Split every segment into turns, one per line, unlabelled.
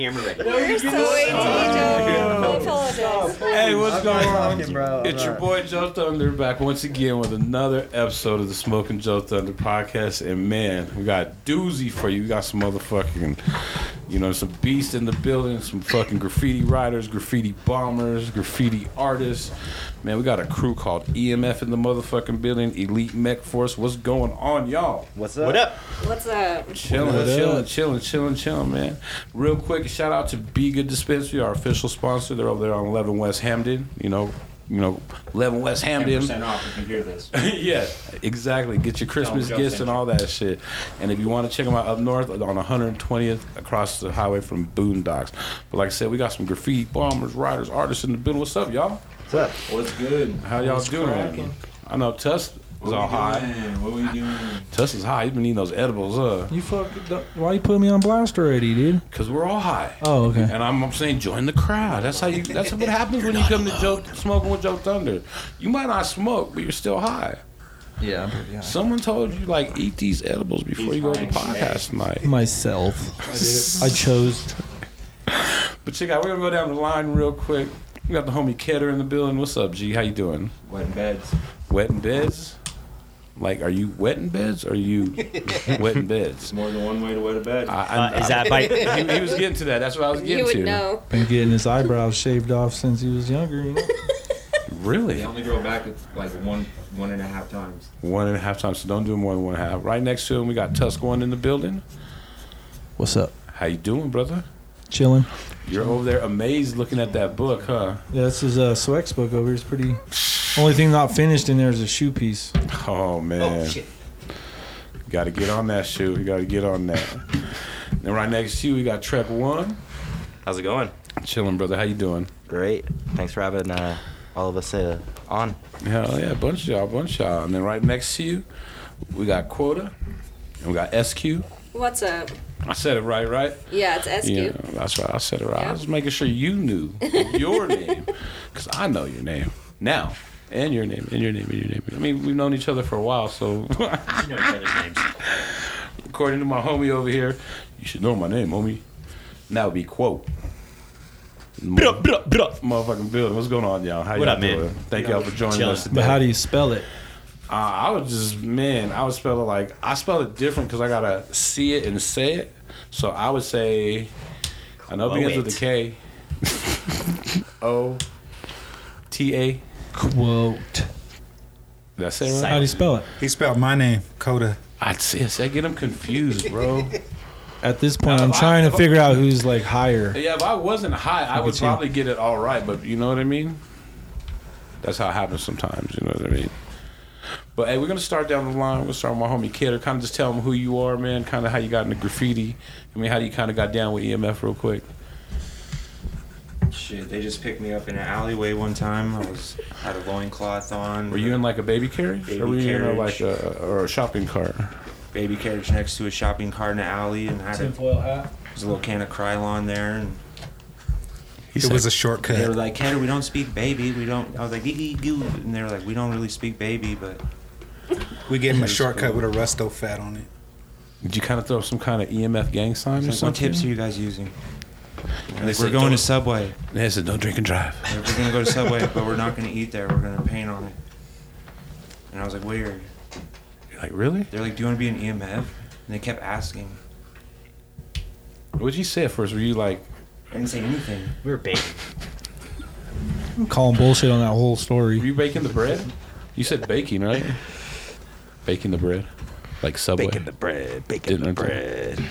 camera ready.
You're so
Oh.
ATJ. We apologize.
Hey, what's going on?
talking, bro.
It's your boy Joe Thunder back once again with another episode of the Smoking Joe Thunder podcast. And man, we got a doozy for you. We got some motherfucking, you know, some beasts in the building, some fucking graffiti writers, graffiti bombers, graffiti artists. Man, we got a crew called EMF in the motherfucking building, Elite Mech Force. What's going on, y'all?
What's up?
What up?
What's up?
Chilling,
What
chilling,
up?
chilling, chilling, chilling, man. Real quick, shout out to Be Good Dispensary, our official sponsor. They're over there on 11 West Hamden. You know, you know, 11 West Hamden.
10% off if you hear this.
yeah, exactly. Get your Christmas
Joe
gifts and
sent you.
all that shit. And if you want to check them out up north on 120th across the highway from Boondocks. But like I said, we got some graffiti bombers, riders, artists in the building. What's up, y'all?
What's up?
What's good?
How y'all
What's
doing?
cracking?
I know Tuss
What
is all
we
high.
doing? What we doing?
Tuss is high. He's been eating those edibles, uh,
You fuck. Why you put me on blast already, dude?
because we're all high.
Oh, okay.
And I'm, I'm saying join the crowd. That's how you. That's what happens when you come to Joe smoking with Joe Thunder. You might not smoke, but you're still high.
Yeah, I'm pretty
Someone told you like eat these edibles before you go to the podcast tonight.
Myself. I chose.
But check out, we're gonna go down the line real quick. We got the homie Ketter in the building. What's up, G? How you doing?
Wet in beds.
Wet in beds? Like, are you wet in beds? Or are you wet in beds?
It's more than one way to wet a bed.
I, I,
Uh, is that by
he, he was getting to that. That's what I was getting
You would
to.
know.
Been getting his eyebrows shaved off since he was younger. You know?
Really?
they only grow back with like one, one and a half times.
One and a half times. So don't do more than one and a half. Right next to him, we got Tusk One in the building.
What's up?
How you doing, brother?
Chilling.
You're over there amazed looking at that book, huh?
Yeah, this is uh, Swex book over here. It's pretty. Only thing not finished in there is a shoe piece.
Oh man. Got to get on that shoe. You got to get on that. And right next to you, we got Trek One.
how's it going?
Chilling, brother. How you doing?
Great. Thanks for having uh, all of us uh, on.
Hell yeah, bunch of y'all, bunch of y'all. And then right next to you, we got Quota. And we got SQ.
What's up?
I said it right, right?
Yeah, it's SQ.
Yeah, that's right. I said it right. I
Yeah.
was making sure you knew your name because I know your name now. And your name, and your name, and your name. I mean, we've known each other for a while, so
You know each other's names.
according to my homie over here, you should know my name, homie. And that would be quote. Mother- Motherfucking building. What's going on, y'all? How
What
y'all
up, man?
doing? Thank y'all for joining
Chilling.
us today.
But how do you spell it?
uh, I was just man. I would spell it like I spell it different because I gotta see it and say it. So I would say I know it begins with a K. o T A.
Quote.
Did I say it right?
How do you spell it?
He spelled my name, Coda.
I'd say I get them confused, bro.
At this point,
Uh,
I'm
I-
trying to figure out who's like higher.
Yeah, if I wasn't high, I would
at you.
probably get it all right. But you know what I mean? That's how it happens sometimes. You know what I mean? But hey, we're gonna start down the line. We'll start with my homie Kidder. Kind of just tell him who you are, man. Kind of how you got into graffiti. I mean, how you kind of got down with EMF real quick.
Shit, they just picked me up in an alleyway one time. I was had a loincloth on.
Were you in like a baby carriage,
Baby
or were you in a, like
carriage.
a or a shopping cart?
baby carriage next to a shopping cart in an alley and had a,
hat.
there's a little can of Krylon there and
it was a shortcut.
They were like, Kendra, we don't speak baby. We don't. I was like, "Gee, gee, gee," and they were like, we don't really speak baby, but
we gave him a shortcut with a resto fat on it.
Did you kind of throw some kind of EMF gang sign or
It's like, what
something?
tips are you guys using? And
they
like, we're
said,
going
"Don't-"
to Subway.
And they said, "Don't drink and drive."
Like, we're gonna go to Subway, but we're not gonna eat there. We're gonna paint on it. And I was like, weird.
You're like, really?
They're like, do you want to be an EMF? And they kept asking.
What'd you say at first? Were you like,
I didn't say anything.
We were baiting.
I'm calling bullshit on that whole
Were
story.
you baking the bread? You said baking, right? Baking the bread, like Subway.
Baking the bread. Baking
Didn't
the
I tell you?
bread.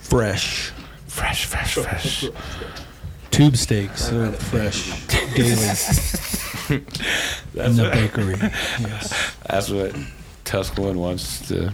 Fresh.
fresh, fresh, fresh.
Tube steaks. They're fresh. Daily.
That's
in the
what,
bakery. Yes.
that's what Tuscaloosa wants to.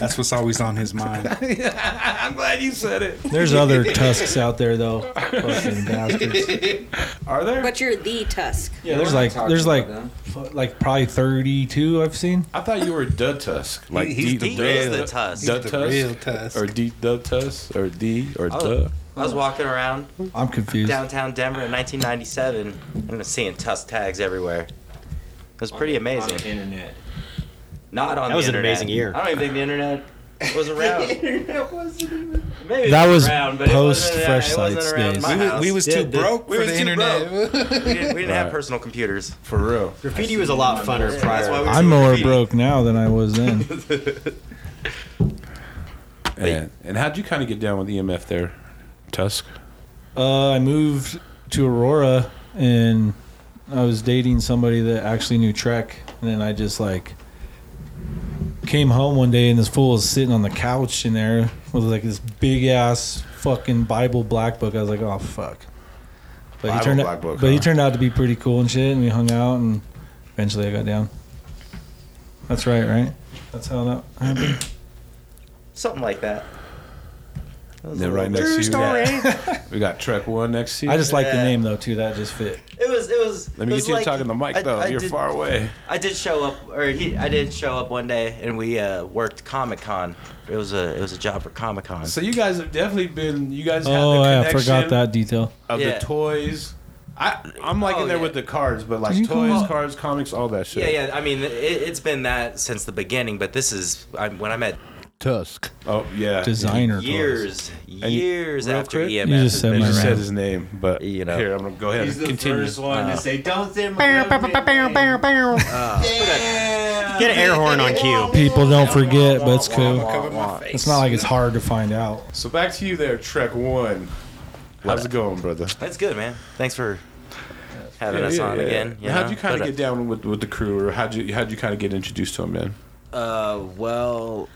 That's what's always on his mind.
I'm glad you said it.
There's other tusks out there though. Fucking bastards.
Are there?
But you're the Tusk.
Yeah, there's like there's like fu- like probably 32 I've seen.
I thought you were Dud Tusk, like
He- he's
D,
the
real-
Dud-
the Tusk.
Dud
He's the
Tusk,
real Tusk.
or D Dud Tusk, or D or
I
Duh.
was, I was walking around
I'm confused.
downtown Denver in 1997 and I was seeing Tusk tags everywhere. It was pretty amazing.
internet.
Not
That
on the
was an
internet.
amazing year.
I don't even think the internet was around. Maybe
That
it
was
around, but it
post
wasn't- it
Fresh
wasn't
Sites
around
days.
my
We
We,
house.
we was
Yeah,
too
dude.
broke
We
for
was
the
too
internet.
We didn't, we didn't have
Right.
personal computers.
For real.
Graffiti was a lot funner
That's why we
I'm
were
more
graffiti.
broke now than I was then.
And, and how'd you kind of get down with EMF there, Tusk?
Uh, I moved to Aurora and I was dating somebody that actually knew Trek. And then I just like came home one day and this fool was sitting on the couch in there with like this big ass fucking Bible black book. I was like, oh fuck. But
Bible
he turned
black
out,
book,
but he
huh?
turned out to be pretty cool and shit. And we hung out and eventually I got down. That's right, right? That's how that happened.
Something like that. That was
They're
a
right
little-
next to you.
True
Yeah.
story.
We got Trek One next to you.
I just like the
Yeah.
name though too. That just fit.
It was. It was.
Let me
it
get
was
you
like,
to talk in the mic
I-
though.
I
You're
did-
far away.
I did show up, or he, I did show up one day, and we uh, worked Comic Con. It was a it was a job for Comic Con.
So you guys have definitely been. You guys had
Oh,
the
yeah, I
connection
forgot that detail.
of
Yeah.
the toys. I I'm like
Oh,
in there
yeah.
with the cards, but
Did
like
you call
toys,
it-
cards, comics, all that shit.
yeah, yeah. I mean, it, it's been that since the beginning, but this is I, when I met
Tusk.
Oh yeah.
Designer toys.
years,
you-
years
real
after
quick?
EMF.
You just
has
said
been
You just
my
said
around.
his name, but
You know.
here I'm gonna go ahead
He's
and
the
continue.
first one
Uh.
to say, "Don't say my government name."
Get an air horn on cue.
People don't forget, but it's cool.
Cover my face.
It's not like it's hard to find out.
So back to you there, Trek One. How's it going, brother?
That's good, man. Thanks for having
Yeah,
us
yeah,
on
yeah.
again. you
how'd
know?
you kind
But,
of
uh,
get down with with the crew, or how'd you how'd you kind of get introduced to him, man?
Uh, well,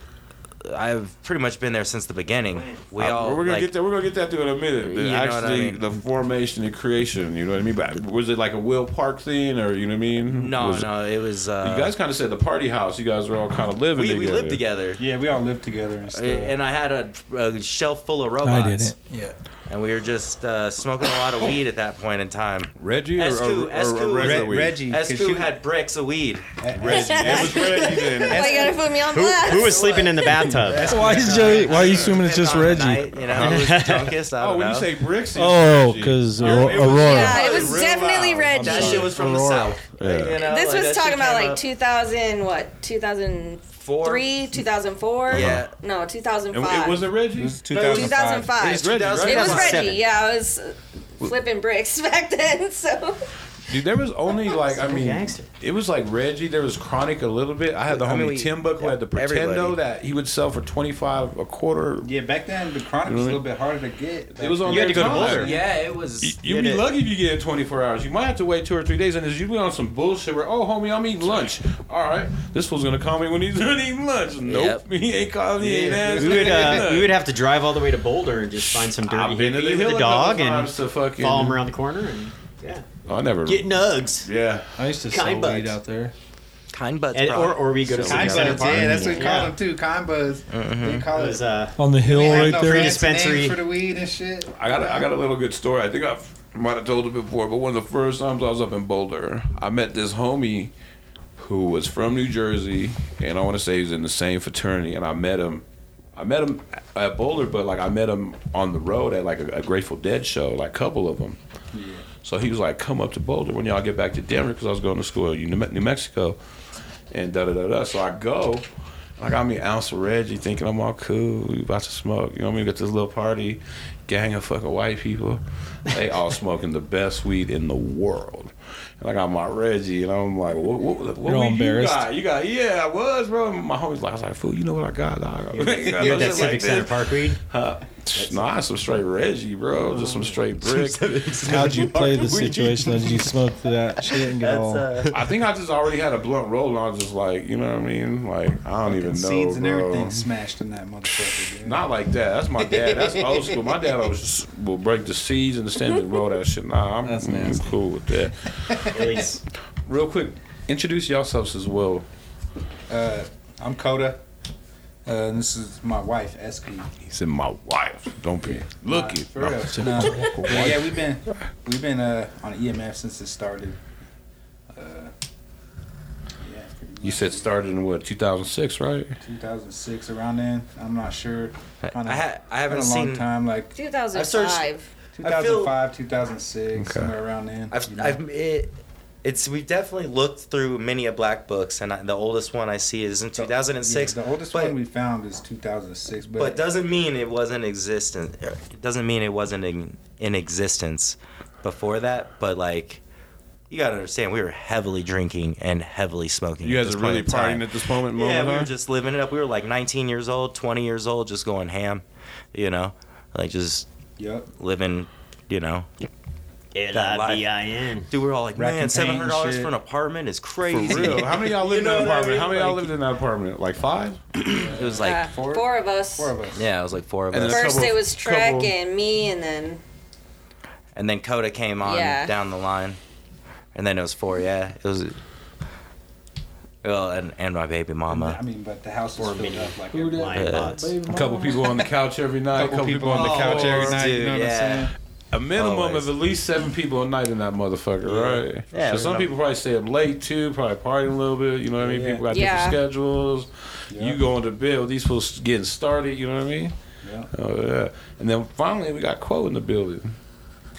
I've pretty much been there since the beginning. We
Uh,
all
we're gonna
like,
get that. We're gonna get that to in a minute. The-
You know what I
actually,
mean.
the formation and creation. You know what I mean? But was it like a Will Park thing, or you know what I mean?
No,
Was it-
no, it was.
You
Uh,
guys kind of said the party house. You guys were all kind of living.
we,
together.
we lived together,
Yeah, we all lived together and
Uh,
stuff.
and I had a, a shelf full of
I
robots.
did it. Yeah.
And we were just uh, smoking a lot of weed at that point in time.
Reggie or,
Esku-
or, or,
Esku-
or regular
Re-
weed?
Reggie, 'cause
Esku
you-
had bricks of weed.
Why
It was Reggie then.
you gotta put me on
Who,
blast?
who was sleeping in the bathtub?
Why is Joey, Why are you assuming it's just
On the
Reggie?
night, you know, who was the drunkest? I don't
Oh, when
know.
you say bricks, it's
Oh,
Reggie.
because
It was-
Aurora.
Yeah, it was
Real
definitely
loud.
Reggie.
that shit was from the south.
Yeah.
You know,
This
like, that
was talking
shit
about
came
like
up
2000, what, 2003,
four-
2004?
Yeah.
No,
It,
2005.
it wasn't Reggie.
It was 2005.
2005.
It's Reggie,
It
right?
was
2007.
Reggie. Yeah, I was uh, flipping bricks back then. So
Dude, there was only like I mean,
gangster.
it was like Reggie. There was Chronic a little bit. I had the
I
homie
mean, we-
Timbuk who had the Pretendo
everybody.
that he would sell for twenty five a quarter.
Yeah, back then the chronic was a little bit harder to get.
It was on
You had
their
to go to
time.
Boulder.
Yeah, it was.
You- You'd
it-
be
it-
lucky if you get it 24 hours. You might have to wait two or three days, and it's usually on some bullshit where, oh, homie, I'm eating lunch. All right, this fool's gonna call me when he's done eating lunch. Nope, he ain't calling me. Ain't
We
asking.
would,
ain't
uh,
nothing.
we would have to drive all the way to Boulder and just find some dirty
I've been to the
hippie
hill
with
a
a dog
couple
and
times to fucking
follow him around the corner and yeah,
I never.
get nugs.
yeah,
I used to sell
Kind buds.
weed out there.
Kind butts.
And, or,
bro.
or we go to some
Kind
center
buds,
park.
yeah, that's what we
Yeah.
called them too. Kind buds. They call
It
it.
was, uh,
On the hill
They had
right
no
there.
fancy
Dispensary.
names for the weed and shit.
I got a, I got a little good story. I think I might have told it before, but one of the first times I was up in Boulder, I met this homie who was from New Jersey, and I want to say he was in the same fraternity, and I met him. I met him at Boulder, but like I met him on the road at like a, a Grateful Dead show, like a couple of them. So he was like, "Come up to Boulder when y'all get back to Denver," because I was going to school in New Me- New Mexico, and da da da da. So I go, I got me an ounce of Reggie, thinking I'm all cool. We about to smoke. You know what I mean? Got this little party, gang of fucking white people. They all smoking the best weed in the world. And I got my Reggie, and I'm like, "What? What? What, what
You're all
weed you
embarrassed.
got? You got? Yeah, I was, bro." And my homie's like, "I was like, fool, you know what I got? dog." I got
you
no
had that
shit
Civic
like
Center
this.
Park weed.
No, I had some straight Reggie, bro. Just some
Mm.
straight brick.
How'd you play the situation? Did you smoke that shit and get
uh,
all?
I think I just already had a blunt roll, and I was just like, you know what I mean? Like, I don't even know,
Seeds and
bro.
everything smashed in that motherfucker. dude.
Not like that. That's my dad. That's old school. My dad always just will break the seeds and the stems and roll that shit. Nah, I'm,
That's
I'm
nasty.
cool with that.
Always
Real quick, introduce yourselves as well.
Uh, I'm Coda. Uh, and this is my wife, Esky.
He said, my wife. Don't be
Uh,
looking.
for real. Nah, but yeah, we've been we've been uh, on EMF since it started. Uh, yeah, pretty
You
much.
said started in what 2006, right?
2006 around then. I'm not sure. Kinda-
I, ha- I
been
haven't
a
seen.
long time, like
2005.
I searched- I feel-
2005, 2006,
Okay.
somewhere around then.
I've,
you know.
I've it, it's we've definitely looked through many a black books, and I, the oldest one I see is in 2006.
Oh, Yeah, the oldest
but,
one we found is 2006, but,
but doesn't mean it wasn't existent. It doesn't mean it wasn't in, in existence before that. But like, you gotta understand, we were heavily drinking and heavily smoking.
You
at
guys
this
are
point
really
in time.
partying at this moment,
Yeah,
moment,
we
huh?
were just living it up. We were like 19 years old, 20 years old, just going ham, you know, like just
yep.
living, you know.
L
That
I
life.
B I N.
Dude, we were all like,
Racking
man, seven hundred dollars
shit.
for an apartment is
For
crazy.
real. How many of y'all lived
You know
in that
what I
apartment?
mean?
How many of y'all
Like-
lived in that apartment? Like five?
It was
Uh,
like,
four,
four-
of us.
Four of us.
yeah, it was like four of
And
us.
then-
First
Couple-
it was Trek
couple-
and me, and then
and then Coda came on
Yeah.
down the line, and then it was four. Yeah, it was. Well, and, and my baby mama.
I mean, but the house is
Or
filled
mini
up like
Who dat-
every night.
Uh,
Yeah.
bots.
Baby
A couple
mama.
people on the couch every night. A
Couple
couple people on the
on the
couch every night.
you know what I'm
yeah.
saying?
A minimum
Oh. Always.
of at least seven people a night in that motherfucker, right?
Yeah,
So some
everybody-
people probably stay up late too, probably partying a little bit. You know what I mean?
Yeah.
People got
Yeah.
different schedules.
Yeah.
You going to bed? These people getting started. You know what I mean?
Yeah.
Oh yeah. And then finally we got Quo in the building.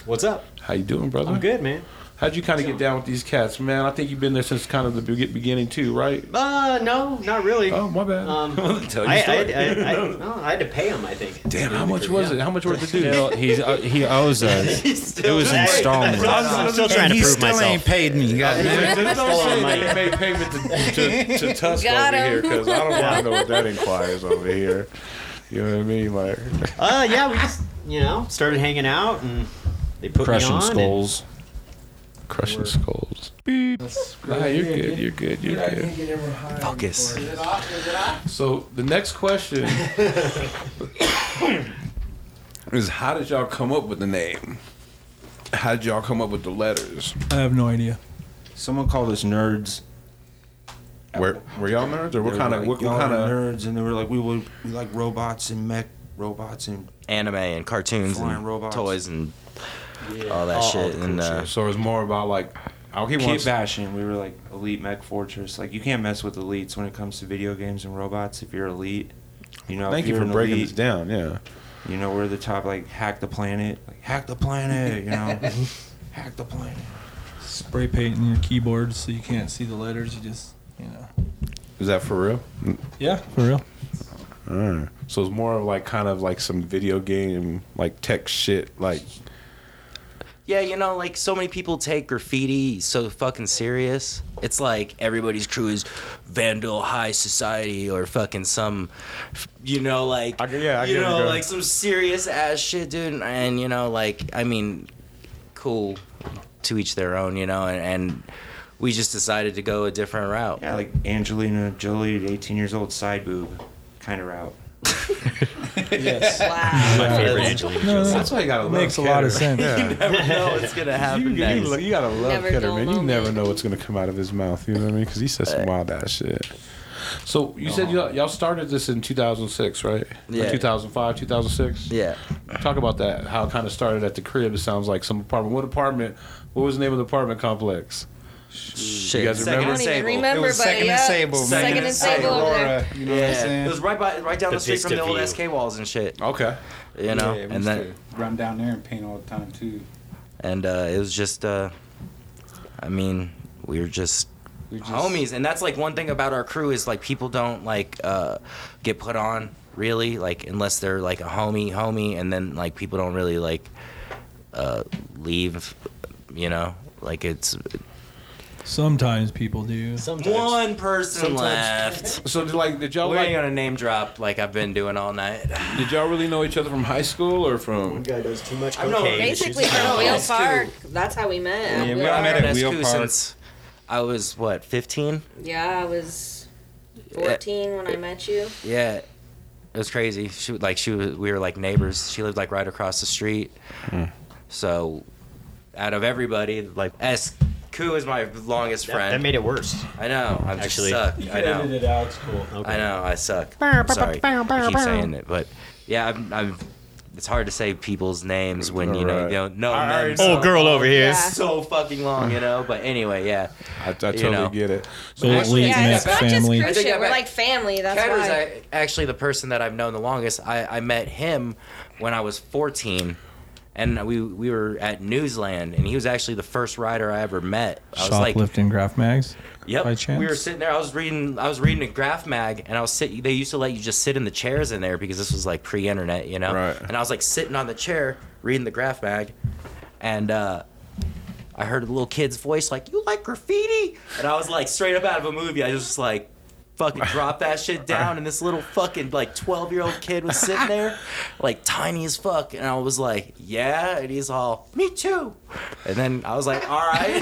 What's up?
How you doing, brother?
I'm good, man.
How'd you kind of get down with these cats, man? I think you've been there since kind of the be- beginning too, right?
Uh, no, not really.
Oh my bad.
Uh,
Um,
Well, tell your
I, I,
story.
I, I, no, I had to pay him, I think.
Damn, how much was it? How much were the
Still,
dudes?
he's, uh, he owes us.
it
was installment.
I'm still trying
And
to
he
prove
still
myself.
ain't paid me. goddamn.
Don't say
my-
they made payment to, to, to Tusk
Got
over
him.
here because I don't want to know what that inquires over here. You know what I mean? Like,
Uh, yeah, we just you know started hanging out and they put me
Crushing
on. and-
skulls.
crushing skulls. Beep. Nah, you're good. You're good. You're good.
Focus.
So the next question is how did y'all come up with the name? How did y'all come up with the letters?
I have no idea.
Someone called us nerds.
Were, were y'all nerds or what
They
kind
were
of
like,
what,
"Y'all
kind
are
of
nerds? And they were like, we would we like robots and mech robots and
Anime and cartoons
Flying
and
robots.
toys and
Yeah.
all that
All- all
shit.
the
and
cool
uh,
so it was more about like he
Kid
wants
bashing. We were like elite mech fortress. Like you can't mess with elites when it comes to video games and robots. If you're elite, you know.
Thank
if
you
you're
for
an
breaking
elite,
this down. Yeah.
You know, we're the top. Like hack the planet. Like hack the planet. You know, hack the planet.
Spray painting your keyboard so you can't see the letters. You just, you know.
Is that for real?
Yeah, for real.
Alright. So it's more of like kind of like some video game like tech shit like
Yeah, you know, like so many people take graffiti so fucking serious. It's like everybody's crew is Vandal High Society or fucking some, you know, like
I get- yeah, I
you
get what
know,
you're
like some serious ass shit, dude. And you know, like I mean, cool, to each their own, you know. And, and we just decided to go a different route.
Yeah, like Angelina Jolie, 18 years old, side boob, kind of route.
Yes.
wow.
my favorite
Yeah.
Angelina
No,
Jolie.
that's why you gotta love
Makes a lot of
Keter.
sense.
Yeah.
You never know what's gonna
You,
happen
you,
next.
lo- you gotta love
Never
Keter,
dull
man. You
moment.
never know what's gonna come out of his mouth. You know what I mean? Because he says some wild ass shit. So you said y'all, y'all started this in 2006, right? Or
Yeah.
2005, 2006.
Yeah.
Talk about that. How it kind of started at the crib. It sounds like some apartment. What apartment? What was the name of the apartment complex?
Shit.
You guys
Second
I don't
remember?
even
Sable.
remember,
It was
but
second
yeah.
and Sable, man.
Second and Sable over there.
Aurora, you know what I'm
Yeah,
saying?
it was right by, right down the,
The
street from the
vista
old
view.
SK walls and shit.
Okay.
You know,
yeah, we
and
used
then
to run down there and paint all the time too.
and uh, it was just uh, i mean we were just
We just-
homies and that's like one thing about our crew is like people don't like uh, get put on really like unless they're like a homie homie and then like people don't really like uh, leave you know like it's
Sometimes people do.
Sometimes.
one person
Sometimes.
left
So did, like, did y'all
we ain't
like,
gonna name drop like I've been doing all night.
did y'all really know each other from high school or from?
guy does too much
I'm not-
cocaine.
Basically
She's-
from Wheel
That's cool.
Park. That's how we met. at
Yeah,
Wheel
we all met
Park.
at Wheel
That's cool
Park.
since I was what 15.
Yeah, I was 14 when I met you.
Yeah, it was crazy. She like she was, we were like neighbors. She lived like right across the street.
Hmm.
So, out of everybody, like S. Ku is my longest
That,
friend.
that made it worse.
I know. I'm
Actually-
just suck. I know.
it out. It's cool.
Okay.
I know. I suck. I'm sorry. I keep saying it, but yeah, I'm. I'm it's hard to say people's names when you know
Alright.
you don't know
I
them.
already
so-
Old girl over here.
Yeah.
So fucking long, you know. But anyway, yeah.
I, I totally
know.
get it.
So it
Actually,
leads
Yeah,
next
it's not just
family.
crew
think I
shit. We're
met-
like family. That's
Cat was
why.
a- actually the person that I've known the longest. I, I met him when I was 14, and we we were at Newsland, and he was actually the first rider I ever met. I was like,
Shoplifting graph mags.
Yep.
By chance.
We were sitting there. I was reading. I was reading a graph mag, and I was sitting. They used to let you just sit in the chairs in there because this was like pre-internet, you know.
Right.
And I was like sitting on the chair reading the graph mag, and uh, I heard a little kid's voice like, "You like graffiti?" And I was like, straight up out of a movie. I just like. Fucking dropped that shit down, and this little fucking like twelve year old kid was sitting there, like tiny as fuck, and I was like, "Yeah," and he's all, "Me too," and then I was like, "All right."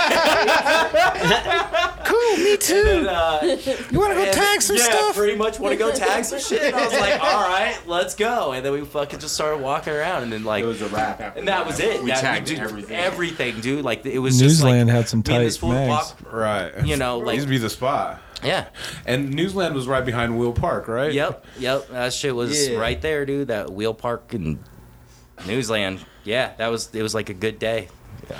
And, uh,
You want to go
and-
tag some
yeah,
stuff?
pretty much want to go tag some shit. And I was like, all right, let's go. And then we fucking just started walking around, and then like,
It was a wrap. After
and that was it.
We
That-
tagged
dude,
everything.
everything, dude. Like it was just
Newsland
like,
had some
me and this
tight
fool
mags.
walk-
Right.
You know, like-
used to be the spot.
yeah,
And Newsland was right behind Will Park, right?
yep, yep. That shit was
Yeah.
right there, dude. That wheel park and Newsland. Yeah, that was. It was like a good day.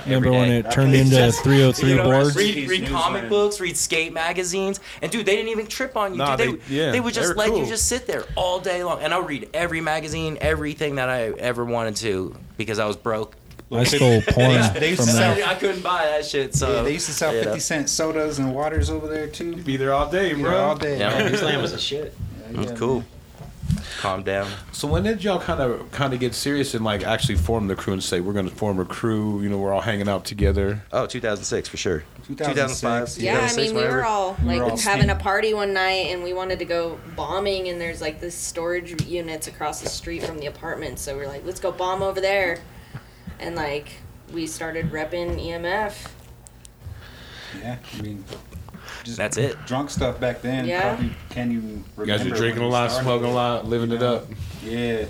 Remember when
day.
it turned into 303
You know,
boards?
Read, read
Newsland.
comic books, read skate magazines, and dude, they didn't even trip on you.
Nah,
dude.
they- yeah,
they would
they
just
were
let
cool.
you just sit there all day long, and I read every magazine, everything that I ever wanted to because I was broke.
I stole porn
They
from
So
that.
I couldn't buy that shit. So
Yeah, they used to sell
you know.
50 cent sodas and waters over there too.
Be there all day,
Yeah,
bro.
all day.
Yeah.
man.
Newsland was a shit.
Yeah, yeah,
Cool. Calm down.
So when did y'all kind of kind of get serious and like actually form the crew and say we're going to form a crew? You know, we're all hanging out together.
Oh, 2006 for sure.
2006,
Yeah, I mean, we were all like
all
having a
steamed.
party one night, and we wanted to go bombing. And there's like this storage units across the street from the apartment, so we're like, let's go bomb over there. And like, we started repping E EMF.
Yeah, I mean, just
That's it.
Drunk stuff back then.
Yeah.
Probably can't even remember.
You guys are
when
drinking a
it
lot,
started.
smoking a lot, living it up.
Yeah,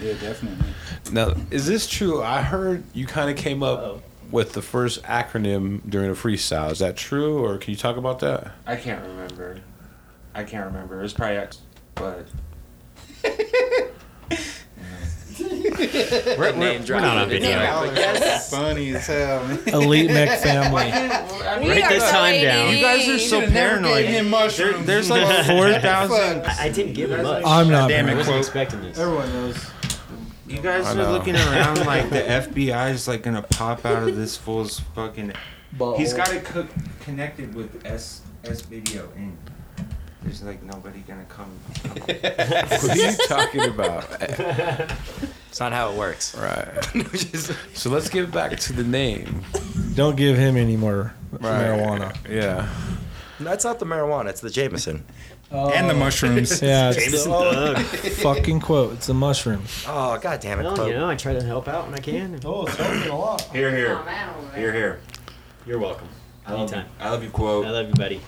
yeah, definitely.
Now, is this true? I heard you kind of came up with the first acronym during a freestyle. Is that true, or can you talk about that?
I can't remember. I can't remember. It was probably X, but
We're name dropping.
Name drop.
Yes. Funny as hell, man.
Elite Mech family.
We are
this
so
time down.
you guys are
ADD.
so paranoid. There,
mushrooms.
there's like four thousand.
I, I didn't give him much.
I'm not
Damn, I
bad.
wasn't expecting this.
Everyone knows.
You guys
I
are
know.
looking around like the FBI is like gonna pop out of this fool's fucking. He's got it co- connected with S S video in. There's like nobody gonna come.
What are you talking about?
It's not how it works.
right. So let's get back to the name.
Don't give him any more marijuana.
Yeah.
That's not the marijuana. It's the Jameson.
and the mushrooms.
Yeah, it's
Jameson Thug.
a fucking quote. It's a mushroom.
Oh god damn it!
Well,
Chloe.
you know, I try to help out when I can.
Oh, it's helping a lot.
Here,
Oh,
here,
man, all right.
here, here.
You're welcome.
I love you.
Anytime.
I love you,
I
quote.
love you, buddy.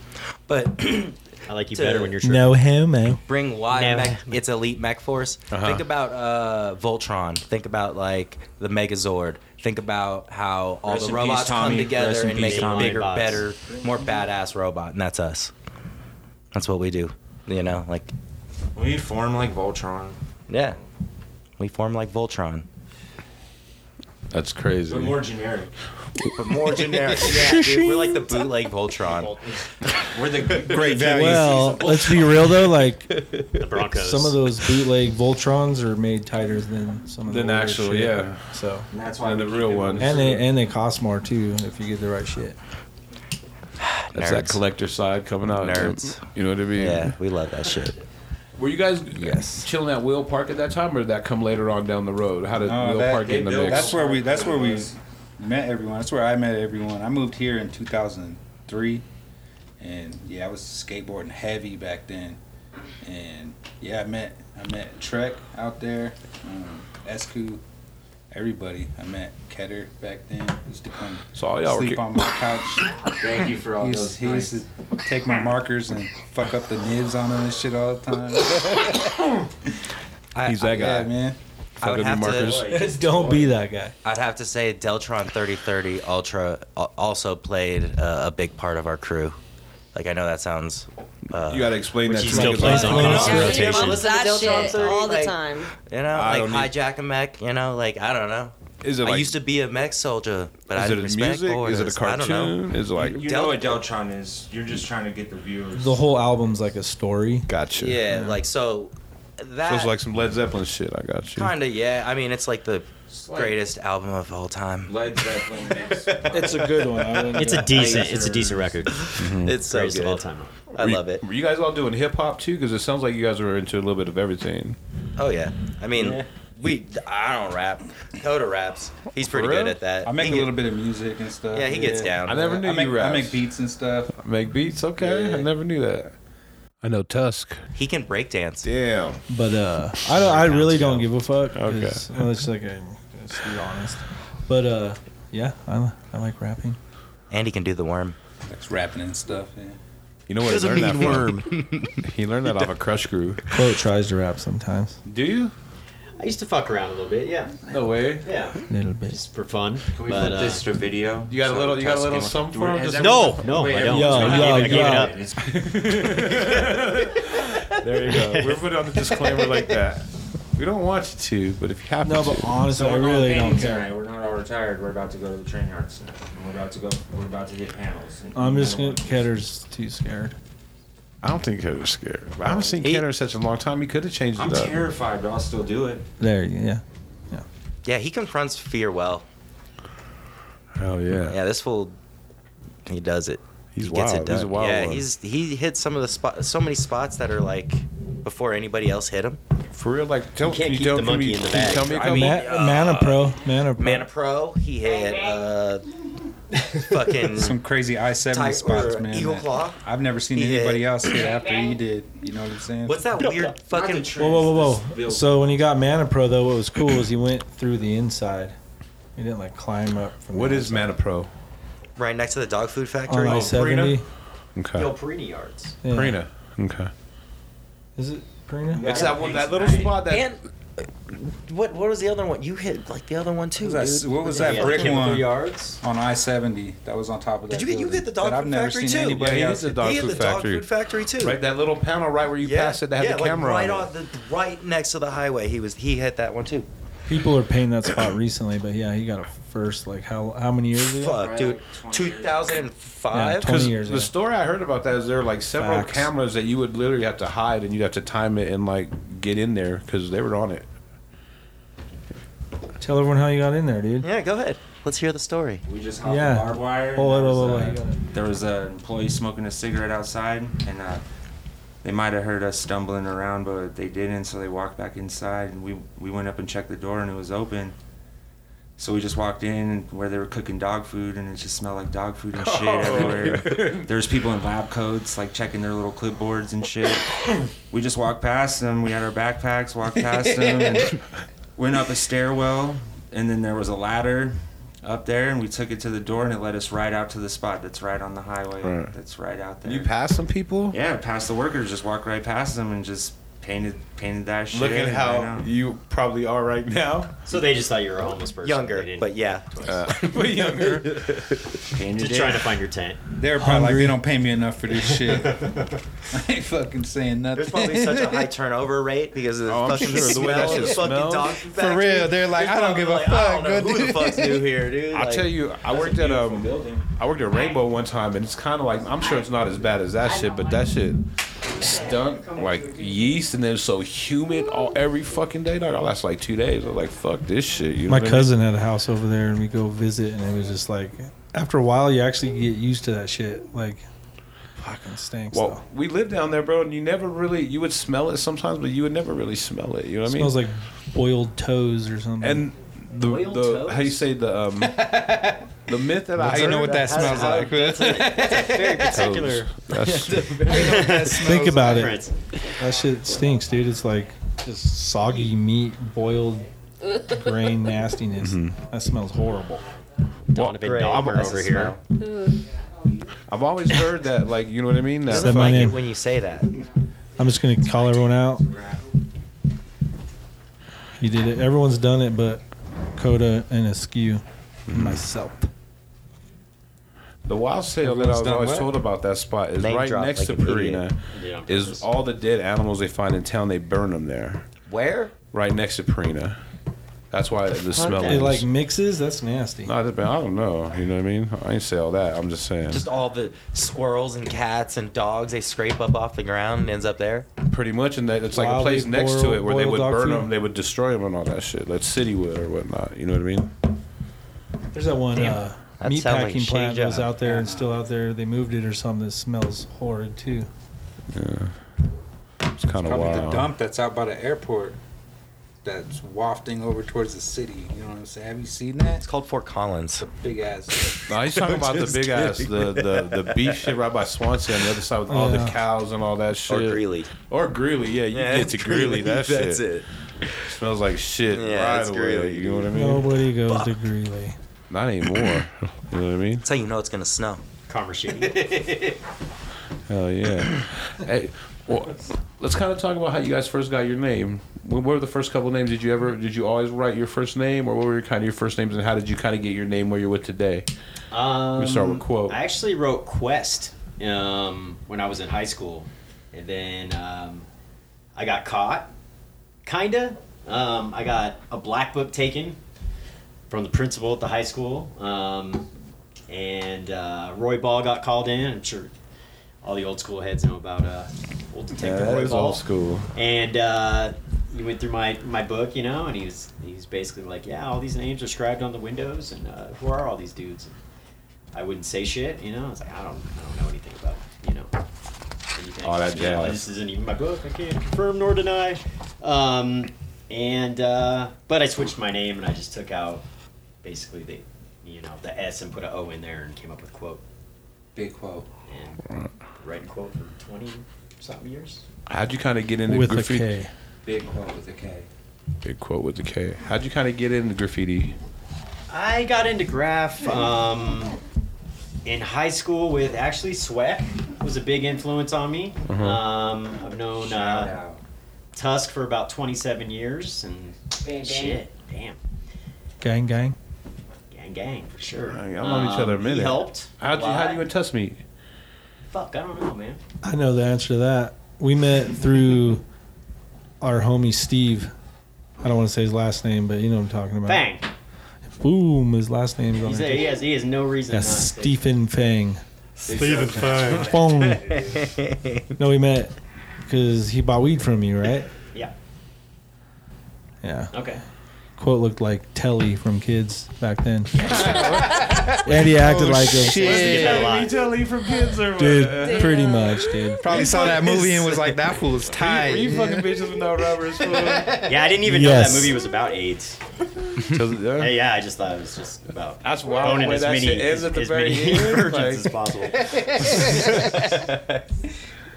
But
I like you
To-
better when you're sure.
No homo.
bring why
No.
mech, it's elite mech force
Uh-huh.
think about uh voltron think about like the megazord think about how all the
Rest in peace,
robots come
Tommy.
together
Rest in
and
peace,
make a
Tommy.
bigger
Robots.
better more badass robot and that's us that's what we do you know like
We form like Voltron,
yeah we form like voltron
That's crazy.
but more generic.
but more generic yeah dude, we're like the bootleg voltron
We're the
Great value.
Well, let's be real though. Like
The Broncos.
some of those bootleg Voltrons are made tighter than some of the
Than
older
actual,
shit.
yeah.
So
and that's why
And the
we
real
keep it
one.
with-
and they and they cost more too if you get the right shit.
That's that
Nerds.
collector side coming out.
Nerds.
You know what I mean?
yeah we love that shit
Were you guys
Yes.
chilling at Will Park at that time, or did that come later on down the road? How did
No,
Will
that-
Park get in the
they built-
mix?
That's where we. That's where we met everyone. That's where I met everyone. I moved here in 2003, and yeah, I was skateboarding heavy back then. And yeah, I met I met Trek out there, um, Esku, everybody. I met Ketter back then. Used to come
so all y'all were
sleep
ki-
on my couch.
Thank you for
He
Oh,
all
used,
those.
he used
nice-
to take my markers and fuck up the nibs on them and shit all the time.
I,
He's that guy.
Yeah, man.
I would
Fucking
have
markers.
to,
Don't be that guy.
I'd have to say Deltron 3030 Ultra al- also played uh, a big part of our crew. Like I know that sounds. Uh,
You gotta explain that.
he
to
still
me.
plays on and off
Yeah,
Yeah,
rotation.
bumps that shit all the
Like,
time.
You know, like
I don't need-
hijack a mech. You know, like I don't know.
Is it like?
I used to be a mech soldier, but I
is it
didn't
a
respect
music?
borders.
Is it a
I don't know.
cartoon? Is it like?
You know what Deltron is. You're just trying to get the viewers.
The whole album's like a story.
Gotcha.
Yeah, like so. That
So it's like some Led Zeppelin shit. I got you.
kind of yeah. I mean, it's like the
It's like
Greatest album of all time.
Led Zeppelin mixed.
It's a good one. I wouldn't-
It's a decent. It's a decent record.
Mm-hmm.
It's so
Greatest
good.
of all time.
I love it.
Were you guys all doing hip hop too? Because it sounds like you guys were into a little bit of everything.
Oh yeah. I mean,
Yeah.
we. I don't rap. Coda raps. He's pretty
real?
good at that.
I make
Uh, He
a
get-
little bit of music and stuff.
Yeah, he gets down.
I never knew
I make,
you rap.
I make beats and stuff.
Make beats. Okay,
Yeah.
I never knew that. I know Tusk.
He can break dance.
Damn.
But uh, I don't. I really don't give a fuck.
Okay.
'cause- well, it's like I, let's be honest. But uh, yeah, I I like rapping.
And he can do the worm.
Like rapping and stuff. Yeah.
You know what? He learned that worm. he learned that off a crush crew.
Chloe tries to rap sometimes,
Do you?
I used to fuck around a little bit. Yeah.
No way.
Yeah.
a little bit.
Just for fun.
Can we
But,
flip
uh,
this to video?
You got a little- you got a little
Tuscan-
something
Do
for
it-
him?
has
Just-
everyone-
No, no, I
everyone's
don't.
got
Yeah,
it.
yeah,
I gave it
yeah.
up. It's-
There you go. We're putting on the disclaimer like that. We don't want you to, but if you have
No,
to,
but honestly,
So
I
we're not
really
painting
don't care.
tonight. We're not all retired. We're about to go to the train yard tonight. And we're about to go. We're about to hit panels. And
I'm just gonna.
and-
Ketter's too scared.
I don't think Kenner was scared. I haven't seen
He-
Kenner in such a long time. He could have changed
I'm
it up.
terrified, but I'll still do it.
There, you yeah.
Yeah, he confronts fear well.
Oh yeah.
Yeah, this fool, he does it.
He's
he gets
wild.
it done.
He's a wild
yeah,
one.
he's he hits some of the spot, so many spots that are like before anybody else hit him.
For real, like tell
You can't
can you
keep
tell
the
can
monkey
we-
in the
can you
bag.
Tell me a
I
couple-
mean-
Ma- Mana Pro, Mana Pro.
Man, a pro, he hit uh, fucking
Some crazy I seventy
Tiger-
spots,
or
man.
Eagle
that
Claw?
I've never seen
Yeah.
anybody else hit after he did. You know what I'm saying?
What's that weird fucking?
Not the
Whoa, whoa, whoa,
trans-
whoa!
this
So when he got Mana Pro, though, what was cool is he went through the inside. He didn't like climb up. From
What
the
is Mana Pro?
Right next to the dog food
on
factory.
Oh.
I seventy?
Okay.
uh,
Yo, Perini Yards.
Yeah.
Prina. Okay.
Is it Prina?
Yeah.
It's that one, that little
Right.
spot that.
and what what was the other one? You hit like the other one too,
What was that-
dude.
what was that
Yeah,
brick
Chemical
one?
Yards.
on I seventy? That was on top of that.
Did you get you
building.
get the dog
But I've
food
never
factory
seen
too?
anybody
Yeah, he
else
did
hit
he
the Dog
hit
Food
the dog
Factory.
food factory too.
Right, that little panel right where you passed it that had
yeah,
the camera
like right
on. it.
the right next to the highway. He was he hit that one too.
People are painting that spot recently, but yeah, he got a first. Like how how many years ago?
Fuck,
Right,
dude.
like 20 years.
2005.
Yeah, 20
'Cause
years
the
ago.
story I heard about that is there were like several
Facts.
cameras that you would literally have to hide and you'd have to time it and like get in there because they were on it.
Tell everyone how you got in there, dude.
yeah, go ahead. Let's hear the story.
We just hopped
Yeah.
the barbed wire. and
Oh, wait,
there
wait,
was,
wait,
uh, There was an employee smoking a cigarette outside, and uh, they might have heard us stumbling around, but they didn't, so they walked back inside, and we, we went up and checked the door, and it was open. So we just walked in where they were cooking dog food, and it just smelled like dog food and shit everywhere. There's people in lab coats, like checking their little clipboards and shit. we just walked past them. We had our backpacks, walked past them, and went up a stairwell, and then there was a ladder up there, and we took it to the door, and it led us right out to the spot that's right on the highway.
Right.
That's right out there.
You passed some people?
yeah, past the workers, just walked right past them, and just painted painted that shit.
Look at
and
how
ran out.
you probably are right now,
So they just thought you were a homeless person. They
Younger,
didn't-
but yeah.
uh, but younger.
painted
Just
it.
trying to find your tent.
They were probably like,
Hungry.
they don't pay me enough for this shit. I ain't fucking saying nothing.
There's probably such a high turnover rate because of the
Oh, I'm
fucking
sure the way that
smell of
shit
the fucking
smells.
dog
For real, they're like, I don't give a fuck.
I don't know
go
who the
do
fuck's
it.
new here, dude.
I'll
Like,
tell you, I worked at um, I worked at Rainbow one time, and it's kind of like I'm sure it's not as bad as that shit, but that shit stunk like yeast, and then it's so humid all every fucking day. Dog, I last like two days. I was like, fuck this shit. You know
My
what I mean?
cousin had a house over there, and we go visit, and it was just like after a while, you actually get used to that shit. Like fucking stinks.
Well,
though.
we lived down there, bro, and you never really you would smell it sometimes, but you would never really smell it. You know what I mean?
smells like boiled toes or something.
and the,
Oil
the
toes?
how you say the um the myth that I
I
heard
know what that
about-
smells like.
Very
Toes.
particular.
That's-
think about it.
Friends.
That shit stinks, dude. It's like just soggy meat, boiled grain nastiness.
Mm-hmm.
That smells horrible.
Donovan
Great.
Dogger
That's
over
the
here.
I've always heard that, like you know what I mean? That-
doesn't
Send mine
like it
in.
when you say that.
I'm just gonna call everyone out. You did it. Everyone's done it, but Coda and Askew,
Mm-hmm.
myself.
The wild sale that I
Everyone's
was
done
always
what?
told about that spot is
Name
right
drop
next
like
to
an idiot.
Purina.
Yeah.
Is all the dead animals they find in town, they burn them there.
Where?
Right next to Purina. That's why the smell
It
is
like mixes. That's nasty.
Not that bad. I don't know. You know what I mean? I ain't say all that. I'm just saying.
Just all the squirrels and cats and dogs they scrape up off the ground and ends up there.
pretty much, and that it's like a
Wild
place
beef
next to
boil-
it where they
boiled
would
dog
burn
food.
them, they would destroy them, and all that shit. Like city wood or whatnot. You know what I mean?
There's that one
Damn.
uh,
That
meat
sounds like
packing
shitty
plant that was
job.
out there and still out there. They moved it or something. It smells horrid too.
It's kind of
Probably the
wild.
dump that's out by the airport that's wafting over towards the city. You know what I'm saying? Have you seen
It's
that?
called Fort Collins.
Big ass.
No, he's talking about the big ass, the, the the beef shit right by Swansea on the other side with all the
Yeah.
cows and all that shit.
Or Greeley.
Or Greeley, yeah. You get to Greeley, that shit.
That's it.
Smells like shit
Yeah,
right
it's
away.
Greeley,
You know what I mean?
Nobody goes to Greeley.
Not anymore. you know what I mean?
That's how you know it's gonna snow.
Conversation.
Hell yeah. hey, well, let's kind of talk about how you guys first got your name. What were the first couple names? Did you ever? Did you always write your first name, or what were your kind of your first names, and how did you kind of get your name where you're with today?
Um,
We start with quote.
I actually wrote Quest um, when I was in high school, and then um, I got caught, kinda. Um, I got a black book taken from the principal at the high school, um, and uh, Roy Ball got called in. I'm sure all the old school heads know about uh, old detective Roy Ball
school.
and uh, he went through my, my book, you know, and he was he's basically like, yeah, all these names are scribed on the windows, and uh, who are all these dudes? And I wouldn't say shit, you know. I was like, I don't I don't know anything about you know. Anything.
All that
You know,
jazz.
This isn't even my book. I can't confirm nor deny. Um, and uh, but I switched my name and I just took out basically the you know the S and put a O in there and came up with quote
Big quote.
and writing quote for twenty something years.
How'd you kind of get into
with a
graffiti?
K.
Big quote with a K.
Big quote with the K. How'd you kind of get into graffiti?
I got into graph um, in high school with actually Sweck was a big influence on me.
Mm-hmm.
Um, I've known
Shout
uh,
out.
Tusk for about 27 years and shit, damn,
Gang, gang.
gang, gang for sure.
Hey, I've known each other a
Um,
minute.
He helped.
How'd you, how do you
Why?
and Tuss meet?
Fuck, I don't know, man.
I know the answer to that. We met through our homie Steve. I don't want to say his last name, but you know what I'm talking about.
Fang.
Boom, his last name's on
He's
there.
a, he has he has no reason.
Yeah,
not to.
Stephen Fang.
Stephen Fang.
Boom. no, we met because he bought weed from you, right?
Yeah.
Yeah.
Okay.
Quote looked like Telly from Kids back then. and he acted
Oh,
like
He
a
used to get that a lot.
Telly from kids or
dude, pretty much, dude.
Probably saw that movie and was
like, that fool's tight.
fucking bitches with no rubbers. fool.
Yeah, I didn't even know
Yes.
that movie was about AIDS. Yeah,
Hey,
yeah, I just thought it was just about
That's wild. the
owning
way
as
that
many,
shit ends
as,
at the
as
very
many
end.
virgins
like-
as possible.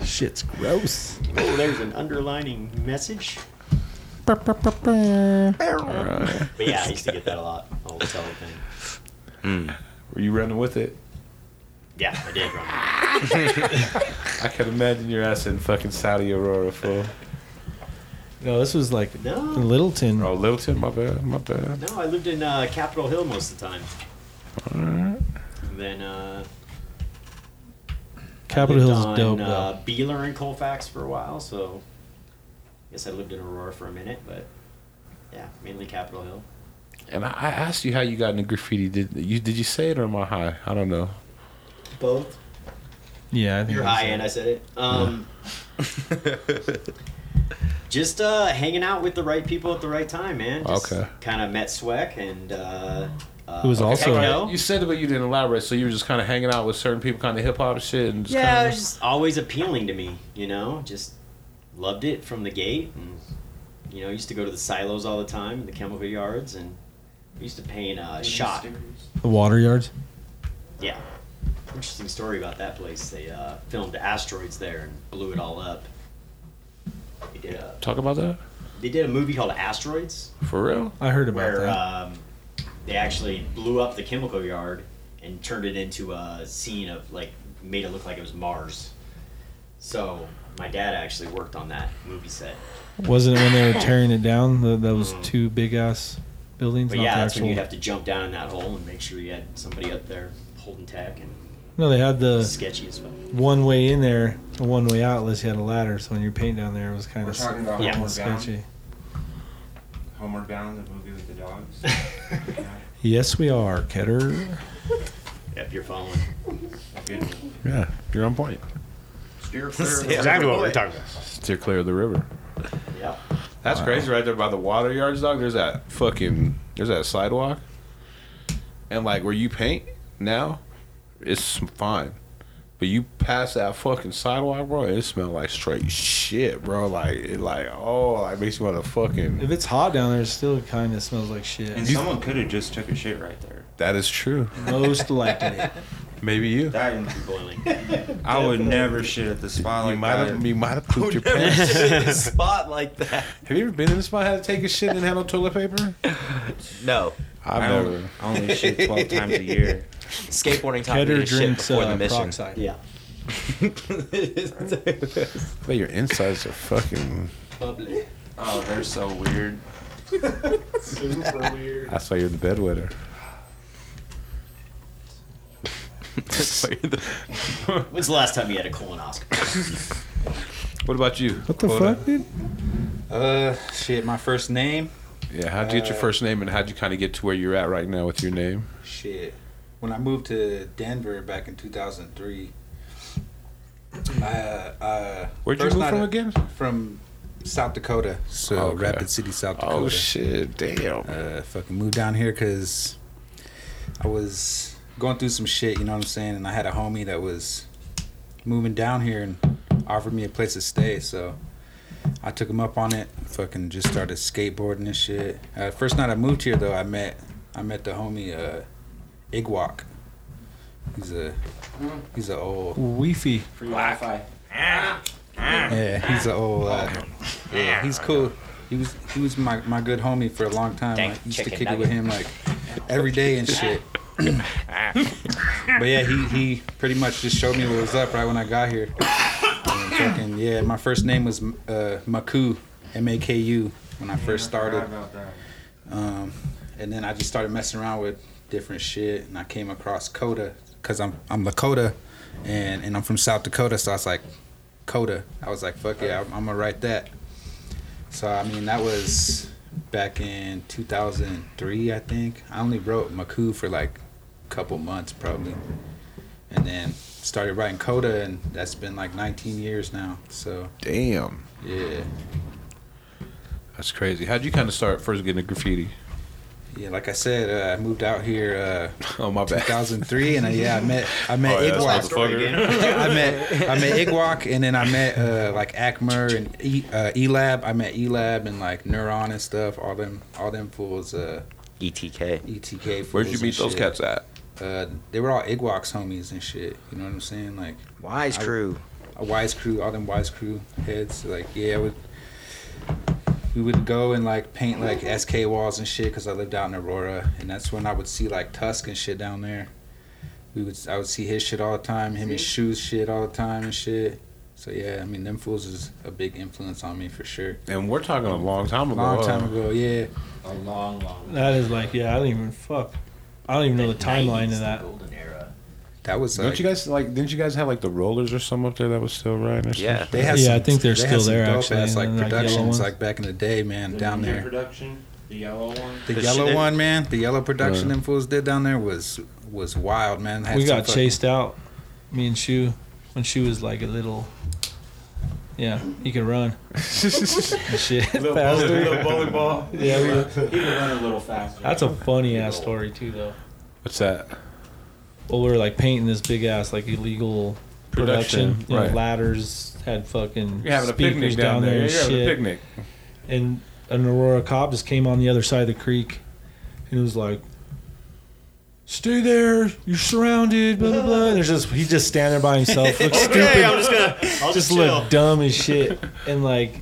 Shit's gross.
Oh, there's an underlining message. But yeah, I used to get that a lot. All the tele thing.
Hmm.
Were you running with it?
Yeah, I did. Run.
I can imagine your ass in fucking Saudi Aurora, fool.
No, this was like
No.
in Littleton.
Oh, Littleton, my bad, my bad.
No, I lived in uh, Capitol Hill most of the time. And then uh,
Capitol
lived
Hill's
on,
dope
uh,
though.
Beeler and Colfax for a while, so I guess I lived in Aurora for a minute, but yeah, mainly Capitol Hill.
And I I asked you how you got into graffiti. Did you did you say it or am I high? I don't know.
Both.
Yeah, I think
You're
that's
high
it.
end. I said it. Um, just uh, hanging out with the right people at the right time, man. Just
Okay.
Kind of met Sweck and. Uh, uh,
Who was also-
Techno.
you said it, but you didn't elaborate. So you were just kind of hanging out with certain people, kind of hip hop shit, and just
yeah, it
kinda,
was just always appealing to me. You know, just loved it from the gate, and you know, used to go to the silos all the time, the chemical yards, and I used to paint a shot.
The water yards.
Yeah. Interesting story about that place. They uh, filmed asteroids there and blew it all up. They did a
talk about that
they did a movie called Asteroids
for real.
I heard about
where
that.
um, they actually blew up the chemical yard and turned it into a scene of like made it look like it was Mars. So my dad actually worked on that movie set.
Wasn't it when they were tearing it down? The, those two big ass buildings.
Mm. But
not
yeah,
the
that's when
actual.
you'd have to jump down in that hole and make sure you had somebody up there holding tack and
no, they had the
sketchy as well.
one way in there, a one way out. Unless you had a ladder. So when you're painting down there, it was kind
We're
of
talking about
Yeah.
homeward bound.
sketchy.
Homeward Bound, the movie with the dogs.
Yes, we are, Ketter.
Yep, you're following.
Good.
Yeah, you're on point.
Steer
Exactly what we're talking about.
Steer clear of the river.
Yeah.
That's crazy, right there by the water yards, dog. There's that fucking there's that sidewalk, and like where you paint now, it's fine, but you pass that fucking sidewalk, bro, it smells like straight shit, bro. Like it, like oh, like makes you want to fucking.
If it's hot down there, it still kind of smells like shit.
And someone could have just took a shit right there.
That is true.
Most likely.
Maybe you.
That and
Boiling.
I would never shit at the spot
You
like
might
that.
have you might have pooped your pants.
spot like that.
have you ever been in a spot had to take a shit and had no toilet paper?
No,
I've
I
never.
only, I only shit 12 times a year.
skateboarding time.
Ketter
Shit
drinks
before the
uh,
mission.
peroxide.
Yeah.
But your insides are fucking.
Public.
Oh, they're so weird.
Super weird.
I saw you're the bedwetter. That's why you're the-
When's the last time you had a colonoscopy?
what about you?
What the
Coda?
fuck, dude?
Uh, shit. My first name.
Yeah, how'd you get your first name and how'd you kind of get to where you're at right now with your name?
Shit. When I moved to Denver back in 2003, I, uh,
Where'd you
First
move
night
from
at-
again?
from South Dakota, so
Okay.
Rapid City, South Dakota.
Oh shit, damn.
uh, fucking moved down here because I was going through some shit, you know what I'm saying? And I had a homie that was moving down here and offered me a place to stay, so I took him up on it. Fucking just started skateboarding and shit. Uh, first night I moved here though, I met I met the homie uh, Igwok. He's a he's a old
Weefy.
Free Wi-Fi.
yeah he's a old uh, yeah he's cool. He was he was my, my good homie for a long time. I used to kick it with him like every day and shit. but yeah, he, he pretty much just showed me what was up right when I got here. And fucking, yeah, my first name was uh, Maku, M A K U, when I first started. Um, and then I just started messing around with different shit, and I came across Coda because I'm I'm Lakota, and and I'm from South Dakota, so I was like, Coda. I was like, fuck yeah, I'm, I'm gonna write that. So I mean, that was back in 2003, I think. I only wrote Maku for like a couple months probably, and then started writing Coda, and that's been like 19 years now. So
Damn.
yeah.
That's crazy. How'd you kind of start first getting into graffiti?
Yeah, like I said, uh, I moved out here uh,
Oh, my bad.
2003, and uh, yeah, I met I met
Oh, yeah, that's
Igwak.
what the fucker-
I met I met Igwak, and then I met uh, like Acmer and E uh, Elab. I met Elab and like Neuron and stuff. All them all them fools. Uh,
ETK.
ETK. Fools
Where'd you
and
meet those
shit.
cats at?
Uh, they were all Igwak's homies and shit. You know what I'm saying? Like
Wise
I-
crew.
a wise crew, all them wise crew heads. Like, yeah, we we would go and like paint like SK walls and shit because I lived out in Aurora, and that's when I would see like Tusk and shit down there. We would I would see his shit all the time, him and shoes shit all the time and shit. So yeah, I mean them fools is a big influence on me for sure.
And we're talking a long time ago.
Long time ago, yeah.
A long, long.
That is like, yeah, I don't even fuck. I don't even know the timeline of that.
Golden era.
That was
Don't
like
you guys like? Didn't you guys have like the rollers or something up there that was still riding? Or
Yeah.
they had
Yeah,
some-
I think they're
they had
still
some
there,
dope
actually,
Ass,
and
like
then, like, yellow
productions
ones.
like back in the day, man,
The
down
Mm-hmm.
ninja
there.
Production, the yellow one.
The,
The
yellow
shit-
one, man. The yellow production them fools did down there was was wild, man. Had
We
some
got
fuck-
chased out, me and Shu, when she was like a little. Yeah, he could run. and shit. Faster.
ball.
Yeah, we,
He would run a little faster.
that's a funny ass story too, though.
What's that?
Well, we were like painting this big ass like illegal production.
Production,
you know,
right.
ladders had fucking
You're having a
speakers
picnic down, there.
and
You're having a
shit.
picnic.
and an Aurora cop just came on the other side of the creek and was like, Stay there, you're surrounded, blah blah blah. And there's just he's just standing by himself, looks
Hey,
stupid,
I'm just gonna. I'll just,
just looked dumb as shit. And like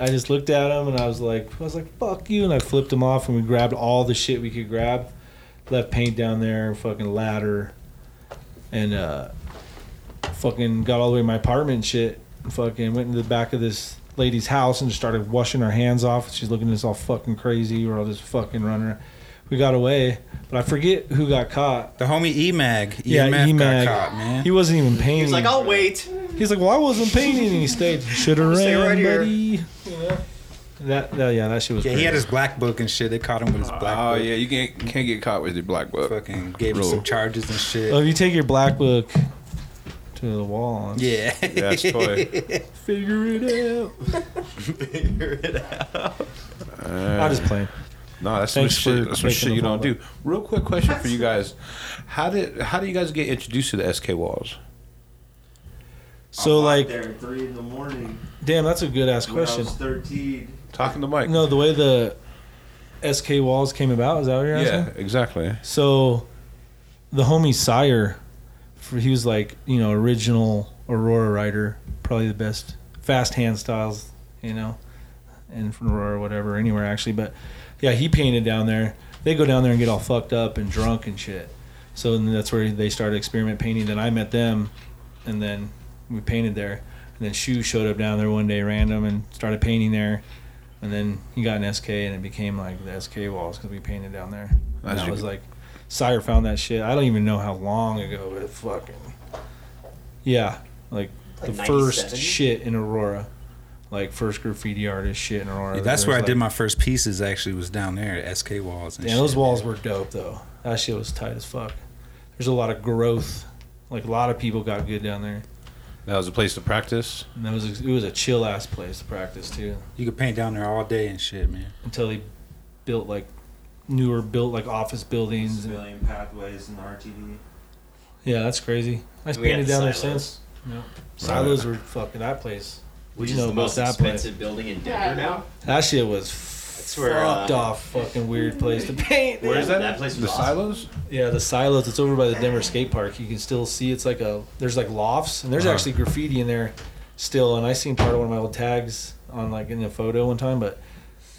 I just looked at him and I was like I was like, fuck you and I flipped him off and we grabbed all the shit we could grab. Left paint down there, fucking ladder and uh fucking got all the way to my apartment and shit. And fucking went into the back of this lady's house and just started washing our hands off. She's looking at us all fucking crazy. We're all just fucking running. We got away, but I forget who got caught.
The homie Emag.
Yeah,
Emag
Emag.
got caught, man.
He wasn't even painting.
He's like, I'll wait.
He's like, well, I wasn't painting, and he stayed. Should have
Stay
ran,
right here.
buddy. That, that yeah, that shit was.
Yeah, he had
great.
his black book and shit. They caught him with his black
Oh
book.
yeah, you can't can't get caught with your black book.
Fucking gave him
Bro.
some charges and shit.
Oh, if you take your black book to the wall, it's-
yeah.
Yeah, it's toy.
figure it out.
Uh,
I'll just play.
No, Uh, that's some
Thanks
shit.
for
That's some
making
shit
the
you don't
follow-up.
do. Real quick question for you guys: How did how do you guys get introduced to the SK Walls?
So
I
like,
walked there at three in the morning.
damn, that's a good ass
When I
question.
was thirteen.
Talking to Mike.
No, the way the SK walls came about is that what you're asking?
Yeah, exactly.
So, the homie Sire, for, he was like you know original Aurora rider, probably the best fast hand styles, you know, and from Aurora whatever anywhere actually. But yeah, he painted down there. They go down there and get all fucked up and drunk and shit. So and that's where they started experiment painting. Then I met them, and then we painted there. And then Shu showed up down there one day random and started painting there. And then he got an SK and it became like the SK walls because we painted down there.
That's
and that
your-
was like Sire found that shit. I don't even know how long ago, but it fucking yeah, like,
Like
the first
97?
shit in Aurora, like first graffiti artist shit in Aurora.
Yeah, that's where I
There's,
did
like-
my first pieces. Actually, was down there at SK Walls. And
Damn,
shit.
those walls were dope though. That shit was tight as fuck. There's a lot of growth. Like a lot of people got good down there,
That was a place to practice.
and that was it was a chill ass place to practice too.
You could paint down there all day and shit, man.
Until they built like newer built like office buildings.
Civilian pathways and RTD.
Yeah, that's crazy. I
We had
painted
the
down there
silos.
since. No. Silos were fucking that place.
Which
You
is
know
the
about
most
that place.
expensive building in Denver
Yeah.
now.
That shit was
where,
fucked
uh,
off fucking weird place to paint.
Where is that? That place was
The
awesome.
silos.
Yeah, the silos. It's over by the Denver skate park. You can still see it's like a there's like lofts and there's
Uh-huh.
actually graffiti in there still. And I seen part of one of my old tags on like in a photo one time, but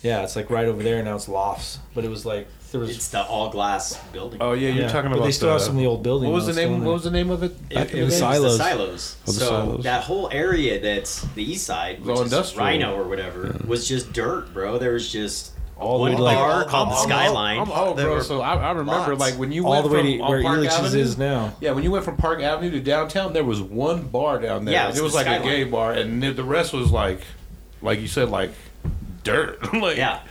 yeah, it's like right over there and now it's lofts. But it was like there was
It's the all glass building.
Oh yeah, you're
yeah,
talking
but
about.
they still have some of the old buildings.
What was the
though, still
name?
in
What was the name of it?
It-
back in
it
the
was
day?
The
silos.
silos.
Oh, the
so
silos.
that whole area that's the east side,
all
which is
industrial.
Rhino or whatever, was just dirt, bro. There was just
All
one
the way, like-
bar
I'm-
called the
I'm-
Skyline.
I'm old,
There
bro.
were-
So I, I remember,
lots.
like when you
all
went
the way
from,
to
on
where
Park
Elix's
Avenue,
is now.
Yeah, when you went from Park Avenue to downtown, there was one bar down there.
Yeah, it
it was,
was the
like
Skyline.
a gay bar, and the- the rest was like, like you said, like dirt, like
yeah.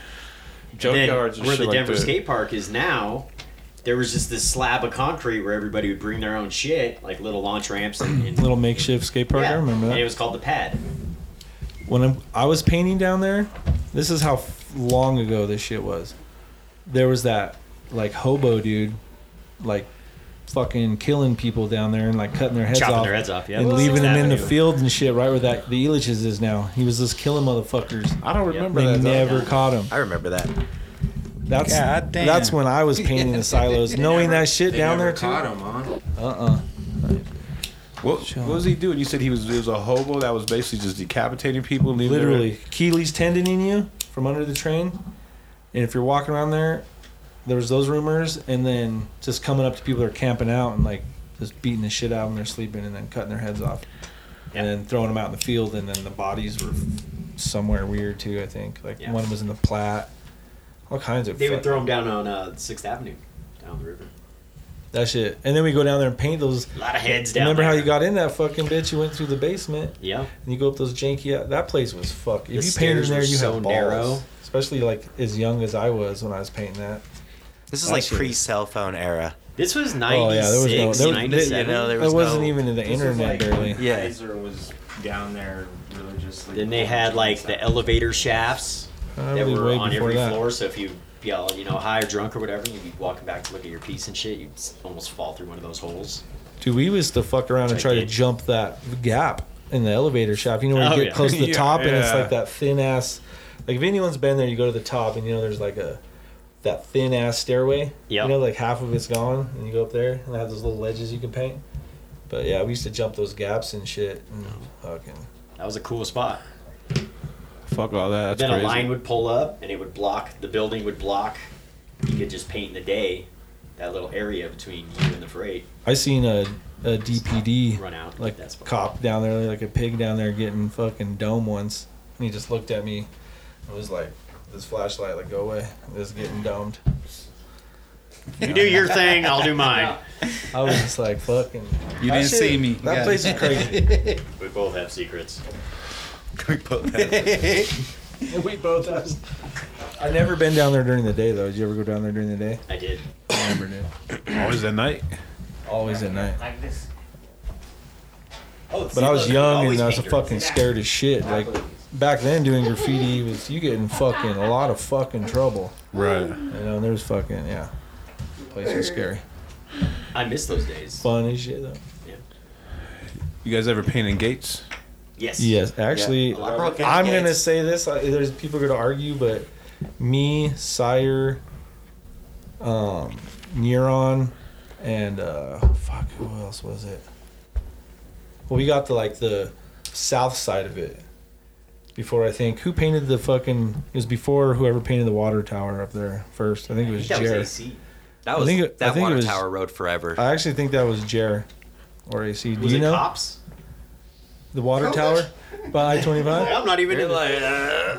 Then
junkyards and
where
shit
the
like
Denver
that.
skate park is now, there was just this slab of concrete where everybody would bring their own shit, like little launch ramps and, and
Little makeshift skate park. I remember that.
And it was called the pad.
when I'm, I was painting down there, this is how f- long ago this shit was. There was that like hobo dude, like fucking killing people down there and like cutting their heads
Chopping
off
their heads off, yeah.
and
Well,
leaving
Sixth
them in the
Avenue.
field and shit, right where that the Elitch's is now. He was just killing motherfuckers.
I don't
and
remember
They
that. though.
never caught him.
I remember that.
That's
God damn.
that's when I was painting the silos, knowing that shit
They
down
never
there too.
caught him, huh?
Uh uh
What, what was he doing? You said he was he was a hobo that was basically just decapitating people, leaving their-
Literally, Keeley's tendoning you from under the train, and if you're walking around there, there was those rumors, and then just coming up to people that are camping out and like just beating the shit out of them, they're sleeping, and then cutting their heads off,
Yeah.
and then throwing them out in the field, and then the bodies were somewhere weird too. I think like
Yeah.
one was in the Platte, all kinds of.
They would
fuck-
throw them down on uh, Sixth Avenue, down the river.
that shit, and then we go down there and paint those.
A lot of heads down.
Remember how
there.
you got in that fucking bitch? You went through the basement.
Yeah.
And you go up those janky. uh, That place was fuck.
The
If you painted
stairs
in there,
were
you
so
had balls.
narrow.
Especially like as young as I was when I was painting that.
This is
That
like
shit-
pre cell phone era.
This was
Oh, yeah, there was no-
96,
there was-
97.
you know, there
It
was
wasn't
no-
even in the internet barely.
Yeah.
Yeah.
Kaiser was down there religiously.
Then they had like the elevator shafts that
Probably
were
way
on
before
every
Uh, that.
floor. So if you be all, you know, high or drunk or whatever, you'd be walking back to look at your piece and shit. You'd s- almost fall through one of those holes.
Dude, we used to fuck around and
I
try to
did.
jump that gap in the elevator shaft. You know where you
Oh,
get
yeah.
close to the
Yeah,
top and it's
yeah.
like that thin ass. Like if anyone's been there, you go to the top and you know there's like a that thin ass stairway.
Yep.
You know, like half of it's gone, and you go up there and they have those little ledges you can paint. But yeah, we used to jump those gaps and shit. And fucking.
That was a cool spot.
Fuck all that. That's
then
crazy.
a line would pull up and it would block the building would block. You could just paint in the day that little area between you and the freight.
I seen a, a DPD
Run out.
like
that's fine.
cop down there, like a pig down there getting fucking dome once, and he just looked at me and was like, "This flashlight, like go away, this is getting domed."
You do your thing, I'll do mine.
I was just like, "Fucking."
You
That
didn't
shit-
see me.
That
Yeah.
place is crazy.
We both have secrets.
we both have.
I never been down there during the day though. Did you ever go down there during the day?
I did.
I never did.
Always at Oh, night.
Always at night.
Like this. Oh,
But I was young and I was
a
fucking scared as shit. Like back then, doing graffiti was you getting fucking a lot of fucking trouble.
Right.
You know, and there was fucking yeah, place was scary.
I miss those days.
Fun as shit though.
You guys ever painting gates?
Yes.
Yes, actually,
Oh, I broke in
I'm
gates.
gonna say this. I, there's people gonna argue, but me, Sire, um, Neuron, and uh, fuck, who else was it? Well, we got to like the south side of it before I think who painted the fucking. It was before whoever painted the water tower up there first. I think it was
That was
Jer.
AC.
I
That was
think it- I
that
think it
water
was- Uh,
tower road forever.
I actually think that was Jer or AC. Do
Was
you
it
know
cops?
the water tower by I-25?
I'm not even.
You're
in the-
like, uh,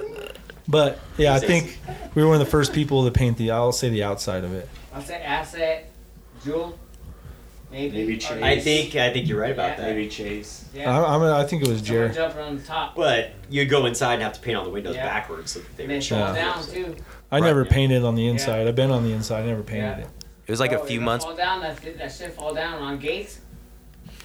But yeah, I think we were one of the first people to paint the. I'll say the outside of it.
I'll say asset, jewel, maybe.
Maybe
or-
Chase.
I think I think you're right about
Yeah.
that.
Maybe Chase.
Yeah.
I, I'm. A, am i think it was
Someone
Jared.
jumped on the top.
But you'd go inside and have to paint all the windows
Yeah.
backwards so that they
And then
would
it
show
falls
up.
down too.
I never
yeah.
painted on the inside. I've been on the inside. I never painted
Yeah.
it.
it was like
Oh,
a
if
few
it
months.
Fall down. That, shit- that shit fall down on gates.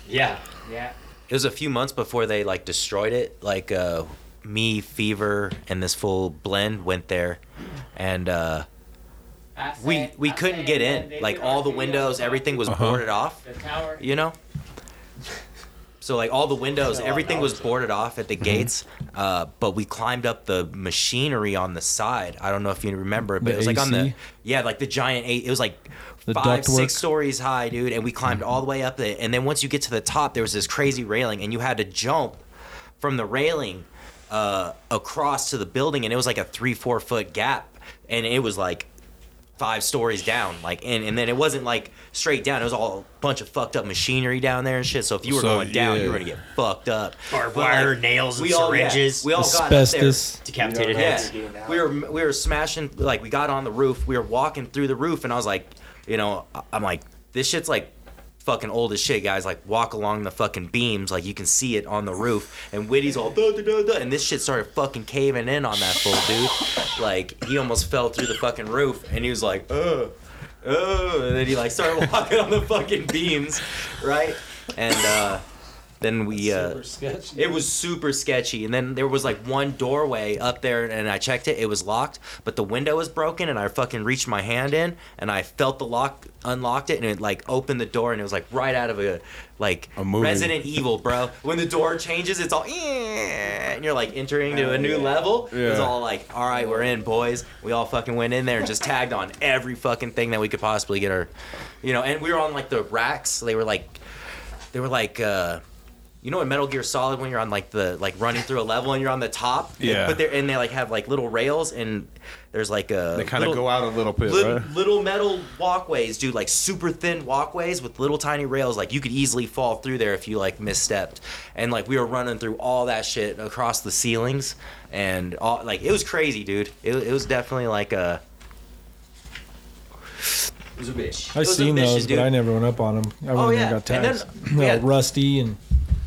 Yeah.
Yeah.
It was a few months before they like destroyed it. Like uh, me, Fever, and this full blend went there, and uh,
Asset,
we we
asset,
couldn't get
and they
in. Like
did
all the
RTO,
windows, everything was
Uh-huh.
boarded off.
The tower.
You know. So like all the windows,
Yeah,
everything
no,
was
it's-
boarded off
Mhm.
at the gates. Uh, but we climbed up the machinery on the side. I don't know if you remember, it, but
The
it was like on the
AC?
yeah, like the giant eight. It was like
The
five,
ductwork? Mm.
six stories high, dude. And we climbed all the way up it. And then once you get to the top, there was this crazy railing, and you had to jump from the railing uh, across to the building, and it was like a three, four foot gap, and it was like five stories down, like and and then it wasn't like straight down. It was all a bunch of fucked up machinery down there and shit. So if you were
So,
going down, you
yeah.
were gonna get fucked up.
Barbed
But,
wire, nails, and
we all- yeah,
syringes.
we all
Asbestos.
Decapitated
You know,
heads.
that's- Yeah.
we were we were smashing like we got on the roof. We were walking through the roof, and I was like, you know, I- I'm like, this shit's like fucking old as shit, guys. Like walk along the fucking beams, like you can see it on the roof. And Whitty's all duh, duh, duh, duh, and this shit started fucking caving in on that fool, dude. Like he almost fell through the fucking roof, and he was like, ugh. Oh, and then he like started walking on the fucking beams, right? And uh, then we uh, it was super sketchy. And then there was like one doorway up there, and I checked it. It was locked, but the window was broken. And I fucking reached my hand in, and I felt the lock, unlocked it, and it like opened the door, and it was like right out of a like
A movie.
Resident Evil, bro. When the door changes, it's all "Eh," and you're like entering to a new level. It's
Yeah.
all like, all right, we're in, boys. We all fucking went in there and just tagged on every fucking thing that we could possibly get our, you know. And we were on like the racks. They were like, they were like. uh you know in Metal Gear Solid when you're on like the like running through a level and you're on the top. They
Yeah.
Put there and they like have like little rails and there's like a.
They kind of
little-
go out a little bit,
Little,
right?
little metal walkways, dude, like super thin walkways with little tiny rails. Like you could easily fall through there if you like misstepped. And like we were running through all that shit across the ceilings, and all like it was crazy, dude. It, it was definitely like uh, a. It was a bitch. It
I've
was
seen
ambitious,
those,
dude.
but I never went up on them. I went
Oh,
in
yeah.
there and got
And then
tags.
we
no,
had-
rusty and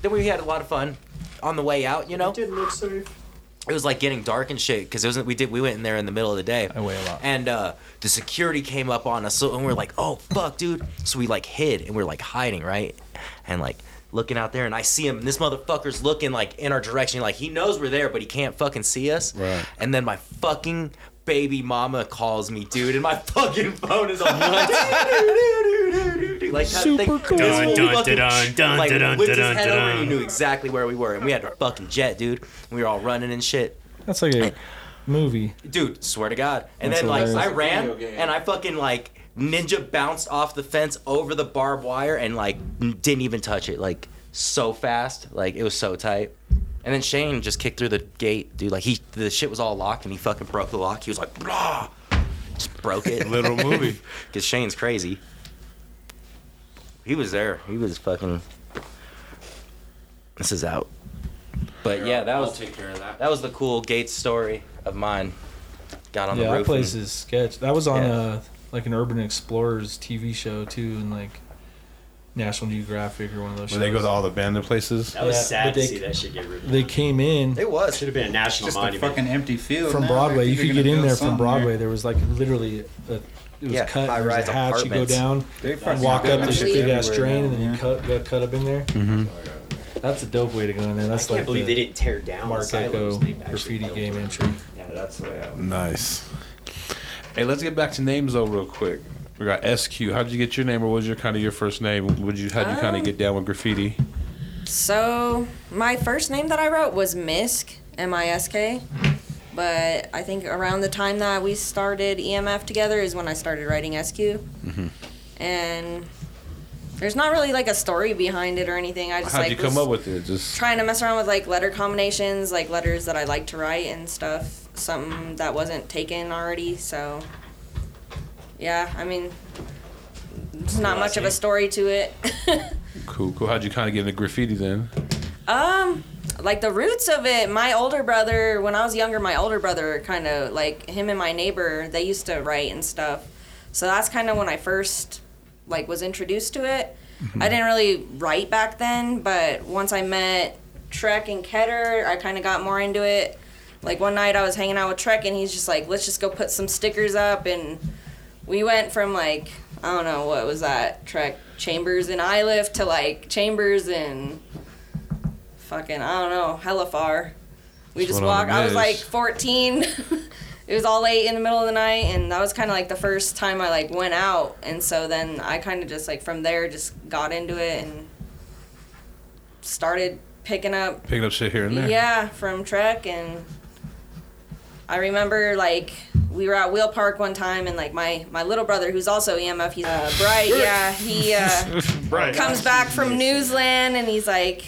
Then we had a lot of fun on the way out. You know.
Didn't look safe.
it was like getting dark and shit because it wasn't we did we went in there in the middle of the day
I weigh a lot.
and uh the security came up on us so, and we are like oh fuck dude so we like hid and we are like hiding right and like looking out there and i see him and this motherfucker's looking like in our direction like he knows we're there but he can't fucking see us
Right.
and then my fucking baby mama calls me dude and my fucking phone is on like that
Super
thing,
cool.
this fool
Dun, dun,
fucking,
dun, dun,
like,
dun,
whipped his
dun,
head over and he
dun.
knew exactly where we were and we had to fucking jet dude we were all running and shit
that's like a movie.
dude swear to god and
That's
then like
hilarious.
i ran
Video game.
and i fucking like ninja bounced off the fence over the barbed wire and like n- didn't even touch it like so fast like it was so tight and then shane just kicked through the gate dude like he the shit was all locked and he fucking broke the lock he was like blah just broke it
Little movie.
because shane's crazy he was there he was fucking this is out but yeah that was
take care of
that was the cool Gates story of mine. Got on
yeah,
the
that
roof.
place
and-
is sketch. That was on uh,
Yeah.
a like an Urban Explorers TV show too, and like National Geographic or one of those.
Where they go
shows.
to all the abandoned places.
That was
Yeah,
sad
but
to
they-
see that shit get ripped.
They came in
It was. Should have been a national
Just a
monument.
fucking empty field
from
now.
Broadway. You
They're
could
gonna
get in
build
there from
something
Broadway. There was like literally a, it was
Yeah,
cut. There was
high-rise
a hatch. You go
apartments.
down,
They
and
fucking
walk up
built
this
that
big
shit
ass
everywhere
drain,
now,
and then you
yeah.
cut got cut up in there.
Mm-hmm.
That's a dope way to go in there. That's
I can't
like
believe
the
they didn't tear down
Mark Echo graffiti game entry.
Yeah, that's the way I would.
Nice. Hey, let's get back to names though, real quick. We got SQ. How did you get your name, or what was your kind of your first name? Would you how would you kind
Oh.
Um,
of get down with graffiti?
So my first name that I wrote was Misk, M I S K. But I think around the time that we started EMF together is when I started writing SQ.
Mm-hmm.
And there's not really like a story behind it or anything. I just
How would
like
you come
was
up with it? Just
trying to mess around with like letter combinations, like letters that I like to write and stuff. Something that wasn't taken already. So yeah, I mean, there's not much of a story to it.
cool, cool. How'd you kind of get into graffiti then?
Um, like the roots of it, my older brother, when I was younger, my older brother kind of like him and my neighbor, they used to write and stuff. So that's kind of when I first like was introduced to it. I didn't really write back then, but once I met Trek and Ketter, I kind of got more into it. Like one night I was hanging out with Trek and he's just like, "Let's just go put some stickers up." And we went from like, I don't know, what was that? Trek Chambers and Ilift to like Chambers and fucking I don't know, hella far. We
That's
just
what all
walked.
it
I was
is.
like 14. it was all late in the middle of the night, and that was kind of like the first time I like went out. And so then I kind of just like from there just got into it and started picking up.
Picking up shit here and there.
Yeah, from Trek and I remember like we were at Wheel Park one time and like my my little brother who's also EMF, he's uh, bright. Yeah, he. Uh,
Right.
comes back from Newsland and he's like,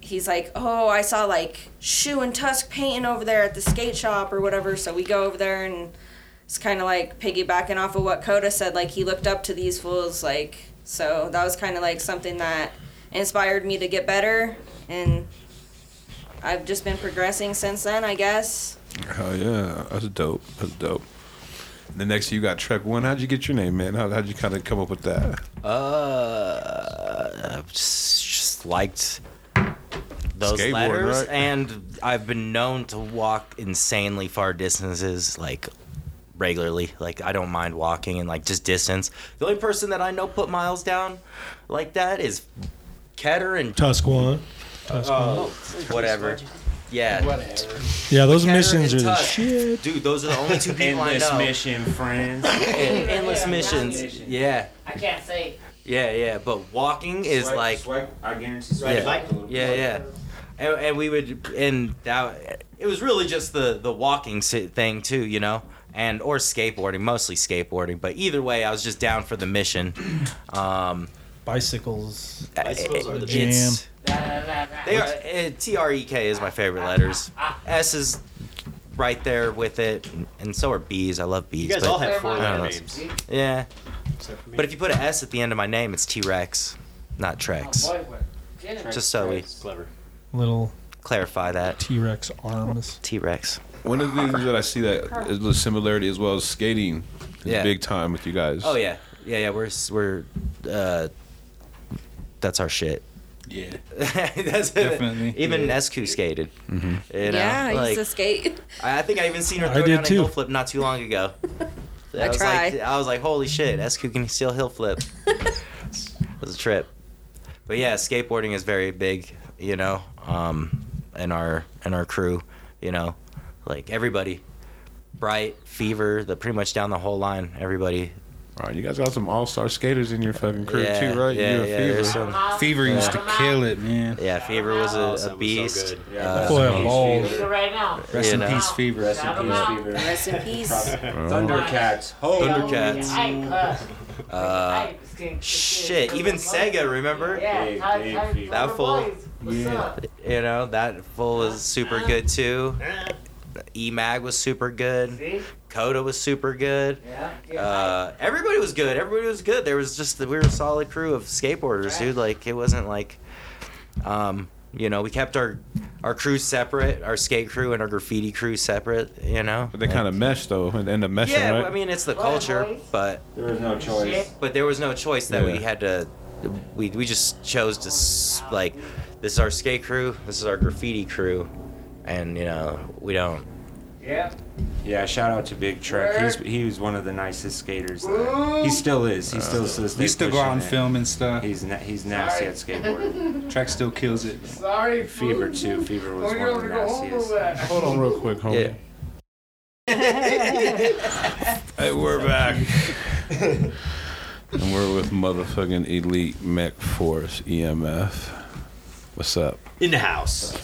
he's like, oh, I saw like Shoe and Tusk painting over there at the skate shop or whatever. So we go over there and it's kind of like piggybacking off of what Coda said. Like he looked up to these fools. Like so that was kind of like something that inspired me to get better and. I've just been progressing since then, I guess.
Hell yeah, that's dope. That's dope. The next you got Trek One. How'd you get your name, man? How, how'd you kind of come up with that?
Uh, I've just, just liked those
Skateboard,
letters,
right?
and I've been known to walk insanely far distances, like regularly. Like I don't mind walking and like just distance. The only person that I know put miles down like that is Ketter and
Tusk one.
Oh.
whatever. Yeah,
Yeah, those
Ketter
missions are
and
the
Tusk.
shit.
dude. Those are the only two people I
Endless
know.
mission, friends.
En- endless
Yeah,
missions.
round.
Yeah,
I can't say.
yeah, yeah. But walking is
Swipe-
like.
swipe, I guarantee. Swipe
Ride a bike.
Yeah, yeah. And, and we would, and that it was really just the the walking si- thing too, you know, and or skateboarding, mostly skateboarding. But either way, I was just down for the mission. Um,
Bicycles.
Bicycles are the
Jam.
it's- They
They
are uh, T R E K is my favorite letters. S is right there with it, and so are B's. I love B's.
You guys
but-
all have four
I don't
letter
know.
names.
Yeah,
except for me.
but if you put an S at the end of my name, it's T Rex, not
oh,
Trex. Just so we
clever.
Little
clarify that.
T Rex arms.
T Rex.
One of the things that I see that is a similarity as well as skating. Is
Yeah.
Big time with you guys.
Oh yeah, yeah, yeah. We're s- we're uh, that's our shit.
Yeah.
that's
Definitely,
Even
yeah.
SQ skated. Mm-hmm. You know,
yeah, I
like
used to skate.
I I think I even seen her
I
throw
did
down a
too.
hill flip not too long ago.
I
was
tried.
Like, I was like, holy shit, SQ can still hill flip. it was a trip. But yeah, skateboarding is very big, you know, um, in our in our crew, you know, like everybody, bright, fever, the pretty much down the whole line, everybody
All right, you guys got some all star skaters in your fucking crew
Yeah,
too, right?
yeah,
you and
yeah,
Fever.
there's some-
Fever used to kill it, man.
Yeah, Fever was
Oh,
a,
that
a
was
beast.
So good.
Uh,
Boy, I balled.
Right now.
Rest in
Yeah.
peace, Fever.
Rest in peace, Fever.
Rest in peace.
Thundercats.
Thundercats. uh,
Uh,
shit, even Sega, remember?
Yeah,
Big,
Tiger-
big
Tiger-
fever.
Tiger
That fool.
Boys, What's
Yeah.
up?
you know that full was super good too. Emag was super good.
See?
Coda was super good.
Yeah. get
Uh, everybody was good. Everybody was good. There was just we were a solid crew of skateboarders, dude. Like it wasn't like, um, You know, we kept our our crews separate, our skate crew and our graffiti crew separate. You know,
But they kind of mesh though, and end up meshing,
yeah,
right?
I mean it's the culture, but
There was no choice.
But there was no choice that we
Yeah.
had to. We we just chose to s- like, this is our skate crew, this is our graffiti crew, and you know we don't.
Yeah.
Yeah, shout out to Big Trek. He's he was one of the nicest skaters. That, he still is. He still still.
Uh, You still go out and film and stuff.
He's na- he's nasty at skateboarding.
Track still kills it.
Sorry.
Fever too. Fever was
We're
one of
gonna
the
go home
nastiest.
for that.
Hold on, real quick, homie. Hey, we're back. and we're with motherfucking Elite Mech Force EMF. What's up?
in the house.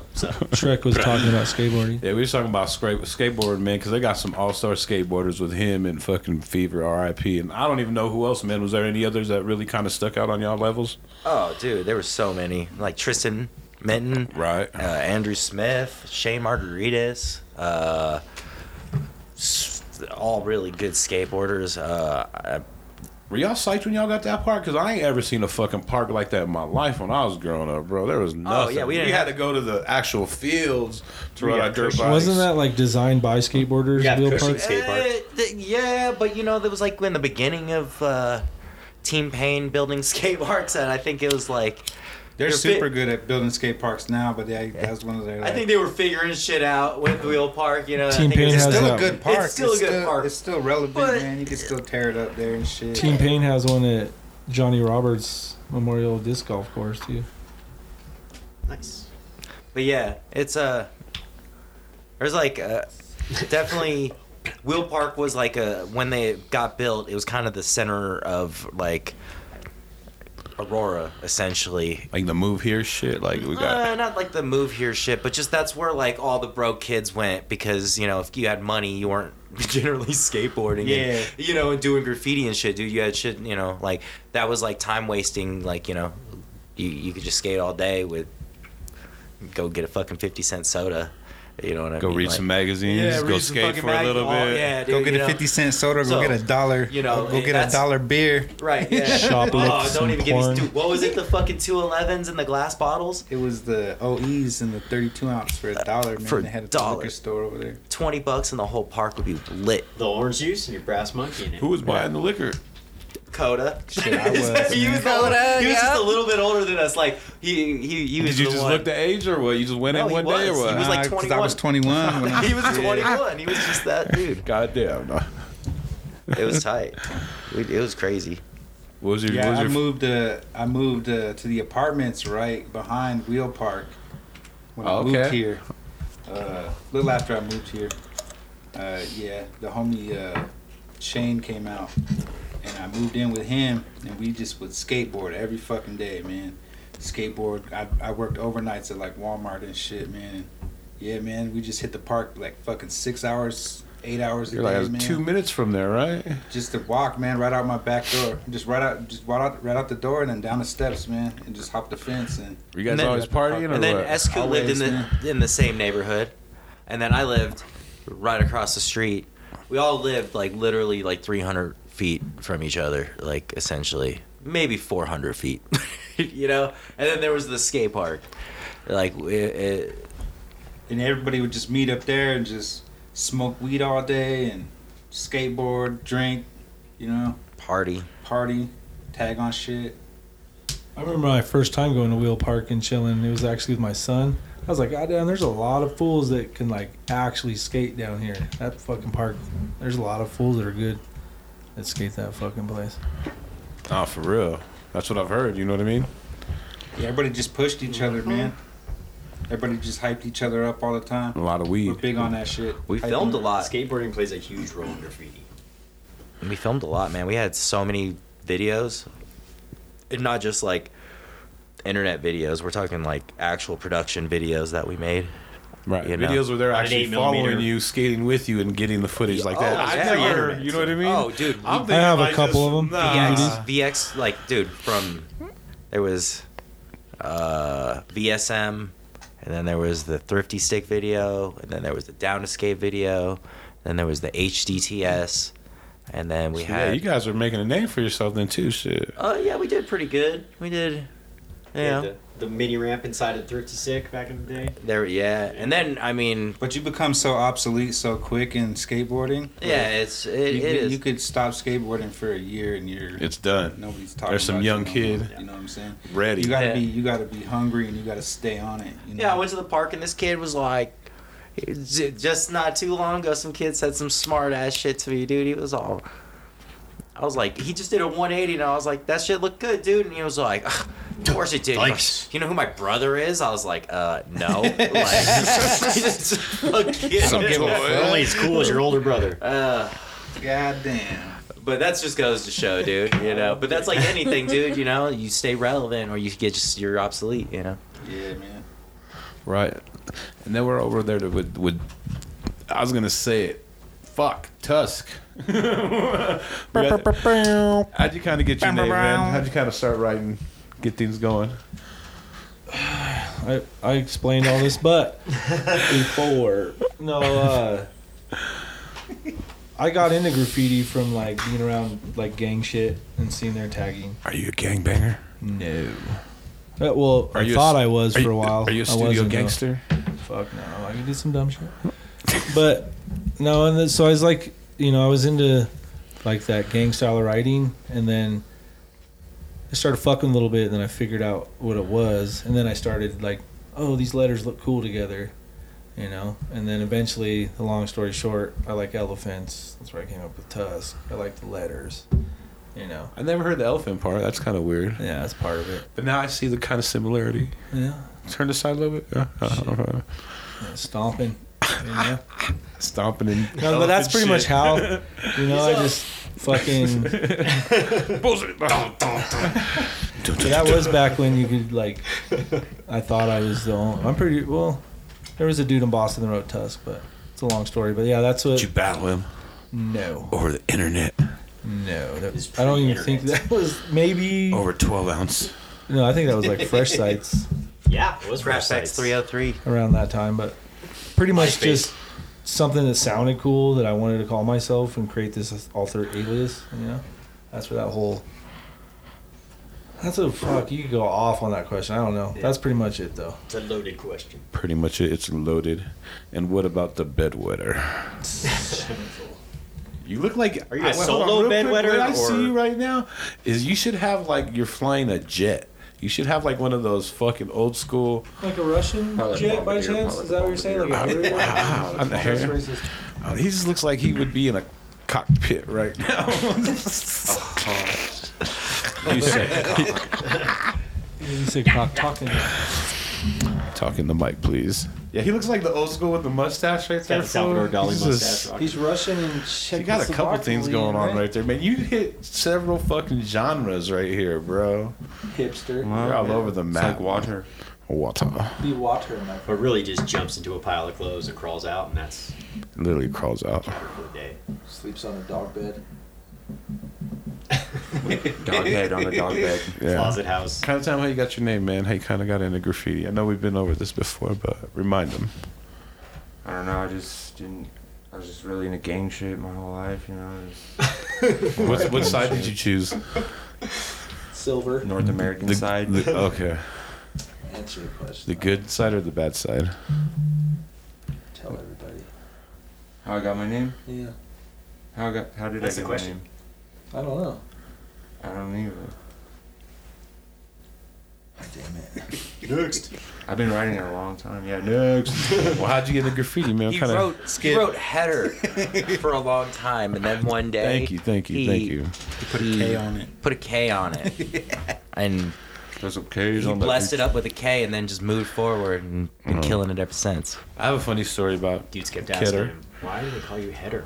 Shrek was talking about skateboarding.
Yeah, we were talking about skate skateboard man because they got some all star skateboarders with him and fucking Fever RIP and I don't even know who else man was there any others that really kind of stuck out on y'all levels
Oh, dude, there were so many like Tristan Minton,
right
uh, Andrew Smith, Shane Margaritis, uh, s- all really good skateboarders. Uh, I,
were y'all psyched when y'all got that park because I ain't ever seen a fucking park like that in my life when I was growing up bro there was nothing
Oh, yeah, we didn't
had
have-
to go to the actual fields to
We
ride
got
our dirt
cushions.
bikes
Wasn't that like designed by skateboarders?
Yeah,
wheel
cushion
parts?
skate park.
Uh, th- yeah, but you know, that was like in the beginning of uh, Team Pain building skate parks, and I think it was like
They're
They're
super
big.
good at building skate parks now, but they, that was one of their.
I think they were figuring shit out with Wheel Park. You know,
Team
I think it
Pain
was
it's
has
just-
still a
that-
good park.
It's still a good park.
It's still relevant,
But-
man. You can still tear it up there and shit.
Team Payne has one at Johnny Roberts Memorial Disc Golf Course too.
Nice.
But yeah, it's uh, there's like uh, definitely. Wheel Park was like a when they got built, it was kind of the center of like Aurora, essentially.
like the move here shit like we got
Uh, not like the move here shit, but just that's where like all the broke kids went because you know if you had money, you weren't generally skateboarding.
Yeah.
And, you know, and doing graffiti and shit, dude. You had shit, you know, like that was like time wasting. Like you know, you you could just skate all day with go get a fucking fifty cent soda. You know what I
go
mean?
read
Like,
some magazines
Uh, Yeah,
go
read some
skate
fucking
for a little
magazine.
bit
Yeah, dude,
Go get
you
a
know?
fifty cent soda. Go
So,
get a dollar.
you know,
go get a
that's-
dollar beer.
Right. Yeah.
Shoplift
Oh,
some
don't even get
porn.
me. Dude, what was it? The fucking two elevens and the glass bottles.
It was the OEs and the thirty-two ounce for a dollar. Man,
For a
they had a
dollar.
liquor store over there.
Twenty bucks and the whole park would be lit.
The orange juice and your brass monkey in it.
who was buying the liquor
Coda.
Shit, I
he
was,
was,
man.
a little- he was just
Coda,
a
yeah.
little bit older than us. Like he he he was.
Did you
the
just
one.
look the age or what? You just went
No,
in
he
one day or
was.
what?
He was like
Nah, 'cause I
21.
was twenty-one. When I,
He was 21. He was just that dude.
Goddamn. No.
It was tight. We, it was crazy.
What was your?
yeah,
what
I
was your
moved. Uh, I moved uh, to the apartments right behind Wheel Park when I moved
Okay.
here. Uh, little after I moved here. Uh, yeah, the homie uh, Shane came out, and I moved in with him, and we just would skateboard every fucking day, man. Skateboard. I, I worked overnights at like Walmart and shit, man. And yeah, man, we just hit the park like fucking six hours, eight hours a
you're
day,
like I was
man
two minutes from there, right?
just to walk, man, right out my back door. Just right out, just right out, right out the door, and then down the steps, man, and just hop the fence. And
Were you guys
And then-
always partying or
And then
what?
Esco lived in
Always,
the in the same neighborhood, and then I lived right across the street. We all lived like literally like 300 feet from each other, like essentially maybe 400 feet, you know. And then there was the skate park, like it, it,
and everybody would just meet up there and just smoke weed all day and skateboard, drink, you know,
party.
party, tag on shit.
I remember my first time going to Wheel Park and chilling. It was actually with my son. I was like, God damn, there's a lot of fools that can like actually skate down here. That fucking park. There's a lot of fools that are good that skate that fucking place.
oh, for real. That's what I've heard. You know what I mean?
Yeah, everybody just pushed each other,
Mm-hmm.
man. Everybody just hyped each other up all the
A
time.
lot of
We're
weed.
big on that shit.
We
Hyping
filmed a lot.
Skateboarding plays a huge role in graffiti.
We filmed a lot, man. We had so many videos, and not just like internet videos. We're talking like actual production videos that we made.
right.
you know.
Videos where they're
Not an
actually
eight millimeter.
following you, skating with you, and getting the footage like that.
Oh,
I've
yeah.
never,
Yeah.
you know what I mean?
Oh, dude, we-
I'm thinking
I have a
like
couple
this-
of 'em.
Nah.
VX, VX, like, dude, from there was uh, VSM, and then there was the Thrifty Stick video, and then there was the Down Escape video, then there was the HDTS, and then we
So,
had.
yeah, you guys are making a name for yourself then too. Shit.
Oh yeah, we did pretty good. We did.
They had
Yeah.
The, the mini ramp inside of Thrifty Sick back in the day.
There, yeah, and then I mean,
But you become so obsolete so quick in skateboarding.
yeah, it's it,
you,
it
could-
is.
you could stop skateboarding for a year and you're
It's done.
nobody's talking.
There's some
about
young
you no more,
kid.
You know what I'm saying?
Ready.
You gotta
Yeah.
be you gotta be hungry and you gotta stay on it. You know?
Yeah, I went to the park and this kid was like, j- just not too long ago, some kid said some smart ass shit to me, dude. He was all, I was like, he just did a 180, and I was like, that shit looked good, dude. And he was like, "Ugh, of course it did. He goes,
Thanks.
You know who my brother is? I was like, uh, no. Like, just fucking-
You're only as cool as your older brother.
Uh,
God damn.
but that just goes to show, dude. You know, but that's like anything, dude. You know, you stay relevant or you get just you're obsolete. You know.
Yeah, man.
Right. And then we're over there to, with with I was gonna say it. Fuck Tusk. How'd you kind of get your name, man? How'd you kind of start writing, get things going?
I, I explained all this, but before no, uh, I got into graffiti from like being around like gang shit and seeing their tagging.
Are you a gangbanger?
No, Uh, well, I thought I was for a while.
Mm. Are you a
I
studio
wasn't, though.
gangster?
Fuck no, I can do some dumb shit. but no, and then, so I was like, you know, I was into like that gang style of writing, and then I started fucking a little bit, and then I figured out what it was, and then I started like, oh, these letters look cool together, you know, and then eventually, the long story short, I like elephants. That's where I came up with Tusk. I like the letters, you know.
I never heard the elephant part. That's kind of weird.
Yeah, that's part of it.
But now I see the kind of similarity.
Yeah,
Turn the side a little bit. Yeah. uh-huh,
stomping. you know?
Stomping in.
No, but that's pretty much
elephant
how, you know, I just fucking.
shit. Bullshit. Dun, dun, dun.
But that was back when you could like. I thought I was the only. I'm pretty well. There was a dude in Boston that wrote Tusk, but it's a long story. But yeah, that's what.
Did you battle him
No,
over the internet
no, that-
It's
I don't even
pre-internet.
think that was maybe.
over 12 ounce.
No, I think that was like Fresh Sites
Yeah, it was
Crash
Sites.
303.
around that time, but pretty much
MySpace.
just something that sounded cool that I wanted to call myself and create this alter alias. You know, that's where that whole. That's a fuck. You could go off on that question. I don't know.
Yeah.
That's pretty much it though.
It's a loaded question.
Pretty much it. It's loaded. And what about the bedwetter? You look like
Are you a
I- hold on,
solo
real quick,
bedwetter,
What I
or-
see you right now is you should have like you're flying a jet. You should have like one of those fucking old school.
Like a Russian jet by chance? Is that what you're saying? Like a
Ah, I'm the
That's
hair.
racist.
Oh, he just looks like he would be in a cockpit right now. you say,
You say cock talking.
talk in the mic, please. Yeah, he looks like the old school with the mustache right
Got
there.
a Salvador
fool.
Dali
He's
mustache.
just-
Rock.
He's Russian and Czech.
You got a couple things going on right there, man. You hit several fucking genres right here, bro.
Hipster.
Well,
You're all over the
it's
map.
like water.
Water.
Be water in my
But really just jumps into a pile of clothes and crawls out, and that's
Literally crawls out.
for the day.
Sleeps on a dog bed.
Dog head on a dog bed.
Closet house.
Kind of time how you got your name, man. How you kind of got into graffiti. I know we've been over this before, but remind them.
I don't know. I just didn't. I was just really into gang shit my whole life, you know. I was
What, what side did you choose?
Silver.
North American
The-
side.
the- okay.
Answer your question.
The good side or the bad side?
Tell everybody.
how I got my name?
Yeah.
How I got? How did
That's
I get
the
my
question.
name?
I don't know.
I don't either.
Next.
I've been writing it a long time. Yeah. Next.
Well, how'd you get into graffiti, man?
He
What kinda-
wrote he wrote header for a long time, and then one day
Thank you, thank you,
he-
thank you.
he put a
K on it.
put a K on it, and
There's some K's
he
on
blessed
the
it up with a K, and then just moved forward and
Uh-huh.
been killing it ever since.
I have a funny story about
Dudes kept
Kidder.
asking him, why do they call you Header?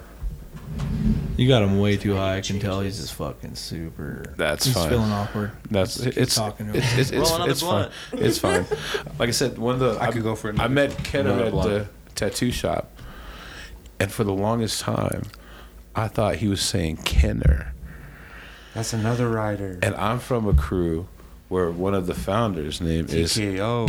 You got him way too high. I can tell he's just fucking super.
That's
he's
fine.
feeling awkward.
That's
Just
it's
keep
it's
talking to
it's,
him.
it's, it's,
Roll another
it's fine. It's fine. Like I said, one of the
I could go for
I
another-
met Kenner
another
at
blunt.
the tattoo shop, and for the longest time, I thought he was saying Kenner.
That's another rider.
And I'm from a crew where one of the founders' name is
TKO.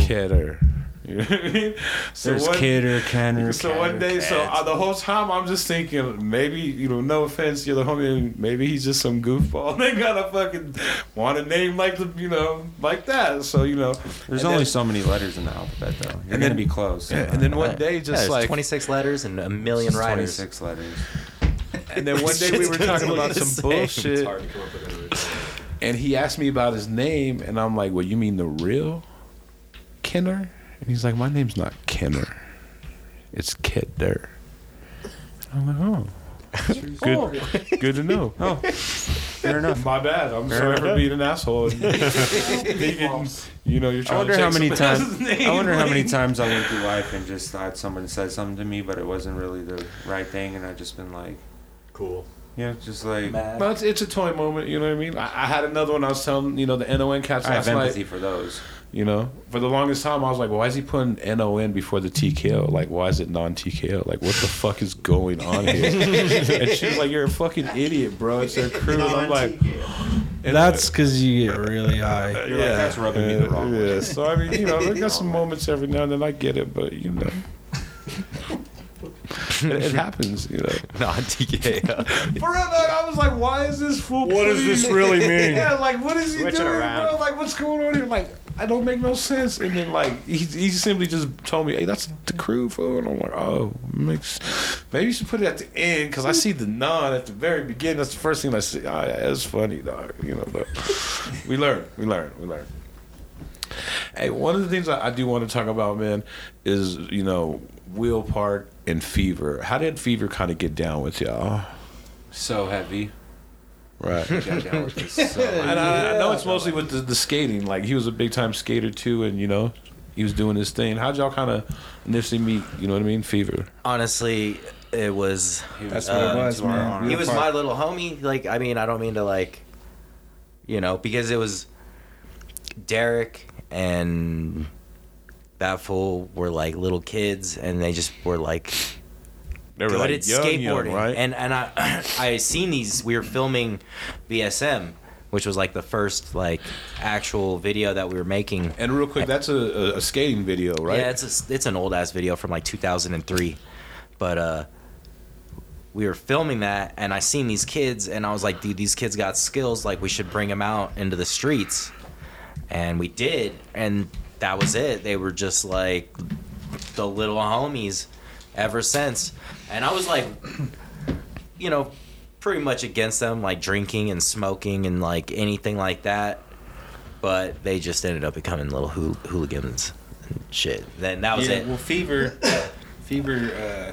Ketter. You know what I mean?
There's kid or Ken or
So
Cat
one
or
day, so
Cat.
uh, the whole time I'm just thinking, maybe you know, no offense, you're the homie, maybe he's just some goofball. They gotta fucking want a name like the you know like that. So you know,
There's
and
only
then-
so many letters in the alphabet, though. You're
And
gonna
then-
be close.
yeah, and then one day,
Yeah,
just
there's
like
26 letters and a million
It's
riders.
26 letters.
And then one day we were talking about some bullshit,
hard to come up with another
and he asked me about his name, and I'm like, "Well, you mean the real Kenner?" And he's like, "My name's not Kenner, it's Kidder." And I'm like, "Oh, good, good to know." Oh, fair enough. My bad. I'm sorry for being an asshole. And thinking, you know, you're
I
trying
wonder
to
how
check somebody
many times.
else's name,
I wonder how many
like-
times I went through life and just thought someone said something to me, but it wasn't really the right thing, and I just been like,
Cool.
yeah, just like
Well, it's, it's a toy moment, you know what I mean? I, I had another one I was telling, you know, the NON cats
I have
last night.
empathy for those.
You know, for the longest time, I was like, why is he putting NON before the TKO? Like, why is it non TKO? Like, what the fuck is going on here? and she's like, you're a fucking idiot, bro. It's their crew. And I'm like, and
That's because you get really high.
You're like, that's rubbing me the wrong way.
yeah. So, I mean, you know, I got some moments every now and then. I get it, but, you know. it, it happens, you know.
Not TKO.
For real, dog, I was like, why is this fool?
What does this
pleading?
really mean?
Yeah, like, what is he
Switch it
doing,
around.
bro? Like, what's going on here? Like, I don't make no sense. And then, like, he, he simply just told me, hey, that's the crew, fool. And I'm like, oh, makes, maybe you should put it at the end because I see the non at the very beginning. That's the first thing I see. Ah, yeah, that's funny, dog. You know, but we learn, we learn, we learn. Hey, one of the things I, I do want to talk about, man, is you know Will Park and Fever. How did Fever kind of get down with y'all?
So heavy.
Right.
Got down with it so
And
heavy.
I, I know it's mostly with the, the skating. Like he was a big time skater too, and you know he was doing his thing. How'd y'all kind of initially meet? You know what I mean? Fever.
Honestly, it was.
That's what it was,
into our
man.
arms.
He was
Park.
my little homie. Like, I mean, I don't mean to like, you know, because it was Derek and that fool were like little kids, and they just were like
They were
good
like
at
young,
skateboarding.
young, right?
And and I I seen these. We were filming BSM, which was like the first like actual video that we were making.
And real quick, that's a, a, a skating video, right?
Yeah, it's a, it's an old ass video from like 2003, but uh, we were filming that, and I seen these kids, and I was like, dude, these kids got skills. Like we should bring them out into the streets, and we did, and that was it. They were just like the little homies ever since, and I was like, you know, pretty much against them, like drinking and smoking and like anything like that. But they just ended up becoming little hool- hooligans and shit. Then that was
yeah,
it.
Well, Fever, Fever, uh,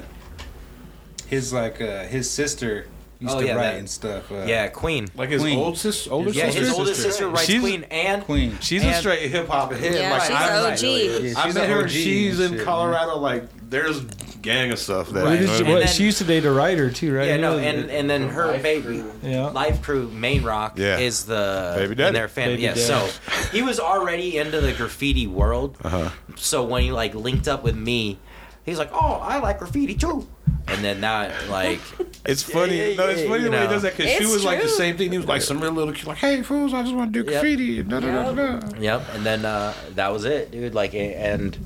his like uh, his sister used
Oh,
to
yeah,
write
that-
and stuff. Uh,
yeah, Queen.
like his
Queen.
old sis, older
Yeah,
sister.
his oldest sister writes
She's-
Queen and
Queen.
She's
and-
a straight hip hop head.
Yeah,
like
she's
I,
an OG.
Yeah,
I
she's
met
an
her.
OG
She's
and
in
shit,
Colorado. Like there's gang of stuff that.
What
you
did
know
she,
what I mean?
what,
then-
she used to date a writer too, right?
yeah, no, and and then her baby,
Yeah.
Life Crew Main Rock
Yeah.
is the
Baby daddy.
in their family.
Baby
yeah,
daddy.
so he was already into the graffiti world.
Uh-huh.
So when he like linked up with me, he's like, "Oh, I like graffiti too." And then now, like,
It's funny.
yeah,
no, it's
yeah,
funny
you
the way he
know.
does that because she
It's
was like the
true.
same thing. He was like some real little kid, like, "Hey fools, I just want to do
Yep.
graffiti." and Da, da, da, da, da.
yep. And then uh, that was it, dude. Like, a- and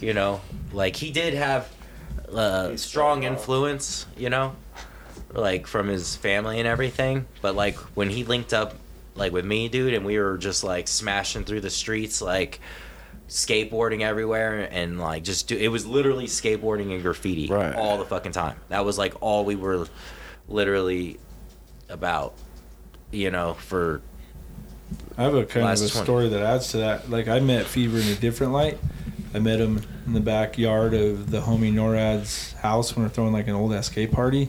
you know, like he did have uh, strong influence, you know, like from his family and everything. But like when he linked up, like with me, dude, and we were just like smashing through the streets, like skateboarding everywhere and like just do it was literally skateboarding and graffiti
Right.
all the fucking time that was like all we were literally about you know for
I have a kind
Last
of a
20.
story that adds to that. Like I met Fever in a different light. I met him in the backyard of the homie NORAD's house when we are throwing like an old SK party.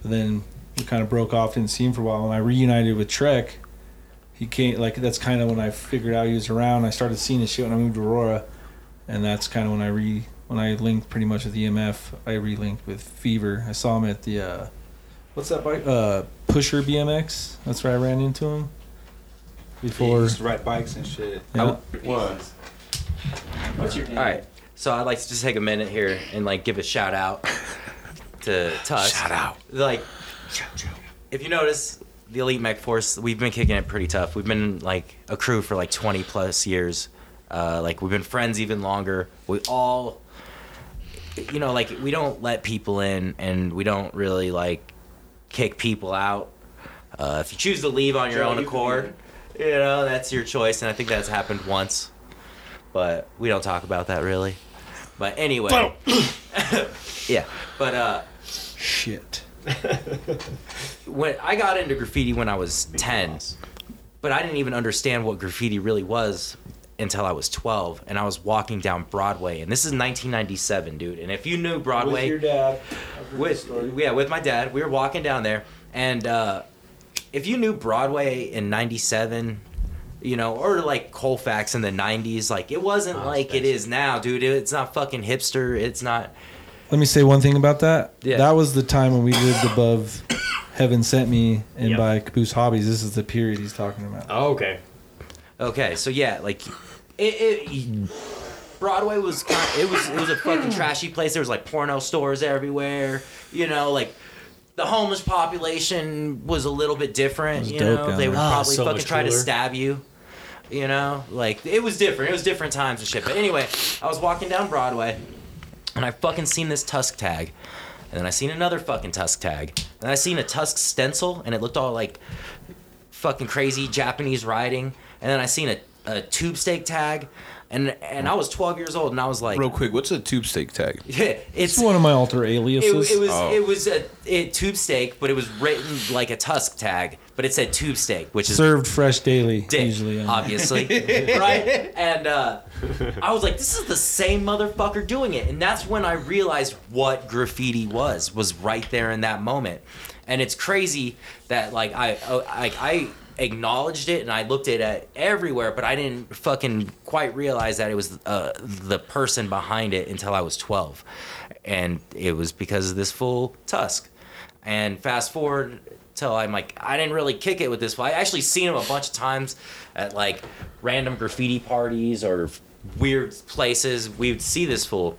But then we kind of broke off, didn't see him for a while, and I reunited with Trek. He came like that's kind of when I figured out he was around. I started seeing his shit when I moved to Aurora, and that's kind of when I re when I linked pretty much with EMF. I relinked with Fever. I saw him at the uh, what's that bike? Uh, Pusher BMX. That's where I ran into him.
He
Before
used to ride bikes and shit.
yeah.
Was.
What's your All right. So I'd like to just take a minute here and like give a shout out to Tuss. Shout out. Like, if you notice, the Elite Mech Force, we've been kicking it pretty tough. We've been like a crew for like 20 plus years, Uh, like we've been friends even longer. We all, you know, like we don't let people in, and we don't really like kick people out. Uh, if you choose to leave on your
Joe,
own
you can
accord, you know that's your choice, and I think that's happened once, but we don't talk about that really. But anyway, yeah. But uh,
Shit.
when I got into graffiti when I was 10, but I didn't even understand what graffiti really was until I was 12 and I was walking down Broadway and this is 1997 dude and if you knew Broadway
With your dad.
with yeah with my dad we were walking down there and uh, if you knew broadway in 97 you know or like colfax in the 90s like it wasn't like it is now dude it's not fucking hipster it's not
Let me say one thing about that.
Yeah.
That was the time when we lived above Heaven Sent Me and by Caboose Hobbies. This is the period he's talking about.
Uh,
Oh, okay.
Okay, so yeah, like it, it Broadway was kind it was it was a fucking trashy place. There was like porno stores everywhere, you know, like the homeless population was a little bit different,
was
you
dope
know.
down
They
there.
would
Ah,
probably
so
fucking
much
try to
cooler.
stab you. You know, like it was different. It was different times and shit. But anyway, I was walking down Broadway and I fucking seen this tusk tag. And then I seen another fucking tusk tag. And I seen a tusk stencil and it looked all like fucking crazy Japanese writing, and then I seen a, a tube steak tag, and and I was 12 years old, and I was like,
Real quick, what's a tube steak tag?
yeah,
It's,
it's.
one of my alter
It,
aliases.
it was it was a it, tube steak, but it was written like a tusk tag, but it said tube steak, which is
served fresh daily
dick,
usually. on-
obviously, right? And uh, I was like, this is the same motherfucker doing it, and that's when I realized what graffiti was. Was right there in that moment, and it's crazy that like I I, I acknowledged it and I looked it at everywhere, but I didn't fucking quite realize that it was uh, the person behind it until I was twelve, and it was because of this full tusk. And fast forward till I'm like, I didn't really kick it with this. I actually seen him a bunch of times at like random graffiti parties or weird places. We would see this fool.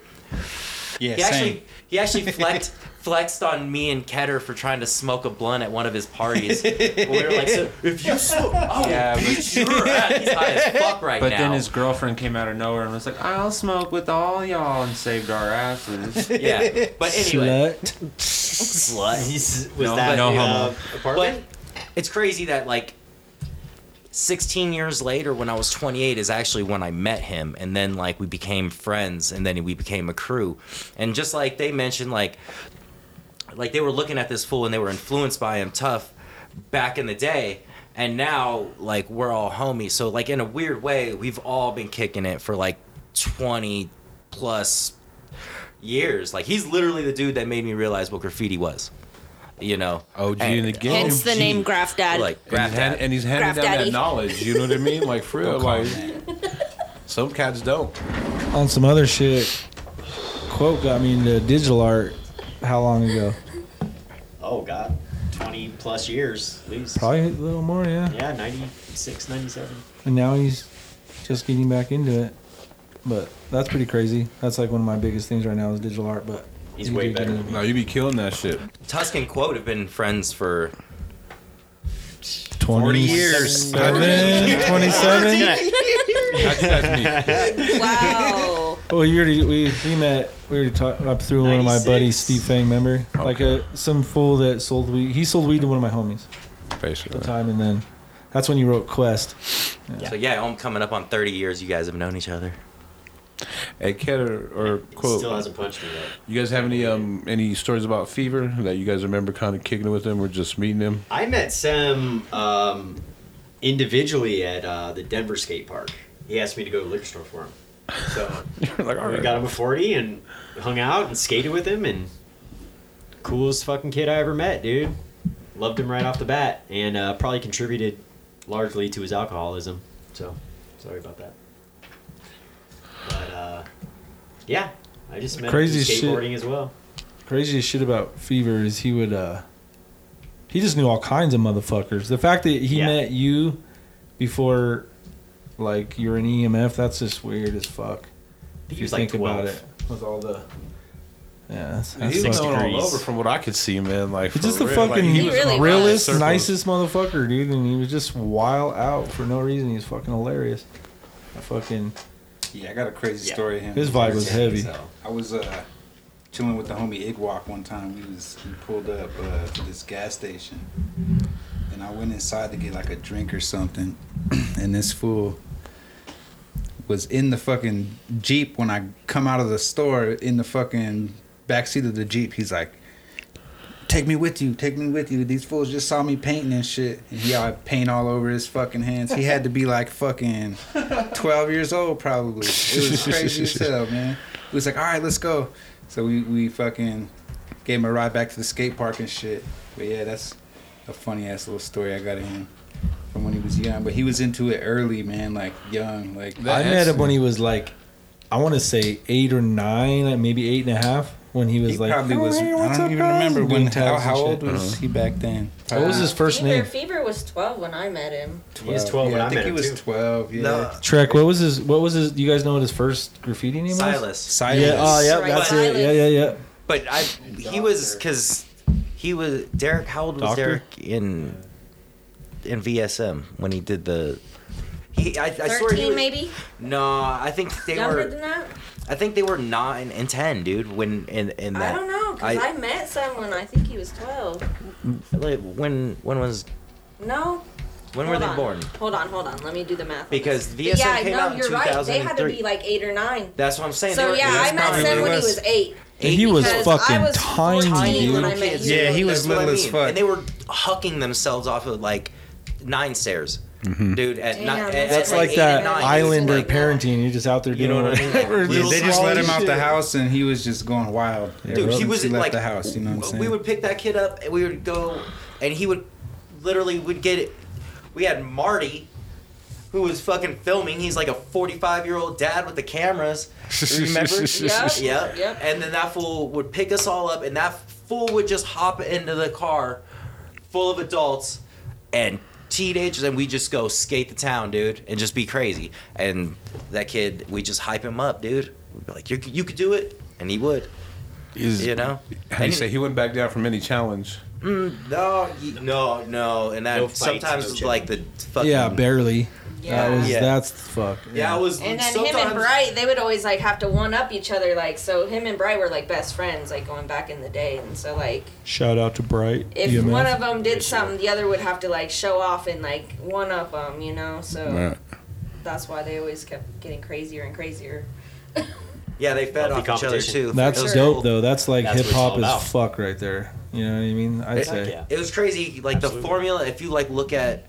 Yeah,
he
same.
actually he actually flexed flexed on me and Ketter for trying to smoke a blunt at one of his parties. we were like, so if you smoke, I will
Yeah,
beat your ass. He's high as fuck right
oh, but
now.
then his girlfriend came out of nowhere and was like, "I'll smoke with all y'all," and saved our asses.
yeah, but anyway,
Slut.
slut.
Was
No,
that
no
the,
homo.
uh, apartment?
it's crazy that like 16 years later when i was 28 is actually when i met him and then like we became friends and then we became a crew and just like they mentioned like like they were looking at this fool and they were influenced by him tough back in the day and now like we're all homies so like in a weird way we've all been kicking it for like 20 plus years like he's literally the dude that made me realize what graffiti was you know
OG
And-
in the game.
Hence the
OG.
name Graph Dad.
like
And he's, hand, and he's handing down
Graph daddy.
that knowledge. You know what I mean? Like for real,
Don't call
like some cats don't.
on some other shit, Quote got me into digital art how long ago?
Oh God, twenty plus years at least.
Probably a little more, yeah.
Yeah, 96, 97.
And now he's just getting back into it. But that's pretty crazy. That's like one of my biggest things right now is digital art, but
He's
you
way
do get
better
into
than
it.
No, you be killing that shit.
Tusk and Quote have been friends for
20
years.
27?
That's, that's me.
Wow.
Well, you already, we, we met, we already talked up through one of my
96.
buddies, Steve Fang, remember? Like a, some fool that sold weed. He sold weed to one of my homies at
Basically.
the time, and then that's when you wrote Quest.
So yeah, I'm coming up on 30 years. You guys have known each other.
Hey, Ketter or quote.
Still hasn't punched me yet.
You guys have any um any stories about fever that you guys remember kind of kicking it with him or just meeting him?
I met Sam um, individually at uh, the Denver skate park. He asked me to go to the liquor store for him, so
like, all
we
right.
got him a forty and hung out and skated with him and coolest fucking kid I ever met, dude. Loved him right off the bat and uh, probably contributed largely to his alcoholism. So sorry about that. But uh, yeah, I just met
Crazy
Crazy
shit.
skateboarding as well.
craziest shit about Fever is he would uh he just knew all kinds of motherfuckers. The fact that he
Yeah.
met you before like you were in EMF, that's just weird as fuck.
I think he was like twelve.
with all the yeah, that's,
And
that's
he was
fucked.
going all
degrees.
over from what I could see, man. Like
He's
for
just the
real.
fucking
like,
He
was
really
in
realest,
circles.
nicest motherfucker, dude, and he was just wild out for no reason. He's fucking hilarious. I fucking
Yeah, I got a crazy story of him.
His vibe was heavy.
I was uh, chilling with the homie Igwok one time. We was we pulled up uh, to this gas station, and I went inside to get like a drink or something, and this fool was in the fucking jeep when I come out of the store in the fucking backseat of the jeep. He's like. Take me with you, take me with you. These fools just saw me painting and shit. And he had paint all over his fucking hands. He had to be like fucking 12 years old probably. It was crazy as hell, man. It was like, all right, let's go. So we, we fucking gave him a ride back to the skate park and shit. But yeah, that's a funny ass little story I got of him from when he was young. But he was into it early, man, like young. Like
I met him when he was like, I want to say eight or nine, like maybe eight and a half. When he was
He
like,
probably was.
"Hey,
I
what's
don't
up,
even
guys?"
remember
And doing
when. How,
tabs and
how old
shit.
was he back then?
What was his first
Fever,
name?
Fever was 12 when I met him.
He was
Oh,
12 yeah, I, think he was 12, yeah.
Trek. What was his? What was his? You guys know what his first graffiti name was?
Silas.
Silas.
Yeah. Oh, yeah. That's
Silas.
it. Yeah, yeah, yeah.
But I, he was because he was Derek. How old was
Doctor?
Derek in in VSM when he did the? He, I, I swear he
13
was,
maybe?
No, I think they
Younger
were.
than that?
I think they were nine and ten, dude. When in in that.
I don't know, because I, met someone, I think he was 12.
like, when when was
No?
when were
Hold
they
on.
born?
Hold on, hold on. Let me do the math. on
Because
this. But
VSM
yeah,
came
no,
out in
you're right. They had to
2003.
be like 8 or 9.
That's what I'm saying. They
So
were-
yeah,
that's
I met
probably
Sam when he
was
was 8.
eight
He was
because
fucking
I was
tiny,
14
dude.
when I met you.
Yeah, he was
That's what
little
I
as
mean.
fuck.
And they were hucking themselves off of like nine stairs,
Mm-hmm.
dude. At, ni-
Damn,
at-
that's
That's
at,
like
eight
that
and nine.
islander
Like,
parenting. You're just out there
You
doing.
know what I mean?
whatever.
Yeah, they just let him out the
Shit.
house and he was just going wild.
Dude,
Ever
he
since
was
left
like
the house. You know what I'm saying?
We would pick that kid up and we would go, and he would literally would get it. We had Marty, who was fucking filming. He's like a forty-five year old dad with the cameras. Remember?
Yep,
Yep.
yep.
And then that fool would pick us all up, and that fool would just hop into the car, full of adults, and. Teenagers and we just go skate the town, dude, and just be crazy. And that kid, we just hype him up, dude. We'd be like, you, you could do it, and he would.
Is,
You know?
How do you say he wouldn't back down from any challenge?
No, y- no, no, and that
No fights,
sometimes
no
was like the fucking
Yeah, barely.
Yeah.
That was
Yeah.
that's fuck.
yeah. It was
And then
sometimes,
him and Bright, they would always like have to one up each other. Like so, him and Bright were like best friends, like going back in the day. And so like,
Shout out to Bright. E
if
EMF.
one of them did something, the other would have to like show off and like one up them, you know. So that's why they always kept getting crazier and crazier.
Yeah, they fed
Healthy
off each other
competition.
too.
That's
It was
dope
cool.
though. That's like
That's
hip
what it's
hop
all about.
as fuck right there. You know what I mean? I'd
Heck
say.
yeah.
It was crazy. Like the formula. If you like look at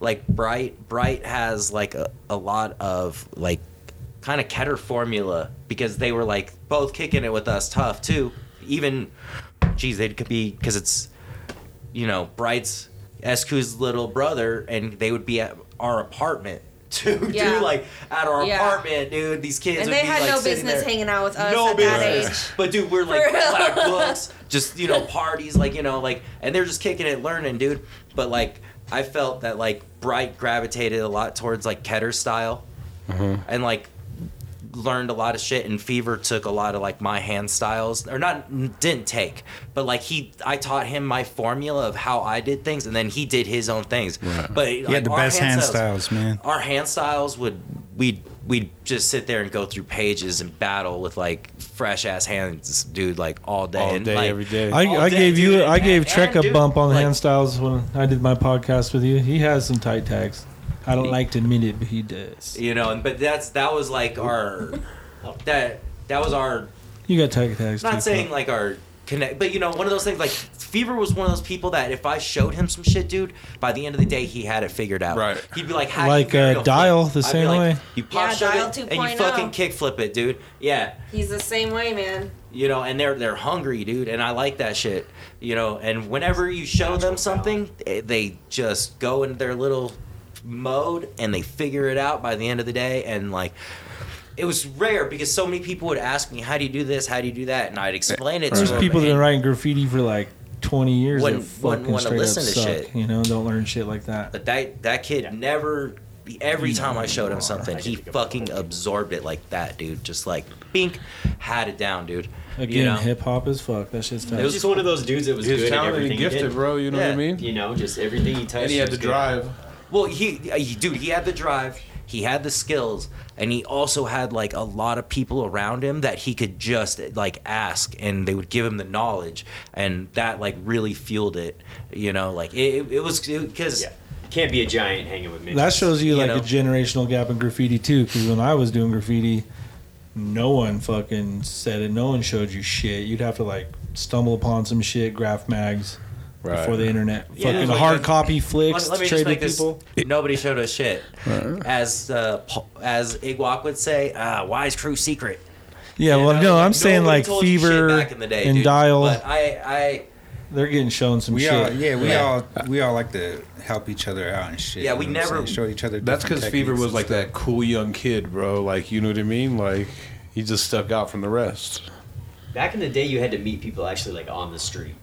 like Bright, Bright has like a, a lot of like kind of Keter formula because they were like both kicking it with us tough too. Even, geez, they could be because it's you know Bright's SQ's little brother, and they would be at our apartment. too.
Yeah.
dude, like at our
Yeah.
apartment, dude. These kids
And
would
they
be,
had
like,
no
sitting
business
there.
hanging out with us
no
at that
business.
age.
But dude, we're
For
like
real.
black books, just you know, parties, like you know, like, and they're just kicking it, learning, dude. But like, I felt that like Bright gravitated a lot towards like Keter style,
Mm-hmm.
and like learned a lot of shit. And Fever took a lot of like my hand styles, or not didn't take, but like he, I taught him my formula of how I did things, and then he did his own things. But he
had the best hand styles, man.
our hand styles would we'd we'd just sit there and go through pages and battle with like fresh ass hands, dude, like all day,
All
and,
day,
like,
every day.
I,
all
I
day,
gave
dude,
you I
and-
gave
and,
Trek a
dude,
bump on
like,
hand styles when I did my podcast with you. He has some tight tags. I don't like to admit it, but he does.
You know, and but that's that was like our that that was our
You got tight tags. too,
not saying
Trek.
like our connect, but you know, one of those things like Fever was one of those people that if I showed him some shit, dude, by the end of the day he had it figured out.
Right.
He'd be like, How do you
Like, uh,
aerial flip?"
Dial, the
I'd be
same
like,
way.
You pop
Yeah,
shove
Dial oh.
it and you
2.0.
fucking kick flip it, dude. Yeah.
He's the same way, man.
you know, and they're they're hungry, dude, and I like that shit, you know. And whenever you show them something, eh, they just go into their little mode and they figure it out by the end of the day. And like, it was rare because so many people would ask me, "How do you do this? How do you do that?" And I'd explain it to
there's
them.
people that have been
and-
writing graffiti for like 20 years that
Wouldn't- wouldn't
fucking
wanna
straight up
listen to
suck.
shit.
You know, don't learn shit like that.
But that that kid never. Every time I showed him something, he fucking absorbed it like that, dude. Just like bink, had it down, dude.
Again,
you know?
hip hop is fuck. That shit's
It
tight.
was just one of those dudes that was
He was
good at
talented
everything
and gifted,
he did.
bro. You know what I
Yeah.
mean?
You know, just everything he touched.
And he had
was
the
good.
drive.
Well, he, uh, he- dude, he had the drive, He had the skills, and he also had like a lot of people around him that he could just like ask, and they would give him the knowledge, and that like really fueled it. You know, like it, it- it was because
can't be a giant hanging with me.
That shows you,
You
like
know.
a generational gap in graffiti too, because when I was doing graffiti, no one fucking said it. No one showed you shit. You'd have to like stumble upon some shit, graph mags,
Right.
before the internet.
Yeah,
fucking
like
hard
the-
copy flicks,
Let, let me just
traded
make this.
people.
Nobody showed us shit. As uh, Pa- as Igwak would say, ah, wise crew secret.
Yeah,
You
well,
know,
no, I'm
nobody
saying like
told you shit
fever
back in the day,
and
dude.
dial.
But I, I,
they're getting shown some
We
shit.
all, yeah, we all, we all like to help each other out and shit.
Yeah, we
you know what I'm
never-
saying? show each other.
That's
different
because Fever
techniques
was
and
like
stuff.
that cool young kid, bro. Like you know what I mean? Like he just stuck out from the rest.
Back in the day, you had to meet people actually like on the street.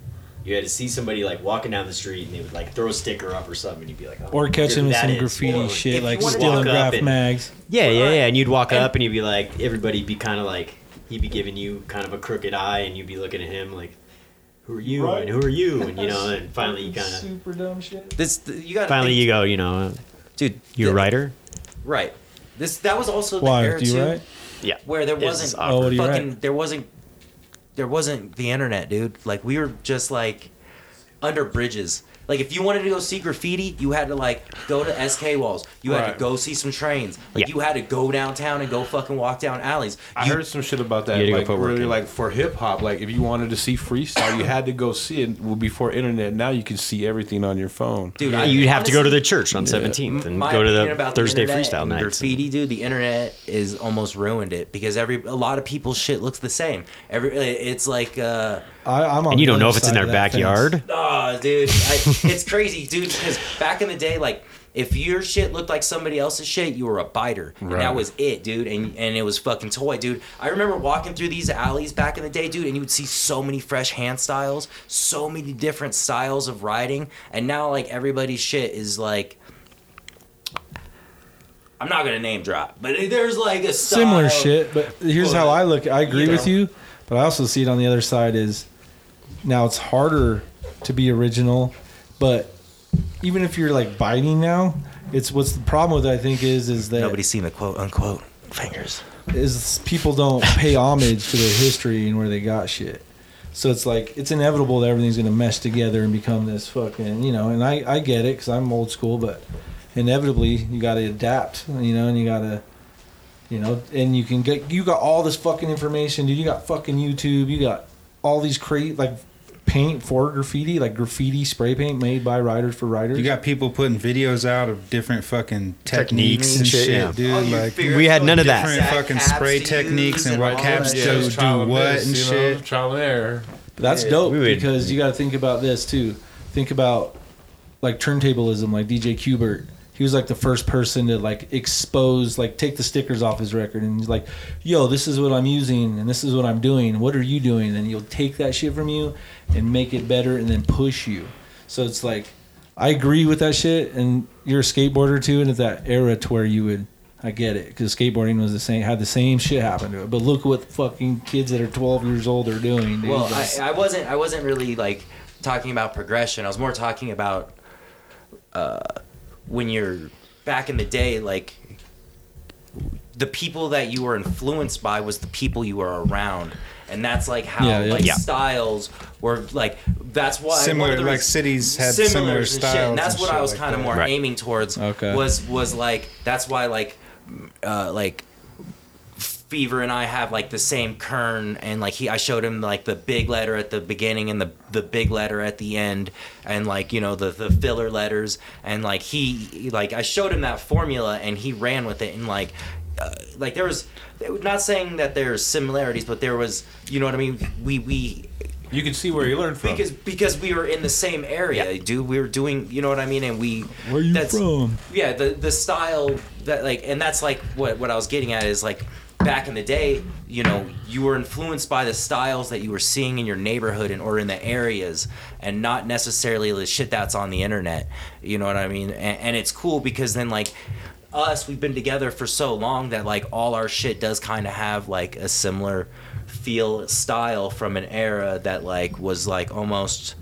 You had to see somebody like walking down the street, and they would like throw a sticker up or something, and you'd be like, oh,
or catch them with
that
some
is.
graffiti
Or,
shit,
if
like
you wanna
stealing
walk up
graph
and-
mags.
Yeah, yeah,
Right.
yeah. And you'd walk up, and you'd be like, everybody'd be kind of like, he'd be giving you kind of a crooked eye, and you'd be looking at him like, who are you?
Right.
And who are you? And you know, and finally you kind of,
super dumb shit.
this you got
finally you go, you know,
dude.
you're a
th-
writer.
Right. This that was also the
Why?
era
Do you
too,
write?
Yeah.
where there
It's
wasn't
awkward.
Oh, what do you
fucking
write?
there wasn't there wasn't the internet, dude. Like we were just like under bridges. Like if you wanted to go see graffiti, you had to like go to SK walls. You had
Right.
to go see some trains. Like
Yeah.
you had to go downtown and go fucking walk down alleys.
I
You-
heard some shit about that.
You had to go
Like
put work
really,
in.
like for hip hop, like if you wanted to see freestyle, you had to go see it well, before internet. Now you can see everything on your phone.
dude,
Oh,
Yeah,
I-
you'd have to go to
honestly-
the church on seventeenth and
My
go to
opinion
the
about
Thursday
internet
freestyle
and
night.
Graffiti, dude. The internet is almost ruined it because every a lot of people's shit looks the same. Every it's like. uh
I, I'm on
And you don't
one
know if it's
side
in their
of that fence.
backyard.
Oh, dude, I, it's crazy, dude. Because back in the day, like if your shit looked like somebody else's shit, you were a biter, and
Right.
that was it, dude. And and it was fucking toy, dude. I remember walking through these alleys back in the day, dude, and you would see so many fresh hand styles, so many different styles of riding, and now like everybody's shit is like. I'm not gonna name drop, but there's like a style.
similar shit. But here's how I look. I agree
you
with
know.
you, but I also see it on the other side is now it's harder to be original. But even if you're like biting now, it's what's the problem with it, I think is is that
Nobody's seen the quote unquote fingers.
is people don't pay homage to their history and where they got shit. So it's like it's inevitable that everything's gonna mesh together and become this fucking you know. And I I get it because I'm old school, but inevitably you gotta adapt, you know, and you gotta. You know, and you can get you got all this fucking information, dude. You got fucking YouTube. You got all these crazy like paint for graffiti, like graffiti spray paint made by writers for writers.
You got people putting videos out of different fucking techniques,
Techniques and
and
shit,
shit,
yeah.
dude.
Oh, you
like
figure
we had
out
none of that.
different
exact
fucking
caps
spray
to use
techniques and what
all
caps
that
to
shit.
do what and shit.
Trial and error.
That's dope
we would-
because you got to think about this too. Think about like turntablism, like DJ Kubert. He was like the first person to like expose, like take the stickers off his record, and he's like, "Yo, this is what I'm using, and this is what I'm doing. What are you doing?" And he'll take that shit from you and make it better, and then push you. So it's like, I agree with that shit, and you're a skateboarder too, and at that era to where you would. I get it because skateboarding was the same, had the same shit happen to it. But look what fucking kids that are 12 years old are doing. Dude.
Well,
Like-
I, I wasn't. I wasn't really like talking about progression. I was more talking about uh, when you're back in the day, like the people that you were influenced by was the people you were around, and that's like how
Yeah, yeah.
like
Yeah.
styles were like. That's why one of
Similar,
the
like
reas-
cities have
similars
similar
and shit,
styles.
And that's
and
what
shit
I was
like
kind of
that.
more
Right.
aiming towards.
Okay.
Was was like that's why like uh, like Fever and I have like the same kern and like he I showed him like the big letter at the beginning and the the big letter at the end and like you know the the filler letters and like he like I showed him that formula and he ran with it and like uh, like there was not saying that there's similarities but there was you know what I mean we we
You can see where he learned from.
because because we were in the same area, dude. We were doing, you know what I mean, and we.
Where you
that's-
from?
Yeah, the the style that like, and that's like what what I was getting at is like back in the day, you know, you were influenced by the styles that you were seeing in your neighborhood and or in the areas, and not necessarily the shit that's on the internet. You know what I mean? And, and it's cool because then like. Us, we've been together for so long that like all our shit does kind of have like a similar feel style from an era that like was like almost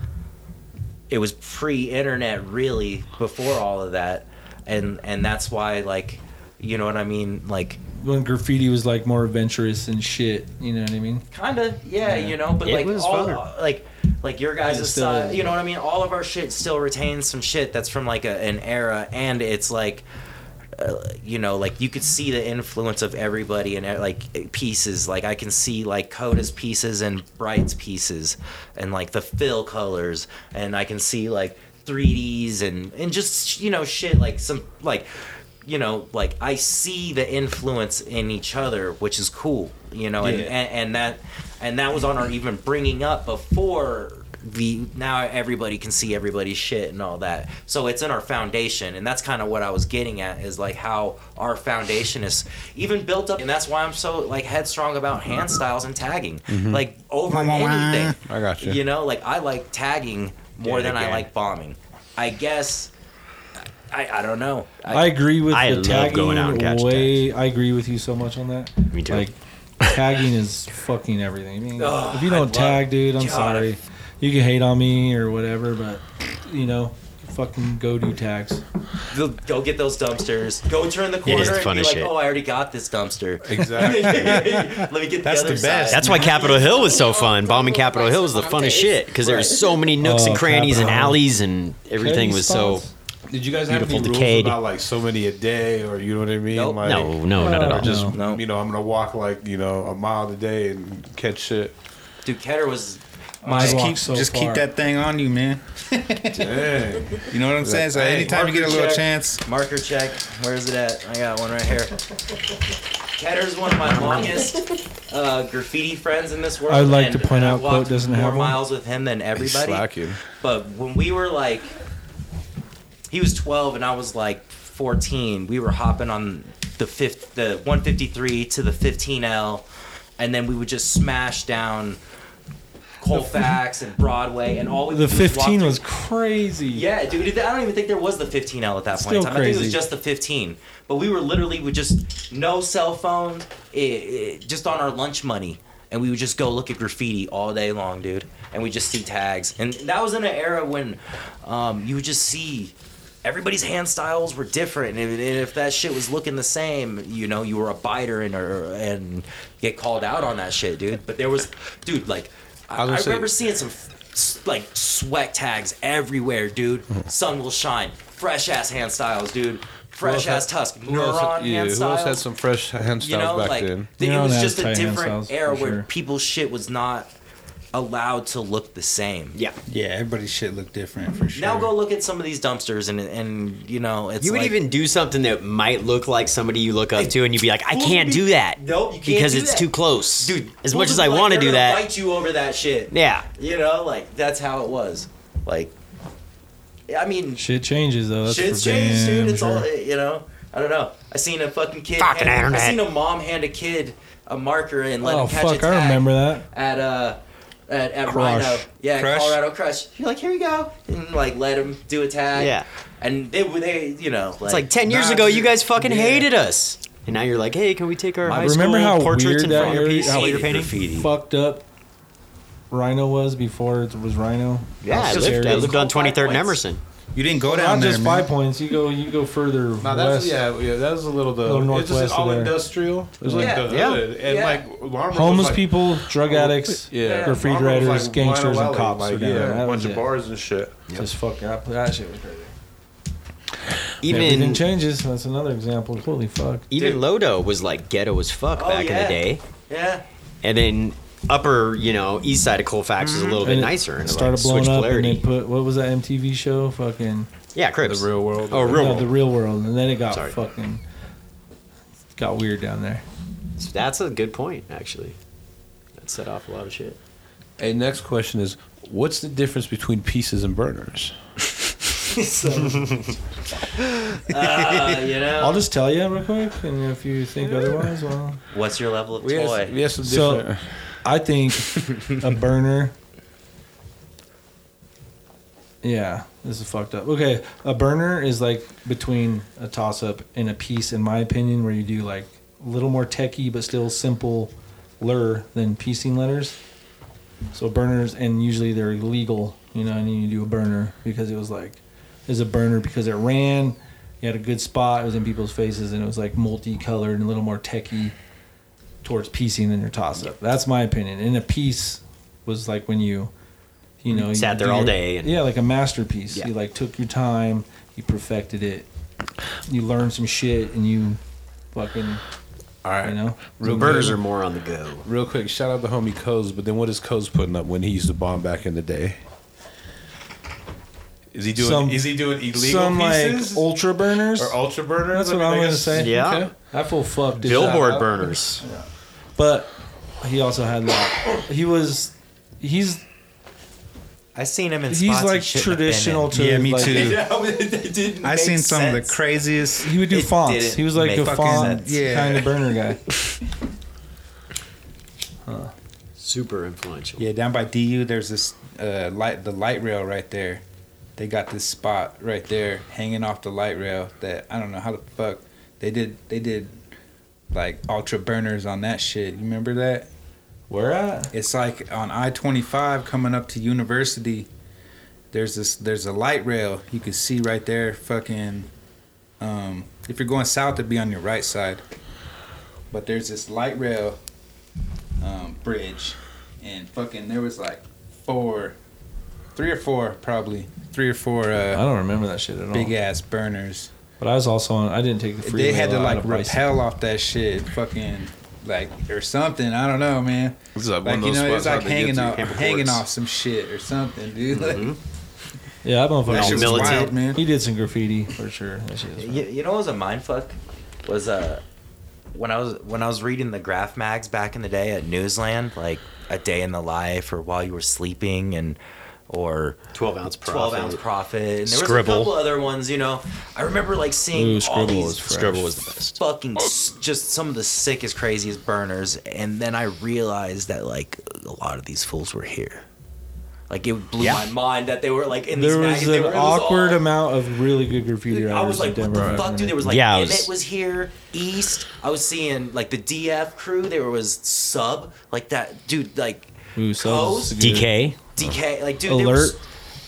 it was pre-internet really before all of that and and that's why like You know what I mean? Like
when graffiti was like more adventurous and shit. You know what I mean?
kind of, yeah,
Yeah.
You know, but
It
like
was
all, uh,
fire.
like like your guys'
It's still-
side. You know what I mean? All of our shit still retains some shit that's from like a, an era, and it's like. Uh, you know, like you could see the influence of everybody and uh, like pieces. Like I can see like Coda's pieces and Bright's pieces, and like the fill colors, and I can see like 3ds and and just you know shit like some like you know like I see the influence in each other, which is cool. You know, and,
Yeah.
and and that and that was on our even bringing up before the now everybody can see everybody's shit and all that so it's in our foundation and that's kind of what i was getting at is like how our foundation is even built up and that's why i'm so like headstrong about hand styles and tagging
Mhm.
like over anything
I got you.
you know like i like tagging more
Yeah,
than i
okay.
like bombing i guess i i don't know
I, agree with
I
the
love
tagging
going out and catching
way. I agree with you so much on that. Me
too.
Like tagging is fucking everything. I mean,
Ugh,
if you
I
don't
love-
tag, dude, I'm
God.
sorry. You can hate on me or whatever, but you know, fucking go do tags.
Uh,
Go- go get those dumpsters go turn the
It
corner
is the
and be
funnest
like
shit.
oh i already got this dumpster
Exactly.
let me get
That's
the, other
the best.
side.
That's why Capitol Hill was so fun. Bombing Capitol Hill was the funnest shit because there were so many nooks and
Oh,
crannies and
Capitol Hill.
alleys and everything was so.
Did you guys have any
beautiful,
rules
decayed.
about like so many a day, or you know what I mean? Like,
No, no, not at
or
all.
Just you know, I'm gonna walk like you know a mile a day and catch shit.
Dude, Keter was
just keep, just keep that thing on you, man.
Dang.
You know what I'm saying? So anytime you get a little chance,
Marker check. Where is it at? I got one right here. Ketter's one of my longest uh, graffiti friends in this world.
I'd like to
and
point
I've
out
walked
Quote doesn't
more
have one.
miles with him than everybody.
slacking.
But when we were like, he was 12 and I was like 14. We were hopping on the fifth, the 153 to the 15L, and then we would just smash down Colfax and Broadway, and all we
The
would do was walk
15 was crazy.
yeah, dude. I don't even think there was the 15L at that point
Still
in time. I think it
crazy.
was just the 15. But we were literally with just no cell phone, it, it, just on our lunch money, and we would just go look at graffiti all day long, dude. And we just see tags, and that was in an era when um, you would just see. Everybody's hand styles were different, and if, and if that shit was looking the same, you know, you were a biter and or, and get called out on that shit, dude. But there was, dude, like I,
I
I
was gonna say-
remember seeing some s- like sweat tags everywhere, dude.
Hmm.
Sun will shine. Fresh ass hand styles, dude. Fresh ass tusk.
Who else
Neuron
had- yeah,
hand
Who else had
styles.
some fresh hand styles
You know,
back
like
then?
th- it
Neuron
was
has
just a
tight hand
different
styles, for
era where
sure.
people's shit was not allowed to look the same. Yeah.
yeah, everybody's shit look different for sure.
Now go look at some of these dumpsters and and you know it's
You would
like,
even do something that might look like somebody you look up to, and you'd be like, "I
Fools
can't
be-
do that."
Nope, you can't
because
do
it's
that.
too close, dude. As much
Fools
as
be
I
like,
want to
they're
do
gonna
that,
fight you over that shit.
yeah.
You know, like that's how it was. Like, I mean,
Shit changes though. That's
Shit's
for
changed,
damn
dude. It's all eh,
sure.
you know. I don't know. I seen a fucking kid.
Fucking
hand, I
internet.
seen a mom hand a kid a marker and let
Oh
him catch a
fuck,
tag
I remember that.
at uh at, at
Crush.
Rhino. Yeah,
Crush?
Colorado Crush. You're like, here you go, and like let him do a tag.
Yeah.
and they would they you know like,
It's like ten years ago, you guys fucking hated us, and now you're like, "Hey, can we take our high
remember
school
how
portraits
weird
in
that
front of
area,
piece
how
that you're painting?"
fucked up Rhino was before it was Rhino.
Yeah, I
That's
lived, I
scary.
lived on 23rd and Emerson.
You didn't
Not just five points. You go, you go further
Nah, that's
west.
yeah, yeah. That was a little the
Little
it's just
northwest of
all
there.
industrial. It was like
Yeah.
the
Yeah.
hood and
Yeah.
like Longmont
Homeless
was like, oh,
people, drug addicts,
yeah,
graffiti
Longmont was
writers,
like
gangsters,
Lionel
and
Alley,
cops.
like,
were down
yeah,
there. That
a bunch
was
of
it.
bars and shit.
Just fuck that. That shit was crazy.
Even-
Everything changes. That's another example. Holy fuck.
Even Lodo was like ghetto as fuck
Oh,
back in
yeah.
the day,
yeah.
and then upper, you know, east side of Colfax
Mm-hmm.
was a little bit
And it
nicer and it,
started
like,
blowing
switched
up,
polarity.
and they put what was that MTV show? Fucking
yeah, Crips.
The real world.
Oh, real
No,
world.
the real world, and then it got fucking got weird down there.
That's a good point, actually. That set off a lot of shit.
Hey, next question is, what's the difference between pieces and burners?
so, uh, you know,
I'll just tell you real quick, and if you think otherwise, well,
what's your level of
We
toy?
have- we have some
so I think a burner. Yeah, this is fucked up. Okay, a burner is like between a toss up and a piece, in my opinion, where you do like a little more techie but still simple lure than piecing letters. So burners, and usually they're illegal, you know, and you do a burner because it was like, is a burner because it ran, He had a good spot. It was in people's faces, and it was like multicolored and a little more techy towards piecing than your toss up. That's my opinion. And a piece was like when you, you know,
Sat
you
there
do
all
your-
day and-
yeah, like a masterpiece.
Yeah.
You like took your time. You perfected it. You learned some shit, and you fucking.
All right.
You know,
Burgers are more on the go.
Real quick, shout out the homie Coz, but then what is Coz putting up when he used to bomb back in the day? Is he doing?
Some-
is he doing illegal
some
pieces
like ultra burners
or ultra burners?
That's
I
what
mean,
I'm
I
gonna
guess-
say.
Yeah.
Okay. I feel fucked. if
Billboard
that-
burners.
But he also had like he was he's
I seen him in
he's
spots he
like
shouldn't have been
traditional
in.
to
Yeah, me
like-
too.
didn't
I seen some of the craziest.
He would do
It
fonts.
didn't
He was like
make
the
fucking
font
sense.
Yeah.
kind of burner guy.
super influential.
Yeah, down by DU, there's this uh, light, the light rail right there. They got this spot right there hanging off the light rail that I don't know how the fuck they did. They did like ultra burners on that shit. You remember that?
Where at?
It's like on I twenty five coming up to University. There's this. There's a light rail you can see right there. Fucking. Um, if you're going south, it'd be on your right side. But there's this light rail um, bridge, and fucking there was like four, three or four probably, three or four
I
uh,
don't remember that shit at all.
big ass burners.
But I was also on. I didn't take the freeway.
They had to
a lot
like
of bicycle.
repel off that shit, fucking like or something. I don't know, man.
This is like,
Like
one
you
of those
know, it's
spots
like hanging off,
out there.
hanging off some shit or something, dude. Like,
Yeah, I don't
that
know
shit's
if
militant.
wild, man.
he did some graffiti for sure. That shit was-
You, you know, what was a mind fuck was uh when I was when I was reading the graph mags back in the day at Newsland, like a day in the life or while you were sleeping and or
12 ounce
twelve ounce profit. And there
Scribble.
was a couple other ones, you know. I remember like seeing
Ooh,
all
Scribble
these
was fresh.
Scribble was the best.
fucking s- just some of the sickest, craziest burners, and then I realized that like a lot of these fools were here. Like it blew my mind that they were like in
There
these
was
magazines. They
an
were- it was
awkward
all-
amount of really good graffiti.
I was
writers in
like, what
Denver
the
back in
fuck,
the
dude? There
day.
was like,
Yeah, I
yeah,
was-
was... here, East. I was seeing like the DF crew. There was Sub, like that dude, like
Ooh, so
Coast,
good.
DK.
DK, like dude, there
alert
was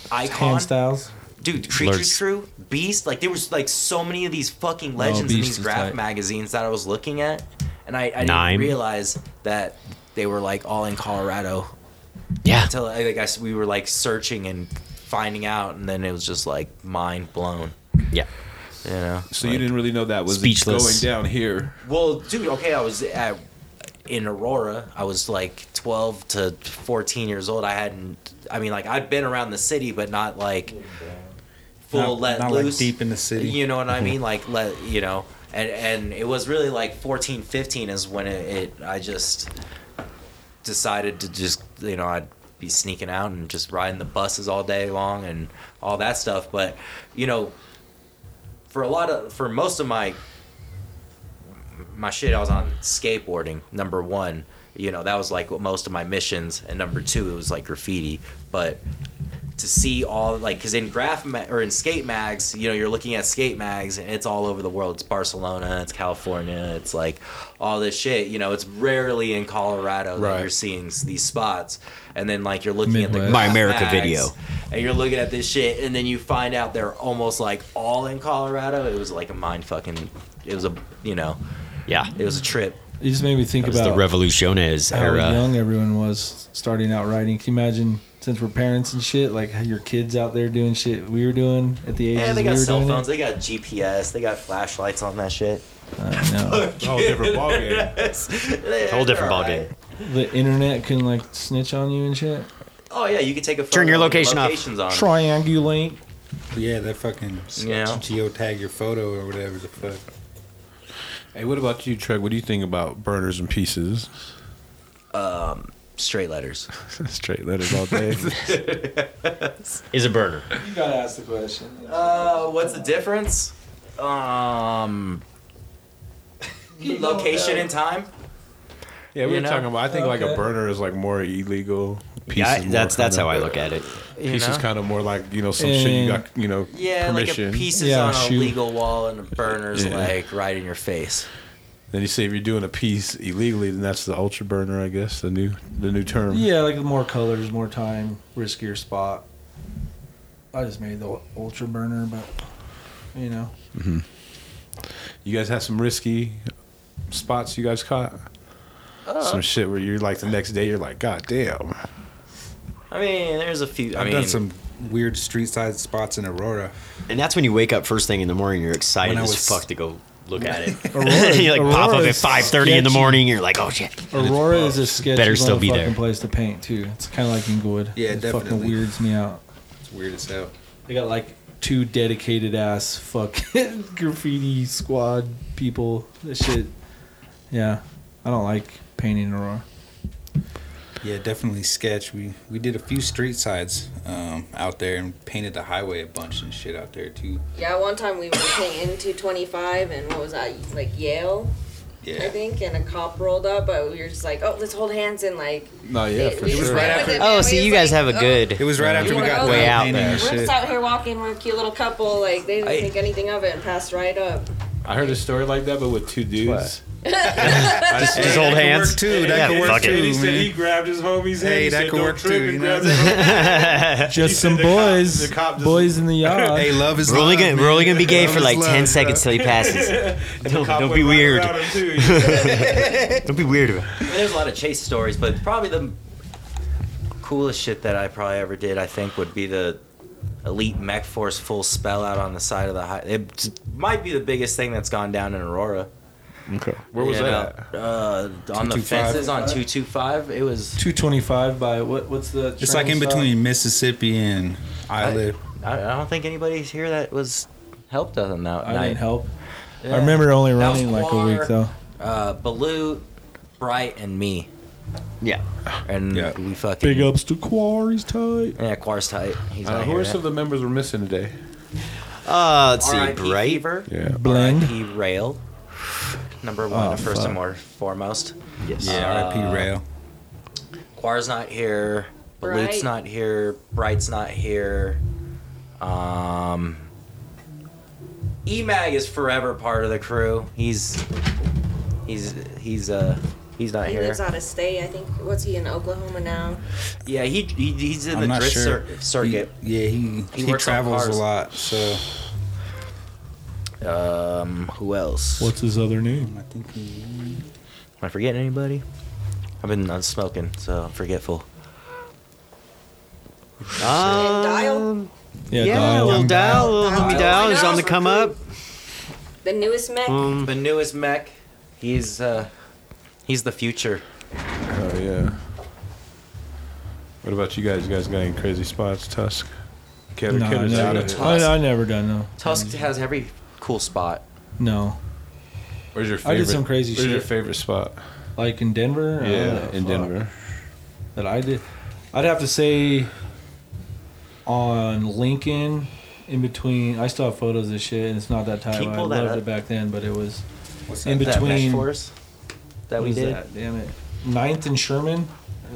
hand
Icon,
styles.
dude, Creatures
Alerts.
Crew, Beast. Like there was like so many of these fucking legends in
Oh, Beast
these
is
graph
tight.
magazines that I was looking at, and I, I
Nine.
didn't realize that they were like all in Colorado
Yeah.
until I guess we were like searching and finding out, and then it was just like mind blown.
Yeah.
You know.
So
Like-
you didn't really know that was
Speechless.
going down here.
Well, dude, okay, I was at, in Aurora. I was like 12 to 14 years old. I hadn't, I mean, like, I'd been around the city, but not like full
Not-
let
not, like,
loose.
deep in the city. Mm-hmm.
You know what I mean? Like, let, you know, and, and it was really like 14, 15 is when it, it I just decided to just, you know, I'd be sneaking out and just riding the buses all day long and all that stuff. But, you know, for a lot of, for most of my my shit I was on skateboarding number 1 you know that was like what most of my missions and number 2 it was like graffiti but to see all like cuz in graph ma- or in skate mags you know you're looking at skate mags and it's all over the world it's Barcelona it's California it's like all this shit you know it's rarely in Colorado that
Right.
you're seeing s- these spots and then like you're looking at the
Midwest. My
graph
America
mags,
video.
and you're looking at this shit and then you find out they're almost like all in Colorado it was like a mind fucking it was a you know
Yeah.
it was a trip.
It just made me think
It was
about
the Revoluciones
how
era.
young everyone was starting out riding. Can you imagine since we're parents and shit, like how your kids out there doing shit we were doing at the age
Yeah, they
we
got
were
cell
doing
phones.
it?
They got GPS. They got flashlights on that shit.
I know.
Oh, different ballgame.
a
Whole different ballgame.
the internet can like snitch on you and shit.
Oh yeah, you could take a photo
Turn your
of
location off.
locations on.
Triangulate.
Yeah, that fucking
Yeah.
geotag your photo or whatever the fuck.
Hey, what about you, Trek? What do you think about burners and pieces?
Straight letters.
Straight letters all day.
Is a burner.
You gotta ask the question.
Uh, what's the difference? Um, location and time.
yeah,
You
we were
know?
talking about. I think like a
Okay.
burner is like more illegal. Pieces
Yeah, I-
more
that's that's
kind
how I
of-
look at it.
You
Pieces
know?
kind of more like you know some shit you
And-
got you know
yeah,
permission.
like a piece is
Yeah,
on a
shoot.
legal wall and a burner's
Yeah.
like right in your face.
Then you say if you're doing a piece illegally, then that's the ultra burner, I guess the new the new term.
Yeah, like more colors, more time, riskier spot. I just made the ultra burner, but you know,
hmm You guys had some risky spots you guys caught?
Uh,
some shit where you're like the next day you're like, God damn.
I mean, there's a few.
I've done some weird street side spots in Aurora.
And that's when you wake up first thing in the morning. You're excited
When I
as
was-
fuck to go look at it.
Aurora-
you like pop up
Aurora
at
is
5:30 in the
sketchy.
morning. You're like, oh shit.
Aurora is a sketchy
Better still be
motherfucking
there.
place to paint too. It's kind of like Inglewood.
Yeah,
it fucking
definitely.
weirds me out.
It's weird as hell.
They got like two dedicated ass fucking graffiti squad people. This shit. Yeah, I don't like painting Aurora.
Yeah, definitely sketch. We we did a few street sides um, out there and painted the highway a bunch and shit out there too.
Yeah, one time we were painting 225 and what was that? Like Yale, I
Yeah.
think, and a cop rolled up, but we were just like, oh, let's hold hands and like.
No, yeah, for
It was
sure.
right after-
Oh, so you guys have a
oh.
good.
It was right after we got
way
done
out
painting
there.
and
We're just out here walking. We're a cute little couple. Like they didn't
I-
think anything of it and passed right up.
I heard a story like that, but with two dudes.
I
just
Just hold hands. yeah, fuck
He
it.
said he grabbed his homie's hand.
Hey,
he
that
said,
could
"Don't
work
trip
too,
and
you
grab
know?
his-"
Just
He said
some
the cop-
boys,
the cop just-
boys in the yard.
Hey, love is
We're only
love,
gonna
man.
we're only gonna be gay
Love
for
is
like
love,
ten
bro.
seconds till he passes.
the
don't
cop
don't
went
be
right
weird.
around him, too. He
Don't be weird about it.
I mean, there's a lot of chase stories, but probably the coolest shit that I probably ever did, I think, would be the Elite Mech Force full spell out on the side of the high. It might be the biggest thing that's gone down in Aurora.
Okay. Where was
You
that?
know, Uh, on the
225.
fences on 225. It was.
Two twenty five by what? What's the?
It's like in
train stop?
between Mississippi and Isla.
I, I don't think anybody's here that was helped us on that
I
night.
didn't help.
Yeah.
I remember only
That was
running like a week
Guar,
though.
Uh, Balut, Bright, and me.
Yeah.
And
Yeah.
we fucking.
Big ups to Quarry's tight.
Yeah, Quar's tight. He's
Uh,
not
who
here
are
yet.
some of the members we're missing today?
Uh, let's see,
R.I.P.
bright.
Fever.
Yeah.
Blend.
R.I.P. Rail. Number one,
Oh,
first and
fuck.
more, foremost.
Yes.
Yeah,
Uh,
RIP Rail.
Quar's not here. Balut's
Bright.
not here. Bright's not here. Um, Emag is forever part of the crew. He's he's he's uh he's not
He
here.
lives out of state. I think. What's he in Oklahoma now?
yeah, he, he he's in
I'm
the
not
drift
sure.
cir- circuit.
He- yeah, he
He
he,
works on
travels a
cars.
lot, so
um, who else?
What's his other name?
I think he,
Am I forgetting anybody? I've been uh, smoking, so I'm forgetful.
Um,
Dial?
Yeah,
yeah,
Dial.
little Dow, little homie
Dial.
Dow is on the come up.
The newest mech.
Um,
The newest mech. He's uh, he's the future.
Oh yeah. What about you guys? You guys got any crazy spots? Tusk. Kevin
No, I
Kidder's out
never,
of here.
I, I never done no.
Tusk has every cool spot.
No,
Where's your favorite?
I did some crazy
Where's your
shit.
favorite spot?
like in Denver. I don't know,
in
fuck.
Denver.
that I did. I'd have to say on Lincoln, in between. I still have photos of this shit, and it's not that tight.
Can you
I
pull
loved
that up?
it back then, but it was
what's
in
that?
That mesh
between.
force that
what
we
is
did.
that? Damn it, Ninth and Sherman,